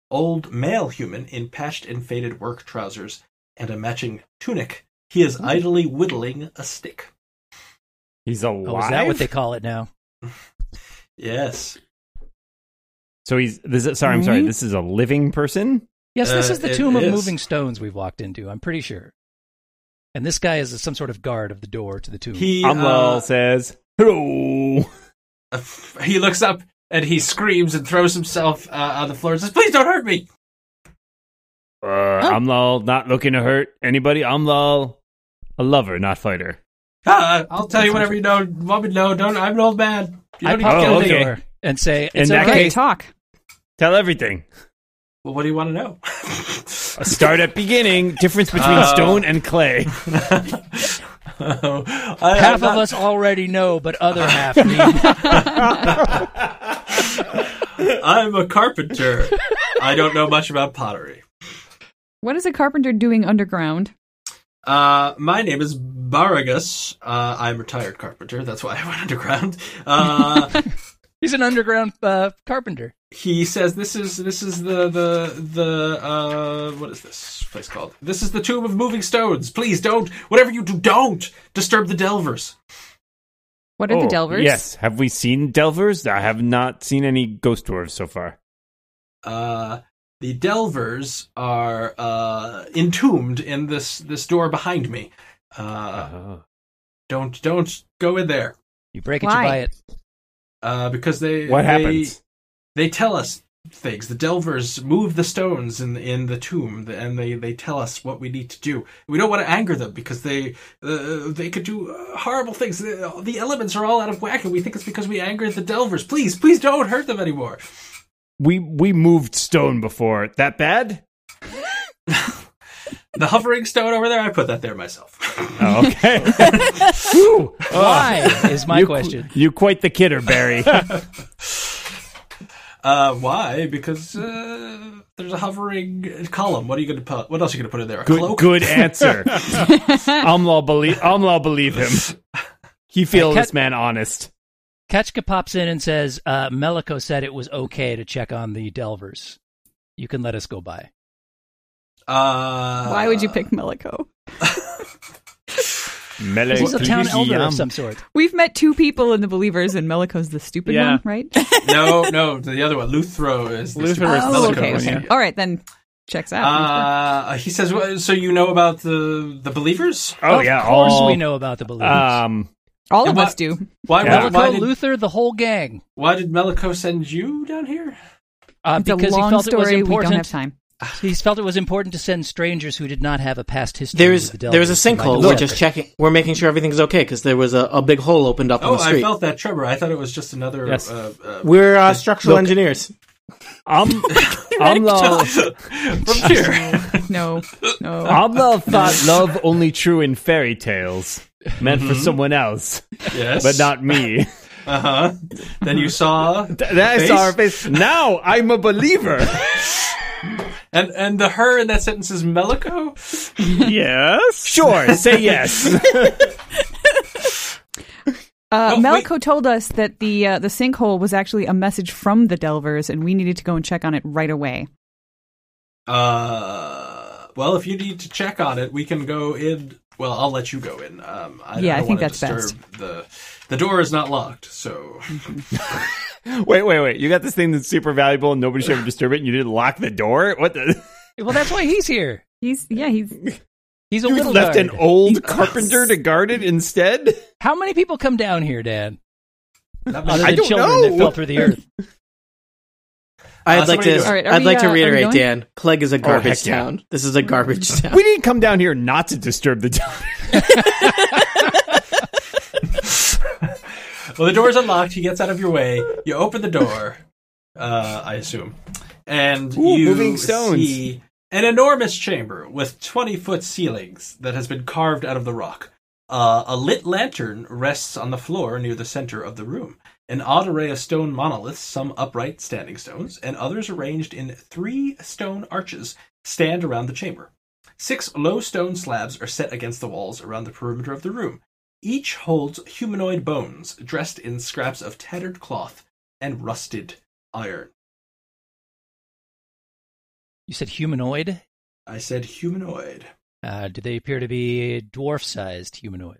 [SPEAKER 4] old male human in patched and faded work trousers and a matching tunic. He is idly whittling a stick.
[SPEAKER 2] He's alive.
[SPEAKER 6] Oh, is that what they call it now?
[SPEAKER 4] Yes.
[SPEAKER 2] So he's this is, sorry, I'm sorry.
[SPEAKER 6] Mm-hmm.
[SPEAKER 5] Right?
[SPEAKER 2] This is a living person?
[SPEAKER 6] Yes, this
[SPEAKER 4] Uh,
[SPEAKER 6] is the
[SPEAKER 4] it
[SPEAKER 6] Tomb of
[SPEAKER 4] is.
[SPEAKER 6] Moving Stones we've walked into. I'm pretty sure. And this guy is some sort of guard of the door to the tomb.
[SPEAKER 4] He
[SPEAKER 2] Amlal
[SPEAKER 4] uh,
[SPEAKER 2] says, "Hello." Uh,
[SPEAKER 4] he looks up and he screams and throws himself uh, on the floor and says, "Please don't hurt me."
[SPEAKER 2] Uh, Amlal not looking to hurt anybody. Amlal a lover, not fighter.
[SPEAKER 4] Uh, I'll tell you whatever you know, want me to know. Don't I'm an old man. You
[SPEAKER 6] I
[SPEAKER 4] don't need
[SPEAKER 6] pop
[SPEAKER 4] to
[SPEAKER 2] Oh,
[SPEAKER 4] kill
[SPEAKER 6] on the
[SPEAKER 4] me.
[SPEAKER 2] okay.
[SPEAKER 6] door and say,
[SPEAKER 2] In
[SPEAKER 6] "It's
[SPEAKER 2] that
[SPEAKER 6] okay.
[SPEAKER 3] Okay,
[SPEAKER 2] case-
[SPEAKER 3] talk.
[SPEAKER 2] Tell everything.
[SPEAKER 4] Well, what do you want to know? [LAUGHS]
[SPEAKER 2] Start at beginning. Difference between
[SPEAKER 6] Oh.
[SPEAKER 4] Uh,
[SPEAKER 2] stone and clay.
[SPEAKER 4] I-
[SPEAKER 6] half
[SPEAKER 4] I'm not-
[SPEAKER 6] of us already know, but
[SPEAKER 2] [LAUGHS]
[SPEAKER 6] other half need.
[SPEAKER 4] I'm a carpenter. I don't know much about pottery.
[SPEAKER 3] What is a carpenter doing underground?
[SPEAKER 4] Uh, my name is Baragas. Uh, I'm retired carpenter. That's why I went underground. Uh,
[SPEAKER 6] [LAUGHS] He's an underground uh, carpenter.
[SPEAKER 4] he says this is this is the the the uh what is this place called? This is the tomb of moving stones. Please don't whatever you do, don't disturb the delvers.
[SPEAKER 3] What are
[SPEAKER 2] Oh,
[SPEAKER 3] the delvers?
[SPEAKER 2] Yes. Have we seen delvers? I have not seen any ghost dwarves so far.
[SPEAKER 4] Uh, the delvers are uh entombed in this this door behind me. Uh,
[SPEAKER 2] Oh.
[SPEAKER 4] don't don't go in there.
[SPEAKER 6] You break it,
[SPEAKER 3] Why?
[SPEAKER 6] you buy it.
[SPEAKER 4] Uh, because they
[SPEAKER 2] what
[SPEAKER 4] they-
[SPEAKER 2] happens?
[SPEAKER 4] they tell us things. The Delvers move the stones in in the tomb, and they they tell us what we need to do. We don't want to anger them because they uh, they could do uh, horrible things. The the elements are all out of whack, and we think it's because we angered the Delvers. Please, please don't hurt them anymore.
[SPEAKER 2] We we moved stone before. That
[SPEAKER 6] [LAUGHS]
[SPEAKER 2] bad?
[SPEAKER 4] The hovering stone over there, I put that there myself. [LAUGHS]
[SPEAKER 2] Oh, okay. Whew. Oh,
[SPEAKER 6] Why is
[SPEAKER 2] [LAUGHS]
[SPEAKER 6] my
[SPEAKER 2] you qu-
[SPEAKER 6] question.
[SPEAKER 2] you quite the kidder,
[SPEAKER 6] [LAUGHS]
[SPEAKER 2] Barry.
[SPEAKER 4] Uh, why? Because uh, there's a hovering column. What are you going to put? What else are you going to put in there? A
[SPEAKER 2] Good,
[SPEAKER 4] cloak?
[SPEAKER 2] good answer.
[SPEAKER 6] [LAUGHS]
[SPEAKER 2] Umlaw believe Umlaw believe him. He feel
[SPEAKER 6] I cut-
[SPEAKER 2] this man honest.
[SPEAKER 6] Ketchka pops in and says, uh, Melico said it was okay to check on the Delvers. You can let us go by.
[SPEAKER 4] Uh,
[SPEAKER 3] Why would you pick Melico?
[SPEAKER 2] Mele-
[SPEAKER 6] He's a town elder
[SPEAKER 2] Yum.
[SPEAKER 6] of some sort.
[SPEAKER 3] We've met two people in the Believers, and Melico's the stupid
[SPEAKER 1] Yeah.
[SPEAKER 3] one, right?
[SPEAKER 4] No, no, the other one. Luthro is the
[SPEAKER 1] Luthro is
[SPEAKER 4] stupid-
[SPEAKER 1] the
[SPEAKER 3] [LAUGHS] oh,
[SPEAKER 1] Melico,
[SPEAKER 3] okay, okay.
[SPEAKER 1] yeah.
[SPEAKER 3] All right, then checks out.
[SPEAKER 4] Uh, he says, "Well, "So you know about the the believers?
[SPEAKER 2] Oh
[SPEAKER 6] of
[SPEAKER 2] yeah,
[SPEAKER 6] course
[SPEAKER 2] all,
[SPEAKER 6] we know about the believers.
[SPEAKER 2] Um,
[SPEAKER 3] All of
[SPEAKER 4] why-
[SPEAKER 3] us do.
[SPEAKER 4] Why,
[SPEAKER 2] Yeah.
[SPEAKER 4] why, why
[SPEAKER 6] Melico,
[SPEAKER 4] did
[SPEAKER 6] Luther, the whole gang.
[SPEAKER 4] why did Melico send you down here?
[SPEAKER 6] Uh,
[SPEAKER 3] It's a
[SPEAKER 6] because he
[SPEAKER 3] long
[SPEAKER 6] felt
[SPEAKER 3] story.
[SPEAKER 6] it was
[SPEAKER 3] We don't
[SPEAKER 6] important.
[SPEAKER 3] have time.
[SPEAKER 6] He felt it was important to send strangers who did not have a past history.
[SPEAKER 7] There's
[SPEAKER 6] with the Delvers
[SPEAKER 7] there's a
[SPEAKER 6] to provide
[SPEAKER 7] sinkhole.
[SPEAKER 6] the
[SPEAKER 7] We're
[SPEAKER 6] shelter.
[SPEAKER 7] just checking. We're making sure everything's okay because there was a, a big hole opened up on
[SPEAKER 4] Oh,
[SPEAKER 7] the
[SPEAKER 4] I
[SPEAKER 7] street.
[SPEAKER 4] felt that tremor. I thought it was just another.
[SPEAKER 2] Yes.
[SPEAKER 4] Uh, uh,
[SPEAKER 7] We're uh, structural engineers. [LAUGHS]
[SPEAKER 2] um, Umlaw,
[SPEAKER 4] from here.
[SPEAKER 3] No, no.
[SPEAKER 2] Umlaw thought love only true in fairy tales, meant
[SPEAKER 7] Mm-hmm.
[SPEAKER 2] for someone else,
[SPEAKER 4] yes,
[SPEAKER 2] but not [LAUGHS] me.
[SPEAKER 4] Uh huh. Then you saw,
[SPEAKER 2] That's
[SPEAKER 4] Face?
[SPEAKER 2] our face. Now I'm a [LAUGHS] believer.
[SPEAKER 4] and and the her in that sentence is Melico.
[SPEAKER 1] yes.
[SPEAKER 2] Sure, say yes. [LAUGHS]
[SPEAKER 3] Uh,
[SPEAKER 4] Oh, wait.
[SPEAKER 3] Melico told us that the uh, the sinkhole was actually a message from the Delvers, and we needed to go and check on it right away.
[SPEAKER 4] Uh, well, if you need to check on it, we can go in. Well, I'll let you go in. Um, I,
[SPEAKER 3] Yeah, I think
[SPEAKER 4] don't wanna
[SPEAKER 3] that's
[SPEAKER 4] disturb The the door is not locked, so
[SPEAKER 2] wait, wait, wait. You got this thing that's super valuable and nobody should ever disturb it and you didn't lock the door? What the?
[SPEAKER 6] Well, that's why he's here.
[SPEAKER 3] He's yeah, he's
[SPEAKER 6] He's
[SPEAKER 2] [LAUGHS]
[SPEAKER 6] a
[SPEAKER 2] You
[SPEAKER 6] little
[SPEAKER 2] left
[SPEAKER 6] guard.
[SPEAKER 2] an old carpenter to guard it instead?
[SPEAKER 6] How many people come down here, Dan?
[SPEAKER 4] that
[SPEAKER 6] Other
[SPEAKER 4] makes
[SPEAKER 6] than
[SPEAKER 2] [LAUGHS] I don't
[SPEAKER 6] children that
[SPEAKER 2] know.
[SPEAKER 6] fell through the earth.
[SPEAKER 4] Uh,
[SPEAKER 7] I'd like
[SPEAKER 4] somebody
[SPEAKER 7] to.
[SPEAKER 4] do it. All
[SPEAKER 3] right, are
[SPEAKER 7] I'd
[SPEAKER 3] we,
[SPEAKER 7] like
[SPEAKER 3] uh,
[SPEAKER 7] to
[SPEAKER 3] are we
[SPEAKER 7] reiterate,
[SPEAKER 3] going?
[SPEAKER 7] Dan. Clegg is a garbage
[SPEAKER 2] heck yeah.
[SPEAKER 7] town. This is
[SPEAKER 3] [LAUGHS]
[SPEAKER 7] a garbage town.
[SPEAKER 2] We didn't come down here not to disturb the town.
[SPEAKER 4] [LAUGHS] Well, the door's unlocked. He gets out of your way. You open the door, uh, I assume, and
[SPEAKER 2] Ooh,
[SPEAKER 4] you
[SPEAKER 2] moving stones.
[SPEAKER 4] see an enormous chamber with twenty-foot ceilings that has been carved out of the rock. Uh, a lit lantern rests on the floor near the center of the room. An odd array of stone monoliths, some upright standing stones, and others arranged in three stone arches, stand around the chamber. Six low stone slabs are set against the walls around the perimeter of the room. Each holds humanoid bones dressed in scraps of tattered cloth and rusted iron.
[SPEAKER 6] You said humanoid.
[SPEAKER 4] I said humanoid.
[SPEAKER 6] Uh, do they appear to be dwarf-sized humanoid?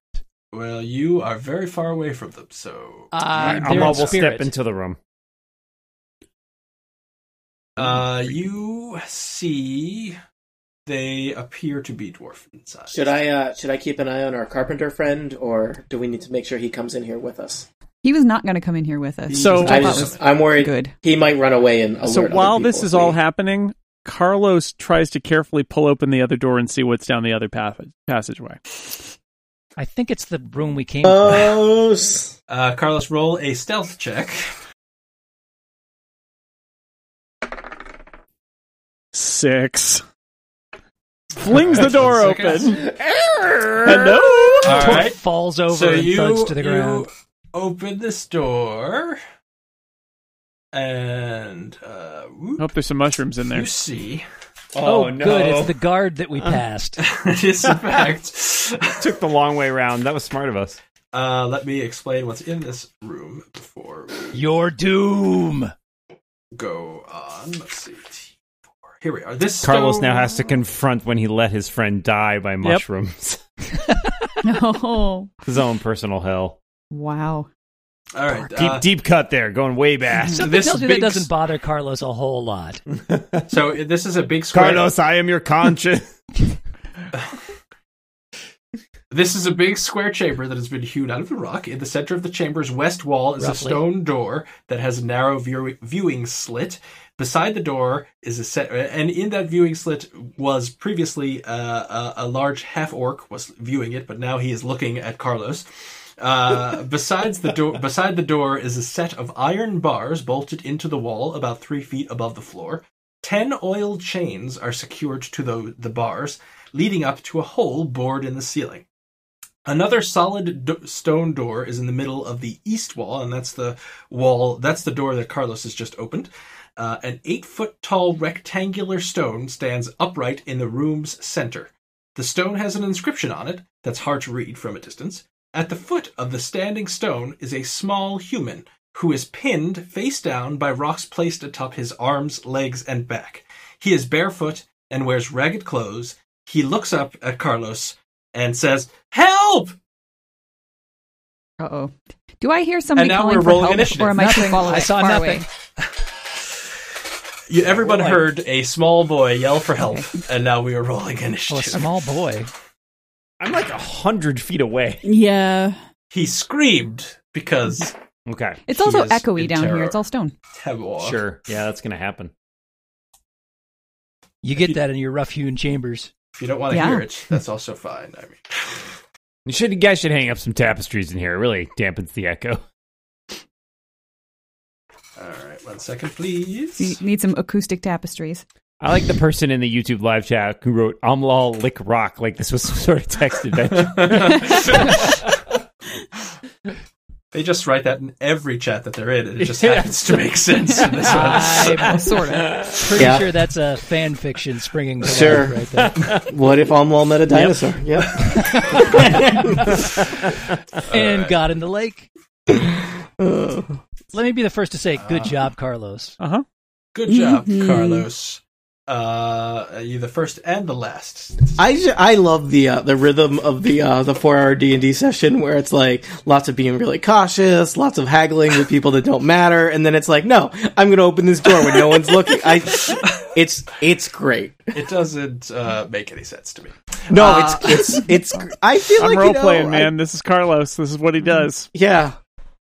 [SPEAKER 4] Well, you are very far away from them, so.
[SPEAKER 6] Uh,
[SPEAKER 2] I'm
[SPEAKER 6] they're in
[SPEAKER 2] almost
[SPEAKER 6] spirit.
[SPEAKER 2] step into the room.
[SPEAKER 4] Uh, you see. They appear to be dwarf in size.
[SPEAKER 7] Should I uh, should I keep an eye on our carpenter friend, or do we need to make sure he comes in here with us?
[SPEAKER 3] he was not going to come in here with us.
[SPEAKER 1] So-
[SPEAKER 3] Which
[SPEAKER 7] I
[SPEAKER 3] I thought was
[SPEAKER 7] just, I'm worried
[SPEAKER 3] good.
[SPEAKER 7] he might run away and alert
[SPEAKER 1] So
[SPEAKER 7] other
[SPEAKER 1] while
[SPEAKER 7] people
[SPEAKER 1] this is
[SPEAKER 7] if
[SPEAKER 1] all
[SPEAKER 7] we- [LAUGHS]
[SPEAKER 1] happening, Carlos tries to carefully pull open the other door and see what's down the other path- passageway.
[SPEAKER 6] I think it's the room we came from.
[SPEAKER 7] Oh, s-
[SPEAKER 4] Uh, Carlos, roll a stealth check.
[SPEAKER 1] Six. Flings
[SPEAKER 4] [LAUGHS]
[SPEAKER 1] the door
[SPEAKER 4] Alright, one second.
[SPEAKER 1] open. Hello.
[SPEAKER 4] [LAUGHS] All right.
[SPEAKER 6] Falls over
[SPEAKER 4] so
[SPEAKER 6] and
[SPEAKER 4] you,
[SPEAKER 6] thuds to the
[SPEAKER 4] you
[SPEAKER 6] ground.
[SPEAKER 4] open this door, and uh, whoop, [LAUGHS]
[SPEAKER 1] Hope there's some Oh, mushrooms in there.
[SPEAKER 4] you uh, see
[SPEAKER 2] Oh, no.
[SPEAKER 6] good. It's the guard that we passed.
[SPEAKER 4] it [LAUGHS] is a fact.
[SPEAKER 2] Took the long way around. That was smart of us.
[SPEAKER 4] Uh, let me explain what's in this room before we
[SPEAKER 6] Your doom.
[SPEAKER 4] go on. Let's see. T4. Here we are. This
[SPEAKER 2] Carlos
[SPEAKER 4] stone-
[SPEAKER 2] now has to confront when he let his friend die by mushrooms. [LAUGHS]
[SPEAKER 3] [LAUGHS] No.
[SPEAKER 2] his own personal hell.
[SPEAKER 3] Wow.
[SPEAKER 4] All right.
[SPEAKER 2] Deep,
[SPEAKER 4] uh,
[SPEAKER 2] deep cut there, going way
[SPEAKER 4] [LAUGHS]
[SPEAKER 2] back.
[SPEAKER 6] Something
[SPEAKER 4] this
[SPEAKER 6] tells you
[SPEAKER 4] big-
[SPEAKER 6] that doesn't bother Carlos a whole lot.
[SPEAKER 4] So this is a big square.
[SPEAKER 2] Carlos, I am your conscience.
[SPEAKER 4] This is a big square chamber that has been hewn out of the rock. In the center of the chamber's west wall is a
[SPEAKER 6] Roughly.
[SPEAKER 4] stone door that has a narrow view- viewing slit. Beside the door is a set, and in that viewing slit was previously uh, a, a large half orc was viewing it, but now he is looking at Carlos. Uh, besides the door, beside the door is a set of iron bars bolted into the wall about three feet above the floor. Ten oil chains are secured to the, the bars, leading up to a hole bored in the ceiling. Another solid d- stone door is in the middle of the east wall, and that's the wall. That's the door that Carlos has just opened. Uh, an eight-foot-tall rectangular stone stands upright in the room's center. The stone has an inscription on it that's hard to read from a distance. At the foot of the standing stone is a small human who is pinned face down by rocks placed atop his arms, legs, and back. He is barefoot and wears ragged clothes. He looks up at Carlos and says, "Help!"
[SPEAKER 3] Uh oh. Do I hear somebody
[SPEAKER 4] now
[SPEAKER 3] calling
[SPEAKER 4] we're
[SPEAKER 3] for
[SPEAKER 4] rolling
[SPEAKER 3] help,
[SPEAKER 4] initiative.
[SPEAKER 3] or am I too far away?
[SPEAKER 6] I saw
[SPEAKER 3] far
[SPEAKER 6] nothing.
[SPEAKER 3] away?
[SPEAKER 4] You, everyone
[SPEAKER 6] we're like-
[SPEAKER 4] heard a small boy yell for help, and now we are rolling
[SPEAKER 6] Well, Oh, a
[SPEAKER 4] initiative.
[SPEAKER 6] small boy.
[SPEAKER 2] I'm like a hundred feet away.
[SPEAKER 5] Yeah.
[SPEAKER 4] He screamed
[SPEAKER 6] [LAUGHS]
[SPEAKER 4] because
[SPEAKER 2] Okay,
[SPEAKER 3] It's
[SPEAKER 4] He
[SPEAKER 3] also
[SPEAKER 4] is
[SPEAKER 3] echoey
[SPEAKER 4] in
[SPEAKER 3] down
[SPEAKER 4] terror.
[SPEAKER 3] here. It's all stone.
[SPEAKER 4] Tevor.
[SPEAKER 2] sure. Yeah, that's gonna happen.
[SPEAKER 6] You get that in your rough-hewn chambers.
[SPEAKER 4] If you don't want to
[SPEAKER 3] Yeah.
[SPEAKER 4] hear it, that's also fine. I mean,
[SPEAKER 2] You should you guys should hang up some tapestries in here. It really dampens the echo.
[SPEAKER 4] all right, one second,
[SPEAKER 3] You
[SPEAKER 4] please.
[SPEAKER 3] need some acoustic tapestries.
[SPEAKER 2] I like the person in the YouTube live chat who wrote "Amlal lick rock" like this was [LAUGHS] some sort of text adventure.
[SPEAKER 4] They just write that in every chat that they're in, and
[SPEAKER 6] [LAUGHS]
[SPEAKER 4] it just happens to make sense. In this one.
[SPEAKER 6] I'm
[SPEAKER 3] Sort of.
[SPEAKER 6] pretty
[SPEAKER 7] Yeah.
[SPEAKER 6] sure that's a fan fiction springing to
[SPEAKER 7] Sure.
[SPEAKER 6] life right there.
[SPEAKER 7] What if Omwal met a dinosaur? Yep.
[SPEAKER 6] [LAUGHS] and got in
[SPEAKER 4] [SIGHS]
[SPEAKER 6] the lake. Let me be the first to say,
[SPEAKER 4] Uh-huh.
[SPEAKER 6] good job, Carlos.
[SPEAKER 1] Uh huh.
[SPEAKER 4] Good job,
[SPEAKER 6] Mm-hmm.
[SPEAKER 5] Mhm.
[SPEAKER 4] Carlos. Uh, you the first and the last.
[SPEAKER 7] I, ju- I love the uh, the rhythm of the uh, the four hour D and D session where it's like lots of being really cautious, lots of haggling with people that don't matter, and then it's like, no, I'm going to open this door when no one's looking. I, it's it's great.
[SPEAKER 4] It doesn't uh, make any sense to me.
[SPEAKER 7] No,
[SPEAKER 3] Uh,
[SPEAKER 7] it's it's it's. gr- I feel
[SPEAKER 1] I'm
[SPEAKER 7] like
[SPEAKER 1] role
[SPEAKER 7] you know,
[SPEAKER 1] playing,
[SPEAKER 7] I-
[SPEAKER 1] man. This is Carlos. This is what he does.
[SPEAKER 7] yeah.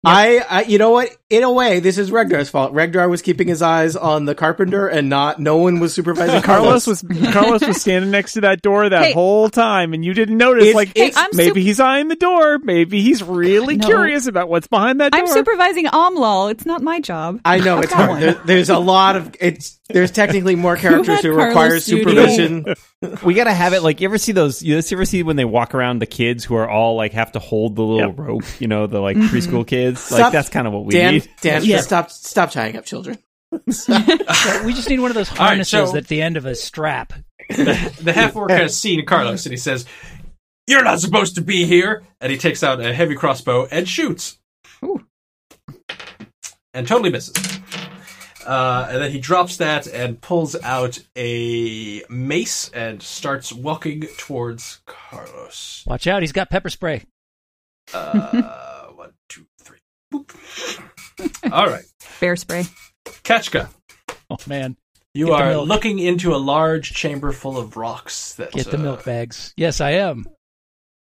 [SPEAKER 7] I, I, you know what? In a way, this is Regdar's fault. Regdar was keeping his eyes on the carpenter, and not no one was supervising
[SPEAKER 1] Carlos was Carlos was standing next to that door that
[SPEAKER 3] Hey.
[SPEAKER 1] whole time, and you didn't notice.
[SPEAKER 7] It's-
[SPEAKER 1] like
[SPEAKER 7] it's-
[SPEAKER 3] Hey, I'm
[SPEAKER 1] maybe
[SPEAKER 3] sup-
[SPEAKER 1] he's eyeing the door. Maybe he's really
[SPEAKER 3] No.
[SPEAKER 1] curious about what's behind that door.
[SPEAKER 3] I'm supervising Omlal. It's not my job.
[SPEAKER 7] I know it's
[SPEAKER 3] got
[SPEAKER 7] hard.
[SPEAKER 3] one.
[SPEAKER 7] There, there's a lot of it's. There's technically more characters
[SPEAKER 5] had
[SPEAKER 7] who
[SPEAKER 5] Carlos
[SPEAKER 7] require
[SPEAKER 5] do to-
[SPEAKER 2] [LAUGHS]
[SPEAKER 7] supervision.
[SPEAKER 2] [LAUGHS] we gotta have it like you ever see those? You ever see when they walk around the kids who are all like have to hold the little
[SPEAKER 1] Yep.
[SPEAKER 2] rope? You know, the like preschool kids. Like
[SPEAKER 7] Stop.
[SPEAKER 2] that's kind of what we
[SPEAKER 7] Dan,
[SPEAKER 2] need.
[SPEAKER 7] Dan,
[SPEAKER 5] Yeah.
[SPEAKER 7] stop, stop tying up children.
[SPEAKER 6] So we just need
[SPEAKER 4] [LAUGHS]
[SPEAKER 6] one of those
[SPEAKER 4] right,
[SPEAKER 6] harnesses
[SPEAKER 4] so-
[SPEAKER 6] at the end of a strap.
[SPEAKER 4] The half orc has seen Carlos and he says, You're not supposed to be here. And he takes out a heavy crossbow and shoots.
[SPEAKER 3] Ooh.
[SPEAKER 4] And totally misses. Uh, and then he drops that and pulls out a mace and starts walking towards Carlos.
[SPEAKER 6] Watch out, he's got pepper spray.
[SPEAKER 4] Uh, [LAUGHS] one, two, three.
[SPEAKER 6] [LAUGHS]
[SPEAKER 4] Boop. All right.
[SPEAKER 3] Bear spray.
[SPEAKER 4] Kachka.
[SPEAKER 6] Oh man,
[SPEAKER 4] You
[SPEAKER 6] Get the
[SPEAKER 4] are
[SPEAKER 6] milk.
[SPEAKER 4] looking into a large chamber full of rocks. That
[SPEAKER 6] get the
[SPEAKER 4] uh,
[SPEAKER 6] milk bags. Yes, I am.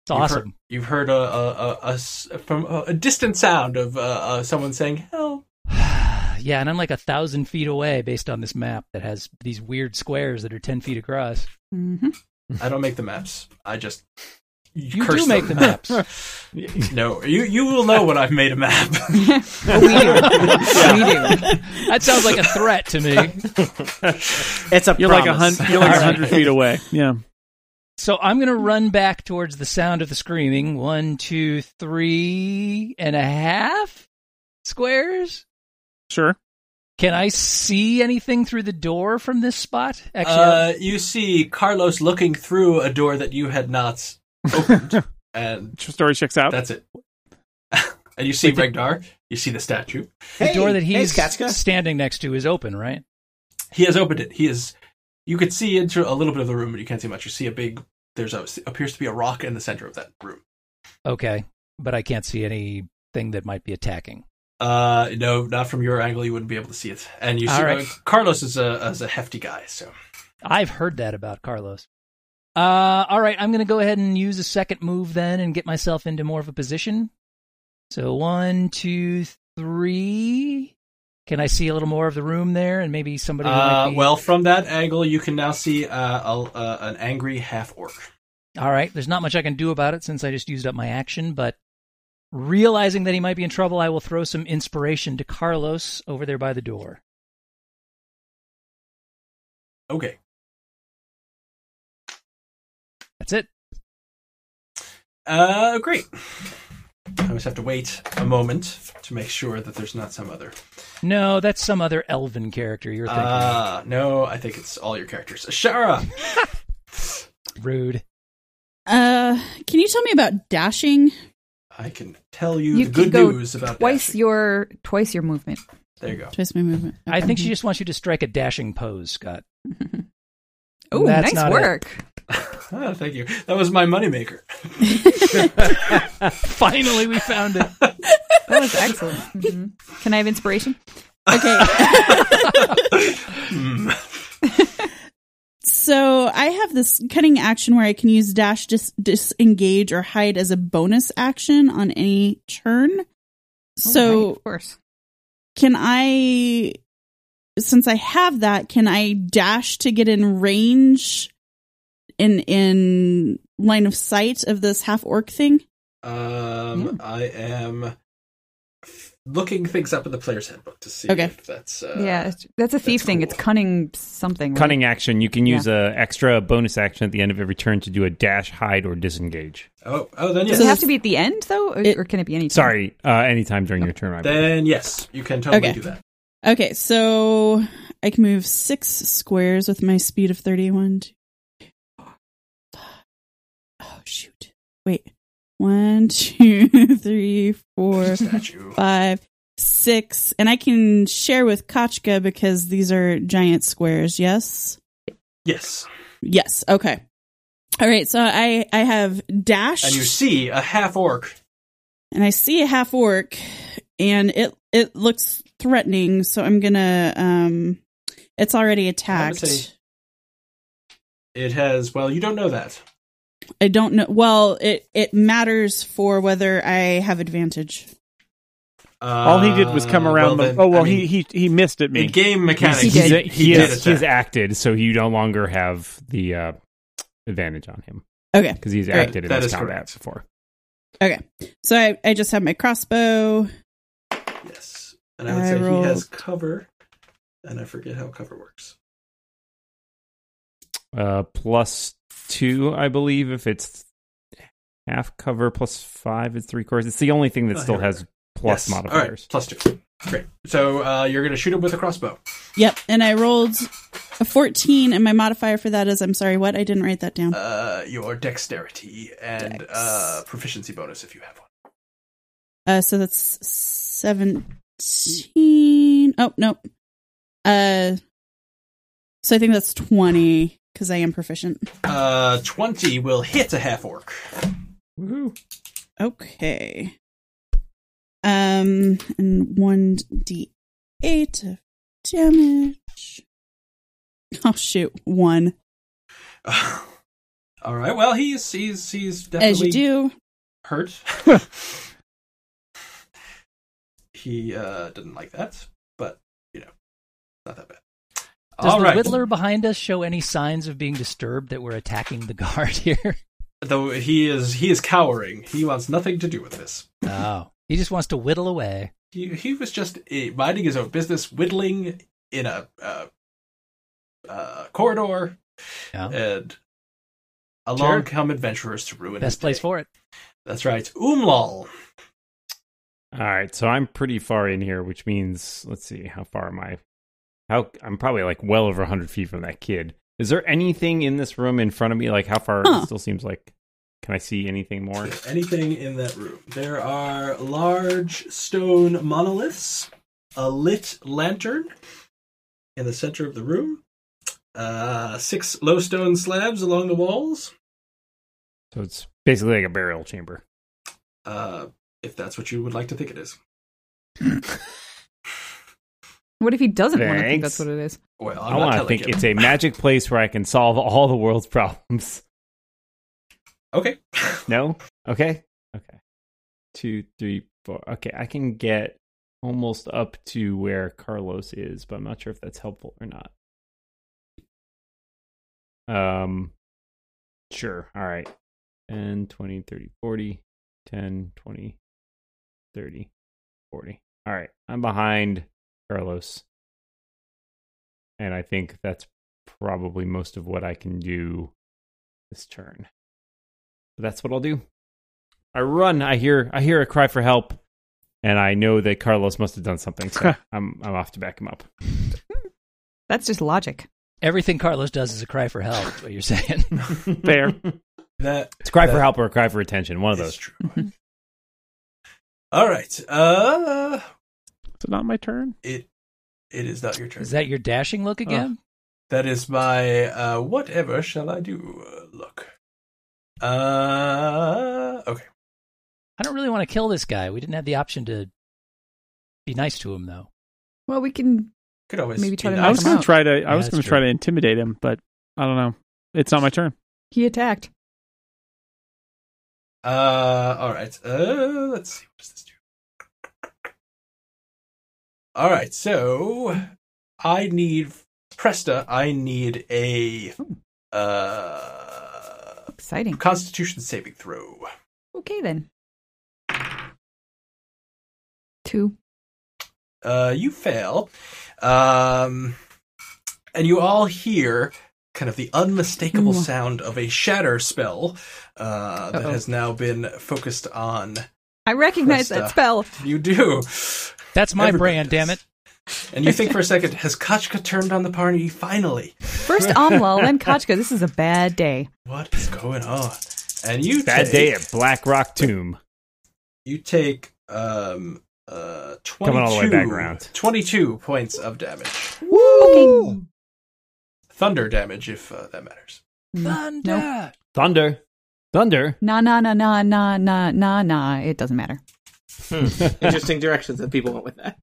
[SPEAKER 6] It's awesome.
[SPEAKER 4] You've heard, you've heard a, a, a- a s- from a, a distant sound of uh, uh, someone saying "help."
[SPEAKER 6] Yeah, and I'm like a thousand feet away based on this map that has these weird squares that are ten feet across.
[SPEAKER 3] hmm
[SPEAKER 4] I don't make the maps. I just
[SPEAKER 6] You
[SPEAKER 4] curse
[SPEAKER 6] do make the
[SPEAKER 4] them. [LAUGHS]
[SPEAKER 6] maps.
[SPEAKER 4] no, you you will know when I've made a
[SPEAKER 6] [LAUGHS]
[SPEAKER 4] map.
[SPEAKER 6] That sounds like a threat to
[SPEAKER 4] [LAUGHS]
[SPEAKER 6] me.
[SPEAKER 7] It's a
[SPEAKER 1] you're like a hundred. You're like a hundred feet away. Yeah.
[SPEAKER 6] So I'm going to run back towards the sound of the screaming. One, two, three and a half squares.
[SPEAKER 1] Sure.
[SPEAKER 6] Can I see anything through the door from this spot? Actually,
[SPEAKER 4] Uh, you see Carlos looking through a door that you had not
[SPEAKER 6] [LAUGHS]
[SPEAKER 4] opened, and
[SPEAKER 1] Story checks out.
[SPEAKER 4] that's it. [LAUGHS] and you see Regdar. You see the statue.
[SPEAKER 6] the door that he's
[SPEAKER 7] hey, Skatska.
[SPEAKER 6] standing next to is open, right?
[SPEAKER 4] He has opened it. He is. You could see into a little bit of the room, but you can't see much. You see a big. There's a, appears to be a rock in the center of that room.
[SPEAKER 6] Okay, but I can't see anything that might be attacking.
[SPEAKER 4] Uh, no, not from your angle. You wouldn't be able to see it. And you see
[SPEAKER 6] All right.
[SPEAKER 4] uh, Carlos is a is a hefty guy, so
[SPEAKER 6] I've heard that about Carlos. Uh, all right, I'm going to go ahead and use a second move then and get myself into more of a position. So one, two, three. Can I see a little more of the room there and maybe somebody? who might
[SPEAKER 4] Uh,
[SPEAKER 6] be-
[SPEAKER 4] well, from that angle, you can now see uh, a, uh, an angry half orc.
[SPEAKER 6] all right. There's not much I can do about it since I just used up my action, but realizing that he might be in trouble, I will throw some inspiration to Carlos over there by the door.
[SPEAKER 4] Okay,
[SPEAKER 6] That's it.
[SPEAKER 4] uh, great. I always have to wait a moment to make sure that there's not some other.
[SPEAKER 6] No, that's some other elven character you're thinking. of.
[SPEAKER 4] Uh, no, I think it's all your characters. Shara,
[SPEAKER 6] Rude.
[SPEAKER 5] Uh, can you tell me about dashing?
[SPEAKER 4] I can tell you,
[SPEAKER 3] You
[SPEAKER 4] the
[SPEAKER 3] can
[SPEAKER 4] good
[SPEAKER 3] go
[SPEAKER 4] news about
[SPEAKER 3] Twice
[SPEAKER 4] dashing.
[SPEAKER 3] your twice your movement.
[SPEAKER 4] There you go.
[SPEAKER 5] Twist my movement.
[SPEAKER 6] I
[SPEAKER 5] Okay.
[SPEAKER 6] think she just wants you to strike a dashing pose, Scott.
[SPEAKER 3] Oh,
[SPEAKER 6] That's
[SPEAKER 3] nice
[SPEAKER 6] not it.
[SPEAKER 3] work.
[SPEAKER 4] Ah, thank you. That was my moneymaker.
[SPEAKER 6] Finally, we
[SPEAKER 2] [LAUGHS]
[SPEAKER 6] found it.
[SPEAKER 3] That was excellent. Mhm. Can I have inspiration?
[SPEAKER 5] Okay. so I have this cutting action where I can use dash, dis- disengage, or hide as a bonus action on any turn. So
[SPEAKER 3] Alright, Oh, of course.
[SPEAKER 5] can I, since I have that, can I dash to get in range, in in line of sight of this half orc thing?
[SPEAKER 4] Um, I am f- looking things up in the player's handbook to see
[SPEAKER 5] Okay.
[SPEAKER 4] if that's uh,
[SPEAKER 3] yeah, it's- that's a thief
[SPEAKER 4] that's
[SPEAKER 3] thing.
[SPEAKER 4] cool.
[SPEAKER 3] It's cunning something. right?
[SPEAKER 2] Cunning action. You can use a extra bonus action at the end of every turn to do a dash, hide, or disengage.
[SPEAKER 4] Oh, oh, then yes.
[SPEAKER 3] Does it
[SPEAKER 5] So
[SPEAKER 3] have to be at the end though, or,
[SPEAKER 5] It-
[SPEAKER 3] or can it be any? time?
[SPEAKER 2] Sorry, uh, anytime during your turn. I believe.
[SPEAKER 4] then yes, you can totally
[SPEAKER 5] Okay.
[SPEAKER 4] do that.
[SPEAKER 5] Okay, so I can move six squares with my speed of 31. Two, [GASPS] four, five. Oh, shoot. Wait. One, [LAUGHS] two, three,
[SPEAKER 4] [LAUGHS]
[SPEAKER 5] four,
[SPEAKER 4] Statue.
[SPEAKER 5] five, six. And I can share with Kochka because these are giant squares, yes?
[SPEAKER 4] Yes,
[SPEAKER 5] Yes, okay. All right, so I, I have dash.
[SPEAKER 4] and you see a half orc.
[SPEAKER 5] and I see a half orc, and it it looks threatening. So I'm gonna um, it's already attacked.
[SPEAKER 4] say- It has. Well, you don't know that.
[SPEAKER 5] I don't know. Well, it it matters for whether I have advantage.
[SPEAKER 4] Uh,
[SPEAKER 1] All he did was come around.
[SPEAKER 4] well,
[SPEAKER 1] the-
[SPEAKER 4] then,
[SPEAKER 1] oh well,
[SPEAKER 4] I mean,
[SPEAKER 1] he, he he missed at me.
[SPEAKER 4] in game mechanics.
[SPEAKER 3] He did.
[SPEAKER 4] He, did
[SPEAKER 2] has,
[SPEAKER 4] attack.
[SPEAKER 2] he's acted, so you no longer have the uh, advantage on him
[SPEAKER 5] Okay,
[SPEAKER 2] because he's
[SPEAKER 4] Right,
[SPEAKER 2] acted
[SPEAKER 4] that
[SPEAKER 2] in this
[SPEAKER 4] is
[SPEAKER 2] combat
[SPEAKER 4] correct.
[SPEAKER 2] before.
[SPEAKER 5] okay. So I I just have my crossbow.
[SPEAKER 4] Yes, and I would
[SPEAKER 5] I
[SPEAKER 4] say
[SPEAKER 5] rolled-
[SPEAKER 4] he has cover, and I forget how cover works.
[SPEAKER 2] Uh, plus two, I believe, if it's half cover. Plus five is three quarters. It's the only thing that
[SPEAKER 4] Oh,
[SPEAKER 2] still
[SPEAKER 4] here we
[SPEAKER 2] has plus
[SPEAKER 4] Yes. All right,
[SPEAKER 2] modifiers.
[SPEAKER 4] plus two. Great. So uh, you're going to shoot him with a crossbow.
[SPEAKER 5] Yep, and I rolled a fourteen, and my modifier for that is I'm sorry, what I didn't write that down.
[SPEAKER 4] Uh, your dexterity and
[SPEAKER 5] Dex.
[SPEAKER 4] uh, proficiency bonus if you have one.
[SPEAKER 5] Uh, so that's seventeen. Oh no. Uh, so I think that's twenty because I am proficient.
[SPEAKER 4] Uh, twenty will hit a half orc. [LAUGHS]
[SPEAKER 2] Woohoo.
[SPEAKER 5] Okay. Um, and one d eight of damage. Oh shoot, one.
[SPEAKER 4] All right. Well, he's he's he's
[SPEAKER 5] As
[SPEAKER 4] definitely
[SPEAKER 5] you do, [LAUGHS]
[SPEAKER 4] hurt. he uh didn't like that, but you know, not that bad.
[SPEAKER 6] Does
[SPEAKER 4] All
[SPEAKER 6] the
[SPEAKER 4] right.
[SPEAKER 6] whittler behind us show any signs of being disturbed that we're attacking the guard [LAUGHS] here?
[SPEAKER 4] Though he is he is cowering. He wants nothing to do with this.
[SPEAKER 6] oh, he just wants to whittle away.
[SPEAKER 4] He he was just eh, minding his own business, whittling in a uh, uh, corridor,
[SPEAKER 6] Yeah.
[SPEAKER 4] and
[SPEAKER 6] Sure.
[SPEAKER 4] along come adventurers to ruin. his
[SPEAKER 6] Best place
[SPEAKER 4] day.
[SPEAKER 6] for it.
[SPEAKER 4] That's right.
[SPEAKER 2] All
[SPEAKER 4] Umlal.
[SPEAKER 2] right, so I'm pretty far in here, which means let's see, how far am I How I'm probably like well over 100 feet from that kid. Is there anything in this room in front of me? Like how far?
[SPEAKER 5] Huh.
[SPEAKER 2] It still seems like. Can I see anything more?
[SPEAKER 4] Anything in that room? There are large stone monoliths, a lit lantern in the center of the room, uh, six low stone slabs along the walls,
[SPEAKER 2] So it's basically like a burial chamber.
[SPEAKER 4] uh, if that's what you would like to think it is.
[SPEAKER 3] What if he doesn't want to think
[SPEAKER 2] Thanks.
[SPEAKER 3] that's what it is?
[SPEAKER 4] Well, I'm
[SPEAKER 2] I
[SPEAKER 4] not
[SPEAKER 2] want to
[SPEAKER 4] telling
[SPEAKER 2] think
[SPEAKER 4] you.
[SPEAKER 2] it's a magic place where I can solve all the world's problems.
[SPEAKER 4] okay. [LAUGHS]
[SPEAKER 2] No? Okay. Okay. Two, three, four. Okay. I can get almost up to where Carlos is, but I'm not sure if that's helpful or not. Um, sure. All right. 10, 20, 30, 40, 10, 20, 30, 40. All right. I'm behind Carlos. And I think that's probably most of what I can do this turn. That's what I'll do. I run. I hear. I hear a cry for help, and I know that Carlos must have done something.
[SPEAKER 8] [LAUGHS]
[SPEAKER 2] So I'm. I'm off to back him up.
[SPEAKER 3] That's just logic.
[SPEAKER 6] Everything Carlos does is a cry for help. Is what you're saying?
[SPEAKER 1] Fair.
[SPEAKER 4] That
[SPEAKER 2] [LAUGHS] It's a cry for
[SPEAKER 4] That-
[SPEAKER 2] help or a cry for attention. One of
[SPEAKER 4] is
[SPEAKER 2] those.
[SPEAKER 3] Mm-hmm.
[SPEAKER 4] true. All right. Uh,
[SPEAKER 1] Is it not my turn?
[SPEAKER 4] it it is not your turn.
[SPEAKER 6] Is that your dashing look again?
[SPEAKER 4] That is my uh, whatever shall I do uh, look. Uh, okay.
[SPEAKER 6] I don't really want to kill this guy. We didn't have the option to be nice to him, though.
[SPEAKER 3] Well, we can.
[SPEAKER 4] Could always
[SPEAKER 3] Maybe
[SPEAKER 4] do
[SPEAKER 3] try to
[SPEAKER 4] that.
[SPEAKER 1] I was
[SPEAKER 3] him
[SPEAKER 1] gonna
[SPEAKER 3] out.
[SPEAKER 1] try to. I
[SPEAKER 6] Yeah,
[SPEAKER 1] was
[SPEAKER 6] that's
[SPEAKER 1] gonna try to intimidate him, but I don't know. It's not my turn.
[SPEAKER 3] He attacked.
[SPEAKER 4] Uh, all right. Uh, let's see. What does this do? All right. So I need Presta. I need a uh
[SPEAKER 3] Exciting.
[SPEAKER 4] Constitution saving throw.
[SPEAKER 3] Okay then. Two.
[SPEAKER 4] Uh, you fail. Um, and you all hear kind of the unmistakable
[SPEAKER 3] Mm.
[SPEAKER 4] sound of a shatter spell uh, that
[SPEAKER 3] Uh-oh.
[SPEAKER 4] has now been focused on
[SPEAKER 3] I recognize that
[SPEAKER 4] Krista.
[SPEAKER 3] spell.
[SPEAKER 4] you. Do
[SPEAKER 6] That's my
[SPEAKER 4] Everybody does.
[SPEAKER 6] brand, damn it.
[SPEAKER 4] and you think for a second, has Kachka turned on the party finally?
[SPEAKER 3] First Amlal, then Kochka. This is a bad day.
[SPEAKER 4] What is going on? And you
[SPEAKER 2] Bad
[SPEAKER 4] take,
[SPEAKER 2] day at Black Rock Tomb.
[SPEAKER 4] You take um uh twenty-two
[SPEAKER 2] Coming all the way back around.
[SPEAKER 4] twenty-two points of damage,
[SPEAKER 3] Okay.
[SPEAKER 4] thunder damage, if uh, that matters.
[SPEAKER 2] Mm,
[SPEAKER 6] Thunder.
[SPEAKER 3] Nope.
[SPEAKER 2] Thunder. Thunder.
[SPEAKER 3] Na na na na na na na na. It doesn't matter.
[SPEAKER 2] Hmm.
[SPEAKER 7] Interesting directions that people went with that.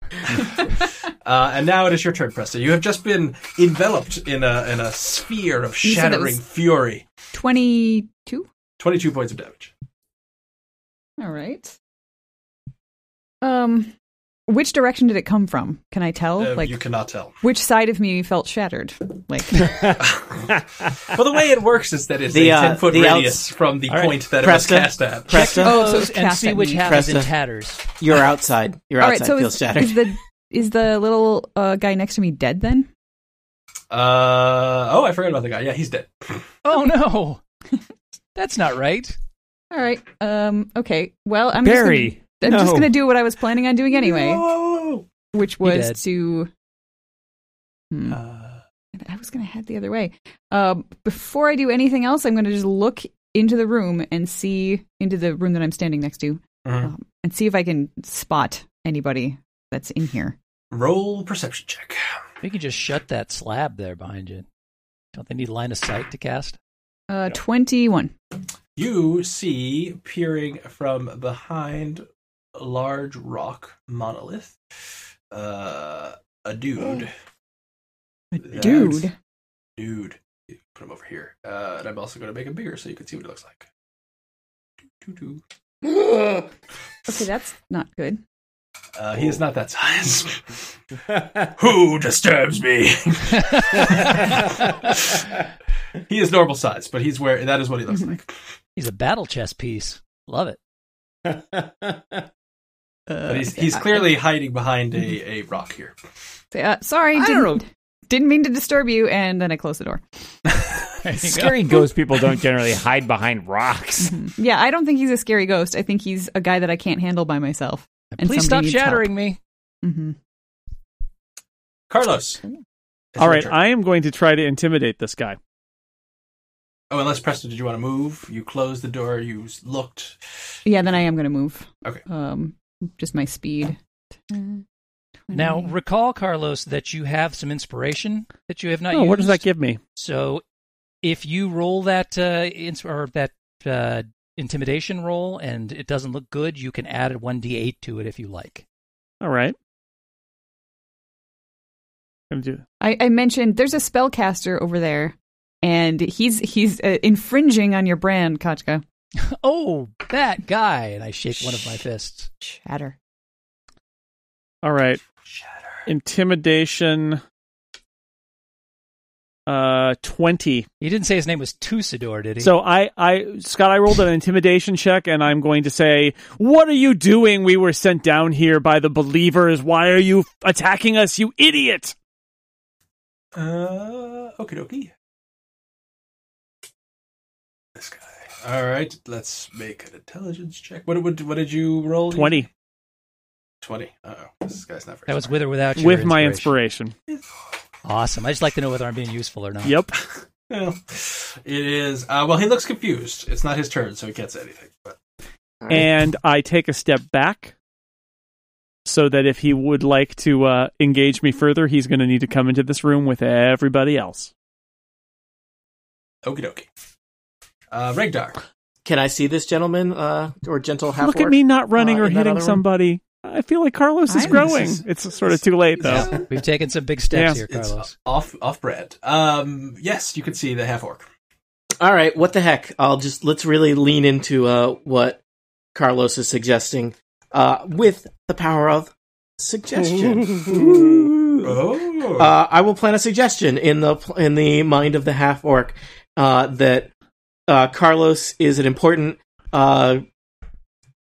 [SPEAKER 4] Uh, and now it is your turn, Presta. You have just been enveloped in a in a sphere of
[SPEAKER 3] You said that
[SPEAKER 4] shattering
[SPEAKER 3] was-
[SPEAKER 4] fury.
[SPEAKER 3] Twenty-two.
[SPEAKER 4] Twenty-two points of damage.
[SPEAKER 3] All right. Um, which direction did it come from? Can I tell?
[SPEAKER 4] Uh,
[SPEAKER 3] like
[SPEAKER 4] you cannot tell.
[SPEAKER 3] which side of me felt shattered? Like
[SPEAKER 4] well, the way it works is that it's
[SPEAKER 7] The,
[SPEAKER 4] a
[SPEAKER 7] uh,
[SPEAKER 4] ten-foot
[SPEAKER 7] the outs-
[SPEAKER 4] radius from the
[SPEAKER 2] All right.
[SPEAKER 4] point that
[SPEAKER 7] Presta,
[SPEAKER 4] it was cast at.
[SPEAKER 7] Presta,
[SPEAKER 3] Oh, so
[SPEAKER 6] Close
[SPEAKER 3] it's
[SPEAKER 6] and
[SPEAKER 3] cast
[SPEAKER 6] see
[SPEAKER 3] at
[SPEAKER 6] which
[SPEAKER 3] me.
[SPEAKER 6] half is in
[SPEAKER 7] Presta.
[SPEAKER 6] tatters.
[SPEAKER 7] you're outside. You're
[SPEAKER 3] all
[SPEAKER 7] outside.
[SPEAKER 3] right. So
[SPEAKER 7] feels
[SPEAKER 3] is,
[SPEAKER 7] shattered.
[SPEAKER 3] is the is the little uh, guy next to me dead then?
[SPEAKER 4] Uh, oh, I forgot about the guy. Yeah, he's dead.
[SPEAKER 6] Oh no, that's not right.
[SPEAKER 3] All right. Um. Okay. Well, I'm
[SPEAKER 2] Barry.
[SPEAKER 3] Just gonna, I'm just
[SPEAKER 2] no.
[SPEAKER 3] gonna do what I was planning on doing anyway,
[SPEAKER 4] No.
[SPEAKER 3] which
[SPEAKER 6] did.
[SPEAKER 3] was to. Hmm.
[SPEAKER 4] Uh,
[SPEAKER 3] I was gonna head the other way. Um, before I do anything else, I'm gonna just look into the room and see into the room that I'm standing next to,
[SPEAKER 4] mhm.
[SPEAKER 3] um, and see if I can spot anybody that's in here.
[SPEAKER 4] Roll perception check.
[SPEAKER 6] We can just shut that slab there behind you. Don't they need line of sight to cast?
[SPEAKER 3] Uh, twenty-one.
[SPEAKER 4] You see, peering from behind a large rock monolith, uh, a dude. That [LAUGHS]
[SPEAKER 3] Dude,
[SPEAKER 4] Dude. Put him over here. Uh, and I'm also going to make him bigger so you can see what it looks like. Doo, doo, doo.
[SPEAKER 3] okay, that's not good.
[SPEAKER 4] Uh, he is not that size. Who disturbs me? he is normal size, but he's where that is what he looks like.
[SPEAKER 6] He's a battle chess piece. Love it.
[SPEAKER 3] Uh,
[SPEAKER 4] But he's, he's clearly hiding behind a, a rock here.
[SPEAKER 3] uh, sorry,
[SPEAKER 7] I
[SPEAKER 3] didn't,
[SPEAKER 7] don't
[SPEAKER 3] didn't mean to disturb you, and then I close the door.
[SPEAKER 6] There you go.
[SPEAKER 2] Scary ghost people don't generally hide behind
[SPEAKER 8] [LAUGHS]
[SPEAKER 2] rocks.
[SPEAKER 3] Yeah, I don't think he's a scary ghost. I think he's a guy that I can't handle by myself. And somebody
[SPEAKER 6] Please stop
[SPEAKER 3] needs help.
[SPEAKER 6] shattering me.
[SPEAKER 3] Mm-hmm.
[SPEAKER 4] Carlos, It's
[SPEAKER 8] All
[SPEAKER 4] your
[SPEAKER 8] right,
[SPEAKER 4] turn.
[SPEAKER 8] I am going to try to intimidate this guy.
[SPEAKER 4] Oh, unless Preston, did you want to move? You closed the door. You s- looked.
[SPEAKER 3] Yeah, then I am going to move.
[SPEAKER 4] Okay.
[SPEAKER 3] Um, just my speed.
[SPEAKER 9] Mm.
[SPEAKER 6] Now,
[SPEAKER 8] Mm-hmm.
[SPEAKER 6] recall, Carlos, that you have some inspiration that you have not
[SPEAKER 8] Oh,
[SPEAKER 6] used.
[SPEAKER 8] what does that give me?
[SPEAKER 6] So, if you roll that uh, ins- or that uh, intimidation roll and it doesn't look good, you can add a one d8 to it if you like. [LAUGHS]
[SPEAKER 8] All right. I'm do
[SPEAKER 3] I, I mentioned there's a spellcaster over there, and he's he's uh, infringing on your brand, Kachka.
[SPEAKER 6] Oh, that guy! And I shake one of my fists.
[SPEAKER 3] Shatter.
[SPEAKER 8] All right.
[SPEAKER 4] Shatter.
[SPEAKER 8] Intimidation uh 20.
[SPEAKER 6] He didn't say his name was Tusador, did he?
[SPEAKER 8] So I I Scott I rolled an intimidation check and I'm going to say, "What are you doing? We were sent down here by the believers. Why are you attacking us, you idiot?"
[SPEAKER 4] Uh, okie dokie. This guy. All right, let's make an intelligence check. What what, what did you roll?
[SPEAKER 8] 20
[SPEAKER 4] Twenty. Uh oh, this guy's not very.
[SPEAKER 6] that was
[SPEAKER 4] smart.
[SPEAKER 6] with or without your
[SPEAKER 8] with my inspiration.
[SPEAKER 6] Awesome. I just like to know whether I'm being useful or not.
[SPEAKER 8] Yep.
[SPEAKER 4] Well, it is. Uh, well, he looks confused. It's not his turn, so he can't say anything. But
[SPEAKER 8] and I take a step back so that if he would like to uh, engage me further, he's going to need to come into this room with everybody else.
[SPEAKER 4] okie dokie. Uh, Regdar.
[SPEAKER 7] Can I see this gentleman uh, or gentle half?
[SPEAKER 8] Look at me not running
[SPEAKER 7] Uh,
[SPEAKER 8] or
[SPEAKER 7] in that
[SPEAKER 8] hitting
[SPEAKER 7] other room?
[SPEAKER 8] somebody. I feel like Carlos is
[SPEAKER 3] I'm-
[SPEAKER 8] growing.
[SPEAKER 4] this is-
[SPEAKER 8] it's sort of too late though.
[SPEAKER 4] Yeah.
[SPEAKER 6] We've taken some big steps
[SPEAKER 8] Yeah.
[SPEAKER 6] here,
[SPEAKER 4] It's
[SPEAKER 6] Carlos.
[SPEAKER 4] off off brand. Um, yes, you can see the half orc.
[SPEAKER 7] All right, what the heck? I'll just let's really lean into uh, what Carlos is suggesting uh, with the power of suggestion.
[SPEAKER 2] Uh-huh.
[SPEAKER 4] Oh,
[SPEAKER 7] uh, I will plant a suggestion in the in the mind of the half orc uh, that uh, Carlos is an important uh,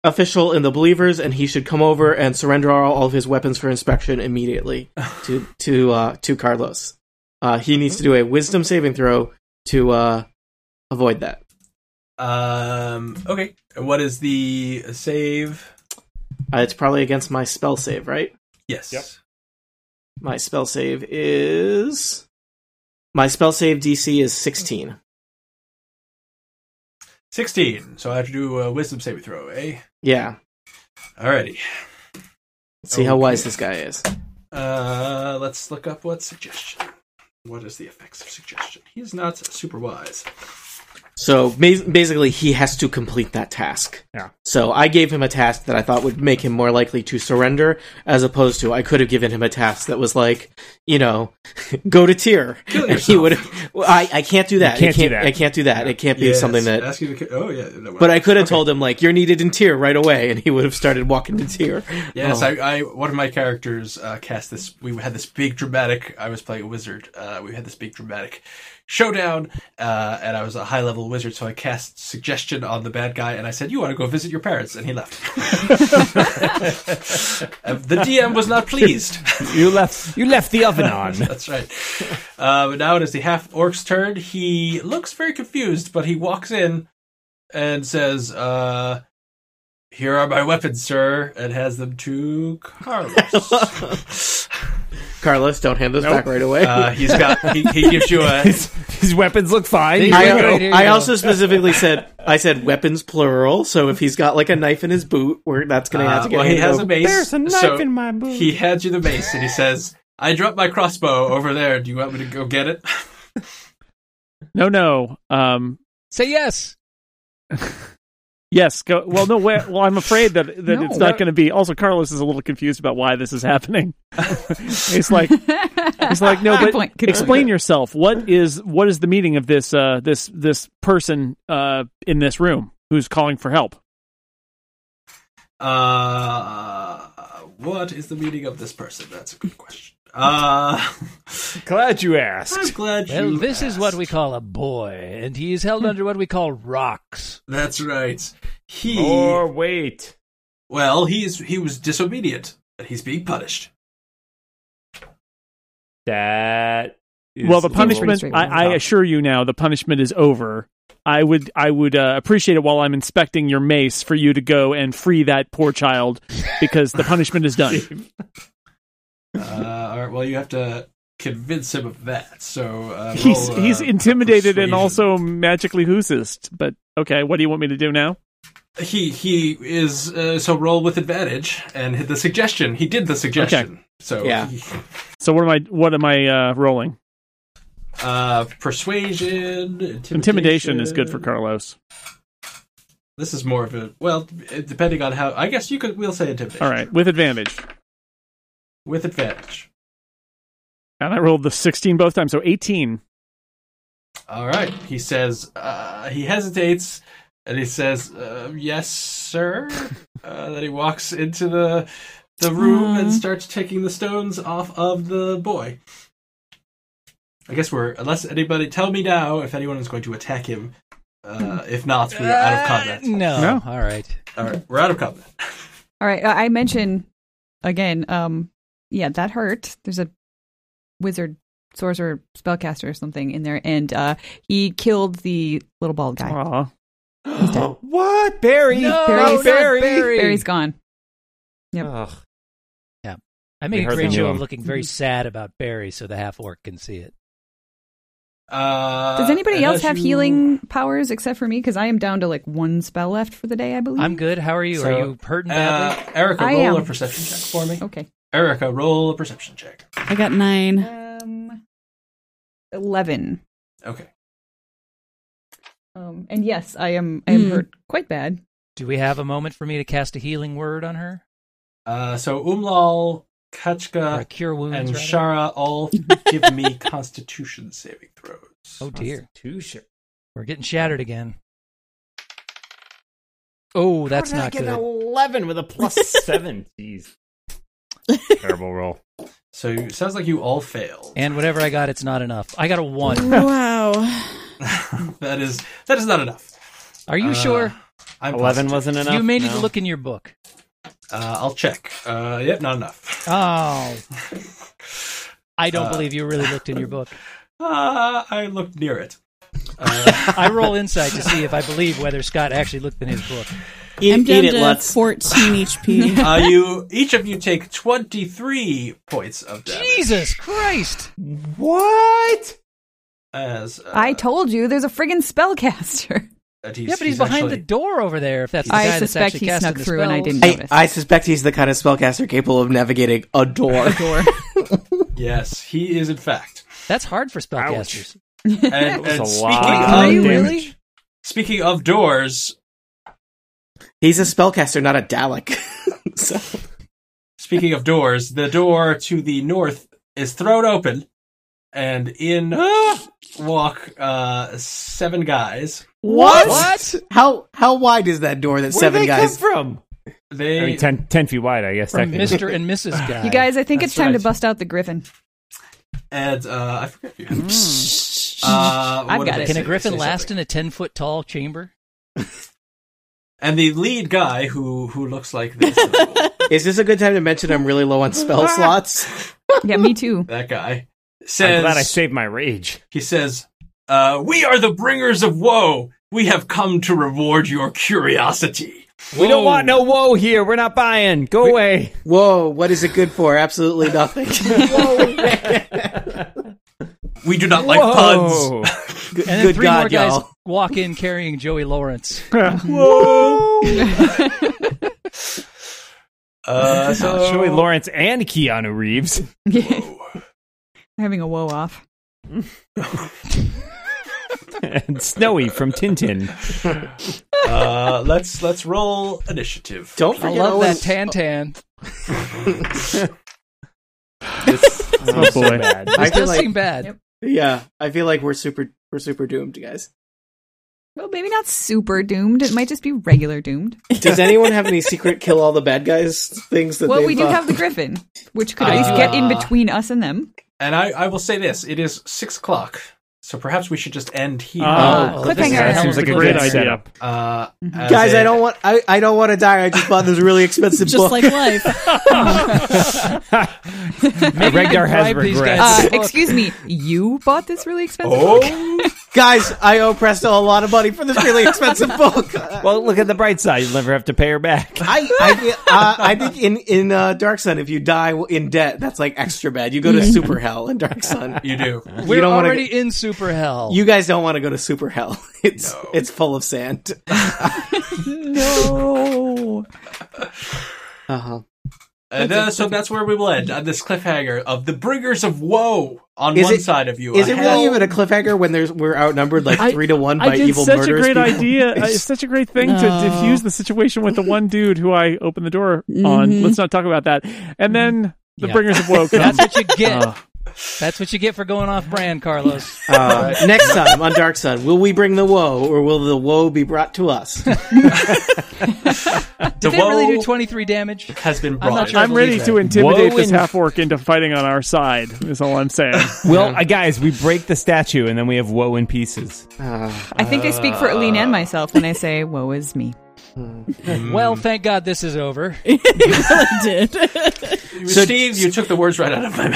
[SPEAKER 7] official in the Believers, and he should come over and surrender all, all of his weapons for inspection immediately to to uh, to Carlos. Uh, he needs to do a Wisdom saving throw to uh, avoid that.
[SPEAKER 4] um, okay. And What is the save?
[SPEAKER 7] Uh, it's probably against my spell save, right?
[SPEAKER 4] Yes.
[SPEAKER 2] Yep.
[SPEAKER 7] My spell save is my spell save DC is sixteen.
[SPEAKER 4] 16. So I have to do a wisdom saving throw, eh?
[SPEAKER 7] Yeah,
[SPEAKER 4] Alrighty.
[SPEAKER 7] let's see how wise
[SPEAKER 4] Okay.
[SPEAKER 7] this guy is.
[SPEAKER 4] Uh, let's look up what suggestion. What is the effects of suggestion? He's not super wise.
[SPEAKER 7] So bas- basically, he has to complete that task.
[SPEAKER 2] Yeah.
[SPEAKER 7] So I gave him a task that I thought would make him more likely to surrender, as opposed to I could have given him a task that was like, you know, [LAUGHS] go to tier.
[SPEAKER 4] Kill
[SPEAKER 7] And [LAUGHS] he
[SPEAKER 4] yourself.
[SPEAKER 7] would. Well, I I can't do that.
[SPEAKER 2] You can't
[SPEAKER 7] I
[SPEAKER 2] do
[SPEAKER 7] can't
[SPEAKER 2] that.
[SPEAKER 7] I can't do that. It can't be
[SPEAKER 4] Yes,
[SPEAKER 7] something that.
[SPEAKER 4] Ask you to, oh, yeah. no,
[SPEAKER 7] [LAUGHS] But I could have told him like you're needed in tier right away, and he would have started walking to tier.
[SPEAKER 4] Yes,
[SPEAKER 7] Oh.
[SPEAKER 4] I, I one of my characters uh, cast this. We had this big dramatic. I was playing a wizard. Uh, we had this big dramatic showdown, uh, and I was a high level wizard, so I cast suggestion on the bad guy, and I said, "You want to go visit your parents?" And he
[SPEAKER 7] [LAUGHS]
[SPEAKER 4] left. [LAUGHS] Uh, the DM was not pleased.
[SPEAKER 2] You left you left the oven
[SPEAKER 8] [LAUGHS]
[SPEAKER 2] on.
[SPEAKER 4] That's right. Uh, but now it is the half orc's turn. He looks very confused, but he walks in and says, uh, "Here are my weapons, sir," and has them to Carlos.
[SPEAKER 7] Carlos, don't hand those back right
[SPEAKER 4] [LAUGHS]
[SPEAKER 7] away.
[SPEAKER 4] uh, he's got. He, he gives you a.
[SPEAKER 2] his, his weapons look fine.
[SPEAKER 6] They-
[SPEAKER 7] I,
[SPEAKER 6] Here you go, here you
[SPEAKER 7] I
[SPEAKER 6] go.
[SPEAKER 7] also specifically said I said weapons plural, so if he's got like a knife in his boot, we're that's gonna have
[SPEAKER 4] Uh,
[SPEAKER 7] to get.
[SPEAKER 4] well, he
[SPEAKER 7] handed
[SPEAKER 4] has a
[SPEAKER 7] over.
[SPEAKER 4] mace. so
[SPEAKER 2] my boot.
[SPEAKER 4] he hands you the mace, and he says, "I dropped my crossbow over there. Do you want me to go get it?" [LAUGHS]
[SPEAKER 8] No, no. Um,
[SPEAKER 6] Say yes.
[SPEAKER 8] yes. Go. Well, no. Wait, well, I'm afraid that that
[SPEAKER 3] No.
[SPEAKER 8] it's not going to be. Also, Carlos is a little confused about why this is happening. he's like, he's like, no,
[SPEAKER 3] Good
[SPEAKER 8] but
[SPEAKER 3] point, good
[SPEAKER 8] explain yourself. What is what is the meaning of this uh this this person uh in this room who's calling for help?
[SPEAKER 4] Uh, what is the meaning of this person? That's a good question. Uh, [LAUGHS]
[SPEAKER 2] Glad you
[SPEAKER 4] I'm
[SPEAKER 2] asked.
[SPEAKER 4] glad
[SPEAKER 6] Well,
[SPEAKER 4] you
[SPEAKER 6] this is what
[SPEAKER 4] asked. Hmm.
[SPEAKER 6] we call a boy, and he is held under what we call rocks.
[SPEAKER 4] That's right. He
[SPEAKER 2] Or wait.
[SPEAKER 4] well, he's he was disobedient, and he's being punished.
[SPEAKER 2] That is
[SPEAKER 8] well, the
[SPEAKER 2] a
[SPEAKER 8] punishment.
[SPEAKER 3] pretty
[SPEAKER 8] I, I
[SPEAKER 2] straightforward.
[SPEAKER 8] assure you now, the punishment is over. I would I would uh, appreciate it while I'm inspecting your mace for you to go and free that
[SPEAKER 4] [LAUGHS]
[SPEAKER 8] poor child because the punishment is done.
[SPEAKER 4] Uh, all right. Well, you have to convince him of that. So uh,
[SPEAKER 1] He's
[SPEAKER 4] roll, uh,
[SPEAKER 1] he's intimidated and
[SPEAKER 4] persuasion.
[SPEAKER 1] also magically hoosist. But okay, what do you want me to do now?
[SPEAKER 4] he he is uh, so roll with advantage and hit the suggestion. He did the suggestion. So
[SPEAKER 7] Yeah.
[SPEAKER 4] he-
[SPEAKER 1] So what am I what am I uh, rolling?
[SPEAKER 4] uh, persuasion, intimidation.
[SPEAKER 1] Intimidation is good for Carlos.
[SPEAKER 4] This is more of a well, d- depending on how. I guess you could. We'll say intimidation.
[SPEAKER 1] All right, with advantage.
[SPEAKER 4] with advantage.
[SPEAKER 1] And I rolled the 16 both times, so 18.
[SPEAKER 4] All right. He says uh, he hesitates, and he says, uh, "Yes, sir." uh, then he walks into the the room and
[SPEAKER 3] Hmm.
[SPEAKER 5] Aw.
[SPEAKER 4] starts taking the stones off of the boy. I guess we're unless anybody tell me now if anyone is going to attack him. Uh, if not, we're out of combat.
[SPEAKER 6] Uh, no.
[SPEAKER 1] No.
[SPEAKER 6] All right.
[SPEAKER 4] All right, we're out of combat.
[SPEAKER 3] All right. I I mention again. Um, yeah, that hurt. There's a wizard, sorcerer, spellcaster, or something in there, and uh, he killed the little bald guy.
[SPEAKER 1] Aw.
[SPEAKER 9] what? Barry?
[SPEAKER 6] No,
[SPEAKER 9] Not
[SPEAKER 3] Barry's-
[SPEAKER 9] Barry.
[SPEAKER 3] Barry's gone. Yep.
[SPEAKER 9] Ugh.
[SPEAKER 6] I
[SPEAKER 2] We
[SPEAKER 6] made a
[SPEAKER 2] hardly
[SPEAKER 6] great
[SPEAKER 2] knew
[SPEAKER 6] show of
[SPEAKER 2] him.
[SPEAKER 6] looking
[SPEAKER 4] Mm-hmm.
[SPEAKER 6] very sad about Barry, so the half orc can see it.
[SPEAKER 4] Uh,
[SPEAKER 3] Does anybody else
[SPEAKER 4] unless
[SPEAKER 3] have
[SPEAKER 4] you-
[SPEAKER 3] healing powers except for me? Because I am down to like one spell left for the day. I believe.
[SPEAKER 6] I'm good. How are you?
[SPEAKER 4] Mm-hmm. So,
[SPEAKER 6] are you hurting badly?
[SPEAKER 4] Uh, Erica,
[SPEAKER 3] I
[SPEAKER 4] roll
[SPEAKER 3] am.
[SPEAKER 4] a perception check for me.
[SPEAKER 3] Okay.
[SPEAKER 4] Erica, roll a perception check.
[SPEAKER 5] I
[SPEAKER 7] [LAUGHS]
[SPEAKER 5] got nine.
[SPEAKER 3] Um, eleven.
[SPEAKER 4] Okay.
[SPEAKER 3] Um, and yes, I am. I am
[SPEAKER 5] Hmm.
[SPEAKER 3] hurt quite bad.
[SPEAKER 6] Do we have a moment for me to cast a healing word on her?
[SPEAKER 4] Uh, so Umlal,
[SPEAKER 6] or
[SPEAKER 4] Kachka,
[SPEAKER 6] a cure wounds?
[SPEAKER 4] uh, and
[SPEAKER 6] rather?
[SPEAKER 4] Shara
[SPEAKER 2] [LAUGHS]
[SPEAKER 4] all give me Constitution saving throws.
[SPEAKER 6] Oh dear,
[SPEAKER 9] Constitution.
[SPEAKER 6] we're getting shattered again. Oh, that's
[SPEAKER 9] How did I
[SPEAKER 6] not
[SPEAKER 9] get
[SPEAKER 6] good.
[SPEAKER 9] an Eleven with a plus seven.
[SPEAKER 2] Jeez. Terrible roll.
[SPEAKER 4] So it sounds like you all failed.
[SPEAKER 6] And whatever I got, it's not enough. I got a
[SPEAKER 5] Uh,
[SPEAKER 6] one.
[SPEAKER 5] wow.
[SPEAKER 4] [LAUGHS] that is that is not enough.
[SPEAKER 6] Are you
[SPEAKER 4] Uh,
[SPEAKER 6] sure?
[SPEAKER 4] I'm
[SPEAKER 2] Eleven
[SPEAKER 4] positive.
[SPEAKER 2] wasn't enough.
[SPEAKER 6] you may need
[SPEAKER 2] No.
[SPEAKER 6] to look in your book.
[SPEAKER 4] Uh, I'll check. Uh, yep, not enough.
[SPEAKER 6] Oh, I don't
[SPEAKER 4] Uh,
[SPEAKER 6] believe you really looked in your book.
[SPEAKER 4] Uh, I looked near it. Uh,
[SPEAKER 6] I roll insight to see if I believe whether Scott actually looked in his book.
[SPEAKER 7] Eat,
[SPEAKER 5] I'm down
[SPEAKER 7] eat it,
[SPEAKER 5] to
[SPEAKER 7] let's.
[SPEAKER 5] 14
[SPEAKER 7] [LAUGHS]
[SPEAKER 5] HP.
[SPEAKER 2] [LAUGHS]
[SPEAKER 4] uh, you each of you take twenty three points of damage.
[SPEAKER 6] Jesus Christ!
[SPEAKER 9] What?
[SPEAKER 4] As uh,
[SPEAKER 3] I told you, there's a friggin' spellcaster.
[SPEAKER 4] that he's,
[SPEAKER 6] yeah, but he's, behind the
[SPEAKER 4] actually-
[SPEAKER 6] door over there. If that's the
[SPEAKER 3] I
[SPEAKER 6] guy that's
[SPEAKER 3] suspect
[SPEAKER 6] actually
[SPEAKER 3] he
[SPEAKER 6] casting
[SPEAKER 3] snuck
[SPEAKER 6] the
[SPEAKER 3] through and I
[SPEAKER 6] spells.
[SPEAKER 3] didn't-
[SPEAKER 7] I,
[SPEAKER 3] notice.
[SPEAKER 7] I suspect he's the kind of spellcaster capable of navigating a door.
[SPEAKER 4] Yes, he is in
[SPEAKER 2] [LAUGHS]
[SPEAKER 4] fact.
[SPEAKER 6] [LAUGHS] That's hard for spellcasters.
[SPEAKER 4] And,
[SPEAKER 2] That
[SPEAKER 4] and
[SPEAKER 2] was a
[SPEAKER 4] speaking
[SPEAKER 2] lot
[SPEAKER 4] of
[SPEAKER 2] of
[SPEAKER 6] you
[SPEAKER 2] damage.
[SPEAKER 6] really?
[SPEAKER 4] speaking of doors,
[SPEAKER 7] he's a spellcaster, not a Dalek. [LAUGHS] so,
[SPEAKER 4] Speaking of doors, the door to the north is thrown open, and in walk uh, seven guys.
[SPEAKER 7] what? How how wide is that door that
[SPEAKER 9] Where
[SPEAKER 7] seven
[SPEAKER 9] did they
[SPEAKER 7] guys?
[SPEAKER 9] come from?
[SPEAKER 4] They
[SPEAKER 2] I mean, 10, 10 feet wide, I guess. technically.
[SPEAKER 6] Mr. and Mrs. Guy.
[SPEAKER 3] You [LAUGHS] guys, I think
[SPEAKER 4] That's
[SPEAKER 3] it's time
[SPEAKER 4] right.
[SPEAKER 3] to bust out the griffin.
[SPEAKER 4] and uh, I forget if you have. Uh,
[SPEAKER 3] I've
[SPEAKER 4] what did
[SPEAKER 3] got
[SPEAKER 4] they
[SPEAKER 3] it.
[SPEAKER 6] Can
[SPEAKER 4] say?
[SPEAKER 6] a griffin
[SPEAKER 4] They say
[SPEAKER 6] last
[SPEAKER 4] something.
[SPEAKER 6] in a ten foot tall chamber?
[SPEAKER 4] And the lead guy who who looks like this, uh,
[SPEAKER 7] Is this a good time to mention I'm really low on spell
[SPEAKER 9] Ah.
[SPEAKER 7] slots?
[SPEAKER 3] Yeah, me too.
[SPEAKER 4] that guy says,
[SPEAKER 2] I'm glad I saved my rage.
[SPEAKER 4] he says, uh, "We are the bringers of woe. We have come to reward your curiosity."
[SPEAKER 9] We don't want no woe here. We're not buying. Go
[SPEAKER 2] [LAUGHS]
[SPEAKER 9] away.
[SPEAKER 7] Whoa, what is it good for? Absolutely nothing.
[SPEAKER 9] [LAUGHS]
[SPEAKER 4] We do not like puns.
[SPEAKER 2] Whoa.
[SPEAKER 4] [LAUGHS]
[SPEAKER 7] Good,
[SPEAKER 6] And then
[SPEAKER 7] good
[SPEAKER 6] three more
[SPEAKER 7] God,
[SPEAKER 6] guys [LAUGHS]
[SPEAKER 7] y'all.
[SPEAKER 6] walk in carrying Joey Lawrence.
[SPEAKER 4] Uh, so
[SPEAKER 2] Joey Lawrence and Keanu Reeves. [LAUGHS]
[SPEAKER 3] [LAUGHS] Having a woe off.
[SPEAKER 2] and Snowy from Tintin.
[SPEAKER 4] uh, let's let's roll initiative.
[SPEAKER 7] Don't
[SPEAKER 6] I
[SPEAKER 7] forget
[SPEAKER 6] love
[SPEAKER 7] Owen-
[SPEAKER 6] that tan tan.
[SPEAKER 2] oh boy.
[SPEAKER 7] I
[SPEAKER 6] This
[SPEAKER 7] feel
[SPEAKER 6] does
[SPEAKER 7] like,
[SPEAKER 6] seem bad.
[SPEAKER 3] Yep.
[SPEAKER 7] yeah, I feel like we're super we're super doomed, guys.
[SPEAKER 3] Well, maybe not super doomed. It might just be regular doomed.
[SPEAKER 7] Does anyone have any secret kill all the bad guys things that
[SPEAKER 3] Well,
[SPEAKER 7] they've,
[SPEAKER 3] we do
[SPEAKER 7] uh,
[SPEAKER 3] have the griffin, which could at least get in between us and them.
[SPEAKER 4] And I, I will say this: it is six o'clock So perhaps we should just end here.
[SPEAKER 6] Uh,
[SPEAKER 2] Oh,
[SPEAKER 3] cliffhanger.
[SPEAKER 2] this is-
[SPEAKER 3] That
[SPEAKER 2] seems like a
[SPEAKER 6] Great
[SPEAKER 2] good
[SPEAKER 6] idea.
[SPEAKER 2] setup.
[SPEAKER 4] Uh, as
[SPEAKER 7] Guys,
[SPEAKER 4] a-
[SPEAKER 7] I don't want I, I don't want to die. I just bought this really
[SPEAKER 8] [LAUGHS]
[SPEAKER 7] expensive
[SPEAKER 5] Just
[SPEAKER 7] book.
[SPEAKER 5] like life.
[SPEAKER 6] Maybe you
[SPEAKER 2] Regdar
[SPEAKER 6] can
[SPEAKER 2] has
[SPEAKER 6] bribe these
[SPEAKER 2] regrets.
[SPEAKER 6] guys
[SPEAKER 3] Uh,
[SPEAKER 6] to look.
[SPEAKER 3] excuse me, you bought this really expensive book?
[SPEAKER 4] Oh,
[SPEAKER 7] Guys, I owe Presto a lot of money for this
[SPEAKER 2] [LAUGHS]
[SPEAKER 7] really expensive book.
[SPEAKER 2] Well, look at the bright side. You'll never have to pay her back.
[SPEAKER 7] [LAUGHS] I I, thi- uh, I think in in uh, Dark Sun, if you die in debt, that's like extra bad. You
[SPEAKER 8] [LAUGHS]
[SPEAKER 7] go to super hell in Dark Sun.
[SPEAKER 4] you do.
[SPEAKER 6] We're
[SPEAKER 7] don't wanna
[SPEAKER 6] already in super hell.
[SPEAKER 7] You guys don't want to go to super hell. [LAUGHS] It's
[SPEAKER 4] No.
[SPEAKER 7] it's full of sand.
[SPEAKER 3] No.
[SPEAKER 7] Uh huh.
[SPEAKER 8] Uh-huh.
[SPEAKER 4] And uh, so that's where we will end on this cliffhanger of the bringers of woe on
[SPEAKER 7] Is
[SPEAKER 4] one
[SPEAKER 7] it-
[SPEAKER 4] side of you.
[SPEAKER 7] Is
[SPEAKER 4] a
[SPEAKER 7] it
[SPEAKER 4] hell-
[SPEAKER 7] really even a cliffhanger when there's we're outnumbered like
[SPEAKER 8] I-
[SPEAKER 7] three to one by
[SPEAKER 8] I did
[SPEAKER 7] evil
[SPEAKER 8] such a
[SPEAKER 7] murderous
[SPEAKER 8] great
[SPEAKER 7] people? [LAUGHS]
[SPEAKER 8] idea. Uh, It's such a great thing to
[SPEAKER 5] No.
[SPEAKER 8] diffuse the situation with the one dude who I opened the door on.
[SPEAKER 5] Mhm.
[SPEAKER 8] Let's not talk about that. And then the
[SPEAKER 6] Yeah.
[SPEAKER 8] bringers of woe come.
[SPEAKER 6] That's what you get.
[SPEAKER 8] Uh,
[SPEAKER 6] That's what you get for going off brand, Carlos.
[SPEAKER 7] Uh, next time on Dark Sun, will we bring the woe, or will the woe be brought to us?
[SPEAKER 4] The
[SPEAKER 6] Did it really do
[SPEAKER 4] woe
[SPEAKER 6] 23 damage?
[SPEAKER 4] has been
[SPEAKER 6] I'm
[SPEAKER 4] brought.
[SPEAKER 6] not sure I
[SPEAKER 8] I'm ready
[SPEAKER 6] believe
[SPEAKER 8] to
[SPEAKER 6] that.
[SPEAKER 8] intimidate
[SPEAKER 2] Woe
[SPEAKER 8] this
[SPEAKER 2] and-
[SPEAKER 8] half orc into fighting on our side. Is all I'm saying.
[SPEAKER 2] Well, uh, guys, we break the statue and then we have woe in pieces.
[SPEAKER 3] I think I speak for Aline and myself when I say, woe is me.
[SPEAKER 6] Well, thank God this is over.
[SPEAKER 5] did.
[SPEAKER 4] [LAUGHS] Steve, you took the words right out of my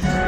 [SPEAKER 4] mouth.